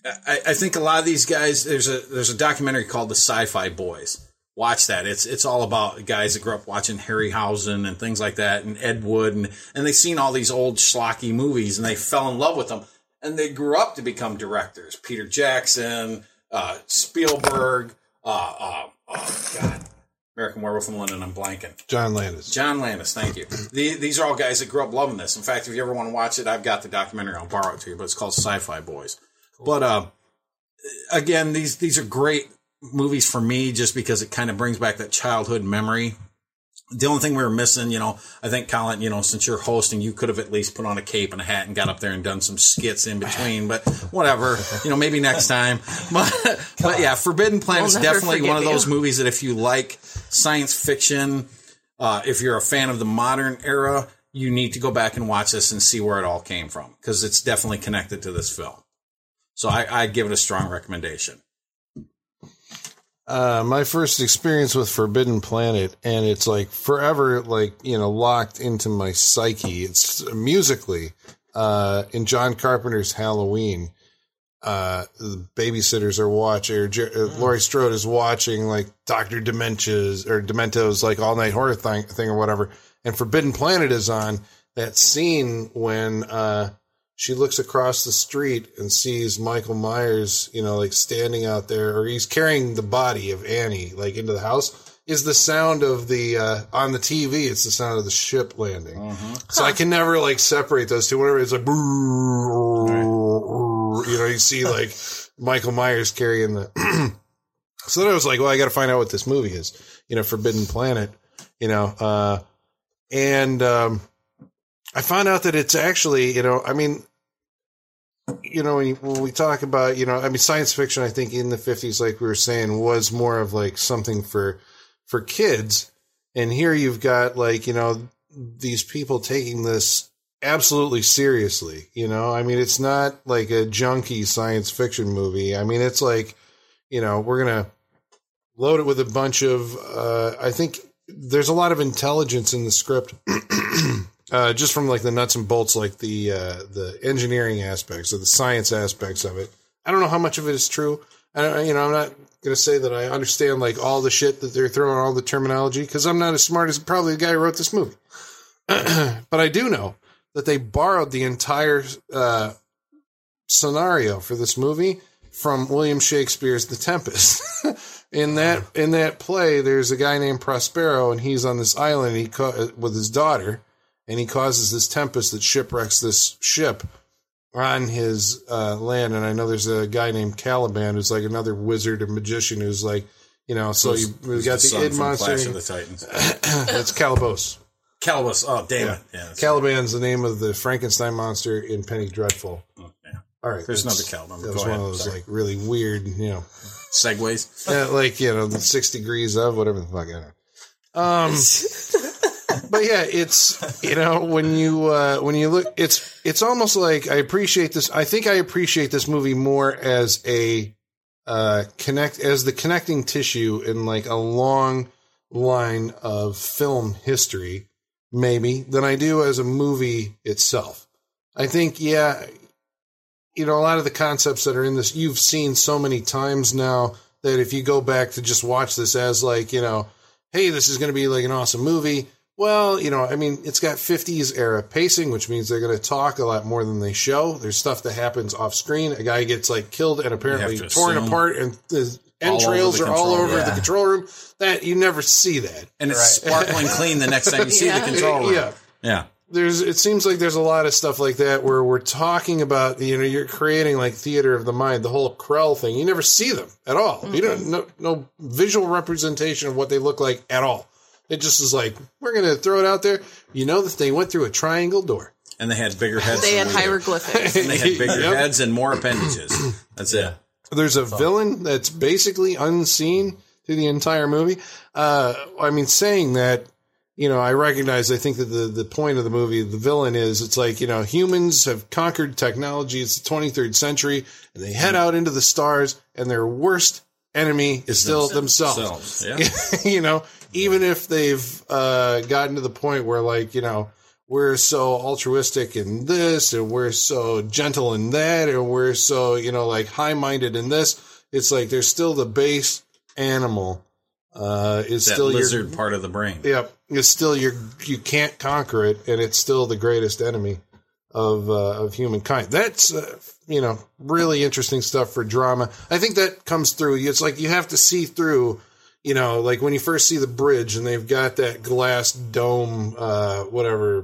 [SPEAKER 3] I, I think a lot of these guys there's a there's a documentary called the Sci-Fi Boys. Watch that. It's it's all about guys that grew up watching Harryhausen and things like that, and Ed Wood, and and they seen all these old schlocky movies, and they fell in love with them, and they grew up to become directors. Peter Jackson, uh, Spielberg, uh, uh, oh God, American Werewolf in London. I'm blanking.
[SPEAKER 2] John Landis.
[SPEAKER 3] John Landis, thank you. The, these are all guys that grew up loving this. In fact, if you ever want to watch it, I've got the documentary. I'll borrow it to you, but it's called Sci-Fi Boys. But uh, again, these these are great movies for me just because it kind of brings back that childhood memory. The only thing we were missing, you know, I think Colin, you know, since you're hosting, you could have at least put on a cape and a hat and got up there and done some skits in between. But whatever, you know, maybe next time. *laughs* But, but yeah, Forbidden Planet is
[SPEAKER 4] We'll never
[SPEAKER 3] definitely one of
[SPEAKER 4] forgive you.
[SPEAKER 3] those movies that if you like science fiction, uh, if you're a fan of the modern era, you need to go back and watch this and see where it all came from because it's definitely connected to this film. So I, I give it a strong recommendation.
[SPEAKER 2] Uh, my first experience with Forbidden Planet, and it's like forever, like you know, locked into my psyche. It's musically uh, in John Carpenter's Halloween. uh, the babysitters are watching, or Jer- uh, Laurie Strode is watching like Doctor Dementia's or Demento's like all night horror thing, thing or whatever, and Forbidden Planet is on. That scene when uh, she looks across the street and sees Michael Myers, you know, like standing out there, or he's carrying the body of Annie like into the house. Is the sound of the uh, on the TV? It's the sound of the ship landing. So I can never like separate those two. Whenever it's like, you know, you see like *laughs* Michael Myers carrying the. *clears throat* so then I was like, well, I got to find out what this movie is. You know, Forbidden Planet. You know, uh, and um, I found out that it's actually, you know, I mean, you know, when, you, when we talk about, you know, I mean, science fiction, I think in the fifties, like we were saying, was more of like something for for kids, and here you've got like, you know, these people taking this absolutely seriously. You know, I mean, it's not like a junky science fiction movie. I mean, it's like, you know, we're gonna load it with a bunch of. Uh, I think there's a lot of intelligence in the script. *clears throat* uh, just from like the nuts and bolts, like the uh, the engineering aspects or the science aspects of it. I don't know how much of it is true. I don't, you know, I'm not gonna say that I understand like all the shit that they're throwing, all the terminology, because I'm not as smart as probably the guy who wrote this movie. *clears throat* but I do know that they borrowed the entire uh, scenario for this movie from William Shakespeare's *The Tempest*. *laughs* in that in that play, there's a guy named Prospero, and he's on this island and he ca- with his daughter, and he causes this tempest that shipwrecks this ship on his uh, land. And I know there's a guy named Caliban who's like another wizard or magician who's like, you know, so you we've got the,
[SPEAKER 3] son
[SPEAKER 2] id
[SPEAKER 3] from
[SPEAKER 2] monster.
[SPEAKER 3] Clash
[SPEAKER 2] *coughs*
[SPEAKER 3] of the *coughs* Titans.
[SPEAKER 2] That's Calabos.
[SPEAKER 3] Calibus. Oh, damn it. Yeah, that's-
[SPEAKER 2] Caliban's the name of the Frankenstein monster in Penny Dreadful.
[SPEAKER 3] Oh, yeah.
[SPEAKER 2] All right,
[SPEAKER 3] There's
[SPEAKER 2] that's-
[SPEAKER 3] another Caliban.
[SPEAKER 2] That
[SPEAKER 3] Go
[SPEAKER 2] was one
[SPEAKER 3] ahead.
[SPEAKER 2] of those
[SPEAKER 3] Sorry.
[SPEAKER 2] like really weird, you know,
[SPEAKER 3] Segways.
[SPEAKER 2] uh, like you know, the six degrees of whatever the fuck. I don't know. Um, but yeah, it's you know when you uh, when you look, it's it's almost like I appreciate this. I think I appreciate this movie more as a uh, connect as the connecting tissue in like a long line of film history, maybe than I do as a movie itself. I think yeah, you know a lot of the concepts that are in this you've seen so many times now that if you go back to just watch this as like you know hey, this is going to be like an awesome movie. Well, you know, I mean, it's got 50s era pacing, which means they're going to talk a lot more than they show. There's stuff that happens off screen. A guy gets like killed and apparently
[SPEAKER 3] to
[SPEAKER 2] torn
[SPEAKER 3] assume.
[SPEAKER 2] apart, and the
[SPEAKER 3] All over
[SPEAKER 2] entrails
[SPEAKER 3] the
[SPEAKER 2] are all
[SPEAKER 3] control
[SPEAKER 2] over
[SPEAKER 3] room.
[SPEAKER 2] the
[SPEAKER 5] Yeah.
[SPEAKER 2] control room. That you never see that. Uh,
[SPEAKER 3] And it's sparkling clean the next time you see
[SPEAKER 4] Yeah.
[SPEAKER 3] the control
[SPEAKER 2] *laughs*
[SPEAKER 3] room.
[SPEAKER 2] Yeah.
[SPEAKER 3] yeah.
[SPEAKER 2] There's, it seems like there's a lot of stuff like that where we're talking about, you know, you're creating like theater of the mind, the whole Krell thing. You never see them at all. You don't, no, no visual representation of what they look like at all. It just is like, we're going to throw it out there. You know that they went through a triangle door.
[SPEAKER 3] And they had bigger heads.
[SPEAKER 4] They had
[SPEAKER 3] than we
[SPEAKER 2] *laughs*
[SPEAKER 3] did.
[SPEAKER 4] hieroglyphics.
[SPEAKER 3] And they had bigger
[SPEAKER 2] Yep.
[SPEAKER 3] heads and more appendages. That's it.
[SPEAKER 2] There's a villain that's basically unseen through the entire movie. Uh, I mean, saying that, you know, I recognize, I think that the, the point of the movie, the villain is it's like, you know, humans have conquered technology. It's the 23rd century and they head out into the stars and their worst enemy is still themselves *laughs*
[SPEAKER 3] Selves. Yeah.
[SPEAKER 2] you know, even if they've uh, gotten to the point where, like, you know, we're so altruistic in this, and we're so gentle in that, and we're so, you know, like high minded in this, it's like there's still the base animal uh, is
[SPEAKER 3] that
[SPEAKER 2] still your
[SPEAKER 3] lizard part of the brain.
[SPEAKER 2] Yep. It's still your you can't conquer it, and it's still the greatest enemy of uh, of humankind. That's uh, you know really interesting stuff for drama. I think that comes through. It's like you have to see through. You know, like when you first see the bridge, and they've got that glass dome, uh, whatever.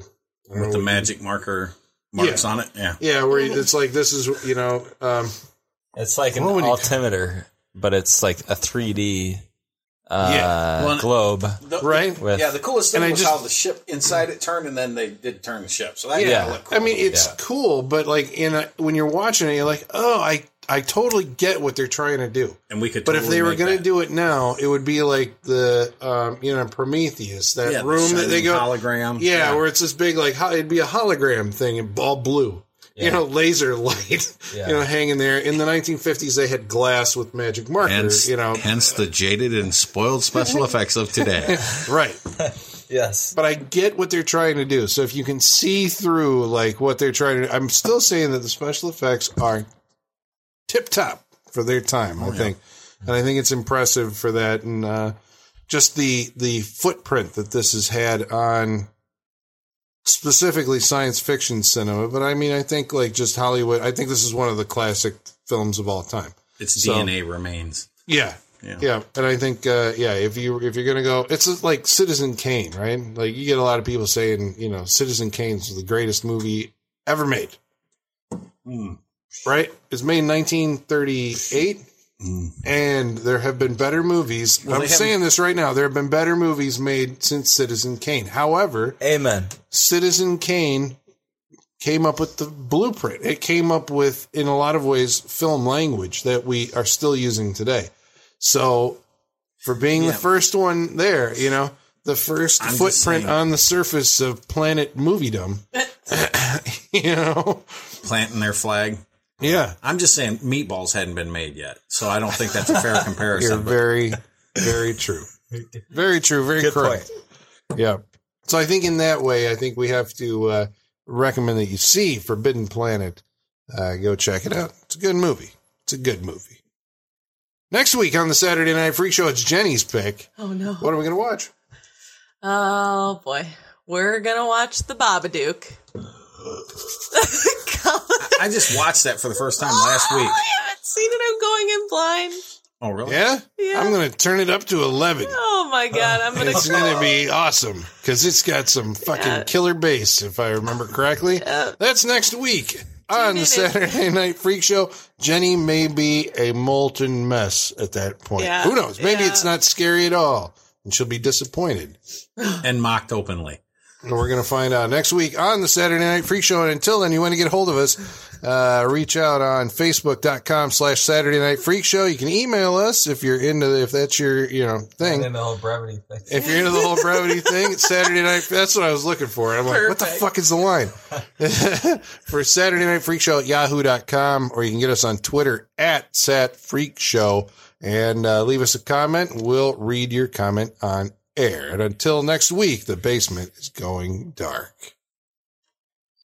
[SPEAKER 2] I don't know
[SPEAKER 3] With the
[SPEAKER 2] what-
[SPEAKER 3] magic marker marks on it. Yeah.
[SPEAKER 2] Yeah, where it's like this is you know. Um,
[SPEAKER 5] It's like an
[SPEAKER 2] What would you-
[SPEAKER 5] altimeter, but it's like a 3D uh,
[SPEAKER 2] Yeah.
[SPEAKER 3] Well,
[SPEAKER 5] globe.
[SPEAKER 2] Right?
[SPEAKER 5] With-
[SPEAKER 3] yeah, the coolest thing
[SPEAKER 2] And I
[SPEAKER 3] was
[SPEAKER 2] just-
[SPEAKER 3] how the ship inside it turned, and then they did turn the ship. So that
[SPEAKER 5] Yeah.
[SPEAKER 3] yeah, looked cool.
[SPEAKER 2] I mean, it's
[SPEAKER 5] Yeah.
[SPEAKER 2] cool, but like in a, when you're watching it, you're like, oh, I I totally get what they're trying to do.
[SPEAKER 3] and we could.
[SPEAKER 2] But if
[SPEAKER 3] totally
[SPEAKER 2] they were
[SPEAKER 3] make
[SPEAKER 2] going to
[SPEAKER 3] that.
[SPEAKER 2] do it now, it would be like the um, you know Prometheus, that
[SPEAKER 3] Yeah, the
[SPEAKER 2] room that they
[SPEAKER 3] shining
[SPEAKER 2] go
[SPEAKER 3] hologram,
[SPEAKER 2] yeah, where it's this big like ho- it'd be a hologram thing and all blue, you know, laser *laughs* light,
[SPEAKER 5] Yeah.
[SPEAKER 2] you know, hanging there. In the 1950s, they had glass with magic markers,
[SPEAKER 6] Hence,
[SPEAKER 2] you know,
[SPEAKER 6] hence the jaded and spoiled special effects of today.
[SPEAKER 2] right.
[SPEAKER 5] Yes.
[SPEAKER 2] But I get what they're trying to do. So if you can see through like what they're trying to, I'm still saying that the special effects are tip top for their time, I think. And I think it's impressive for that. And uh, just the the footprint that this has had on specifically science fiction cinema. But I mean, I think like just Hollywood, I think this is one of the classic films of all time.
[SPEAKER 3] *laughs* Its
[SPEAKER 2] So-
[SPEAKER 3] DNA remains.
[SPEAKER 2] Yeah.
[SPEAKER 3] Yeah.
[SPEAKER 2] Yeah. And I think, uh, yeah, if you, if you're going to go, it's just like Citizen Kane, right? Like you get a lot of people saying, you know, Citizen Kane's the greatest movie ever made. Right? It's made in 1938. And there have been better movies. I'm
[SPEAKER 3] haven't-
[SPEAKER 2] saying this right now. There have been better movies made since Citizen Kane. However,
[SPEAKER 5] Amen.
[SPEAKER 2] Citizen Kane came up with the blueprint. It came up with, in a lot of ways, film language that we are still using today. So, for being the first one there, you know, the 1st
[SPEAKER 3] I'm just
[SPEAKER 2] footprint
[SPEAKER 3] saying.
[SPEAKER 2] on the surface of planet moviedom, *laughs* you know,
[SPEAKER 3] Planting their flag.
[SPEAKER 2] yeah,
[SPEAKER 3] I'm just saying meatballs hadn't been made yet. So I don't think that's
[SPEAKER 6] *laughs*
[SPEAKER 3] a fair
[SPEAKER 2] you're
[SPEAKER 3] comparison.
[SPEAKER 2] *laughs*
[SPEAKER 3] but
[SPEAKER 2] very, very true, very true, very correct. Yeah. So I think in that way, I think we have to uh, recommend that you see Forbidden Planet. Uh, go check it out. It's a good movie. It's a good movie. Next week on the Saturday Night Freak Show, it's Jenny's pick.
[SPEAKER 4] Oh no.
[SPEAKER 2] What are we going to watch?
[SPEAKER 4] Oh boy. We're gonna watch the Babadook. *laughs* Colin,
[SPEAKER 3] I just watched that for the first time last
[SPEAKER 6] *laughs*
[SPEAKER 3] week.
[SPEAKER 4] I haven't seen it. I'm going in blind.
[SPEAKER 3] Oh, really?
[SPEAKER 2] Yeah? Eh?
[SPEAKER 4] Yeah.
[SPEAKER 2] I'm going to turn it up to 11.
[SPEAKER 4] Oh my god. I'm gonna.
[SPEAKER 2] It's going to be awesome because it's got some fucking
[SPEAKER 4] Yeah.
[SPEAKER 2] killer bass, if I remember correctly. That's next week on
[SPEAKER 4] Tune
[SPEAKER 2] the
[SPEAKER 4] in.
[SPEAKER 2] Saturday *laughs* Night Freak Show. Jenny may be a molten mess at that point.
[SPEAKER 4] Yeah.
[SPEAKER 2] Who knows? Maybe
[SPEAKER 4] Yeah.
[SPEAKER 2] it's not scary at all and she'll be disappointed.
[SPEAKER 3] And mocked openly.
[SPEAKER 2] And we're going to find out next week on the Saturday Night Freak Show. And until then, you want to get a hold of us, uh, reach out on facebook.com slash Saturday Night Freak Show. You can email us if you're into, the, if that's your, you know, thing.
[SPEAKER 5] the whole brevity thing.
[SPEAKER 2] If you're into the whole brevity thing, it's Saturday night. That's what I was looking for. I'm like, what the
[SPEAKER 4] Perfect.
[SPEAKER 2] fuck is the line? *laughs* for Saturday Night Freak Show at yahoo.com, or you can get us on Twitter at Sat Freak Show and uh, leave us a comment. We'll read your comment on air. And until next week, the basement is going dark.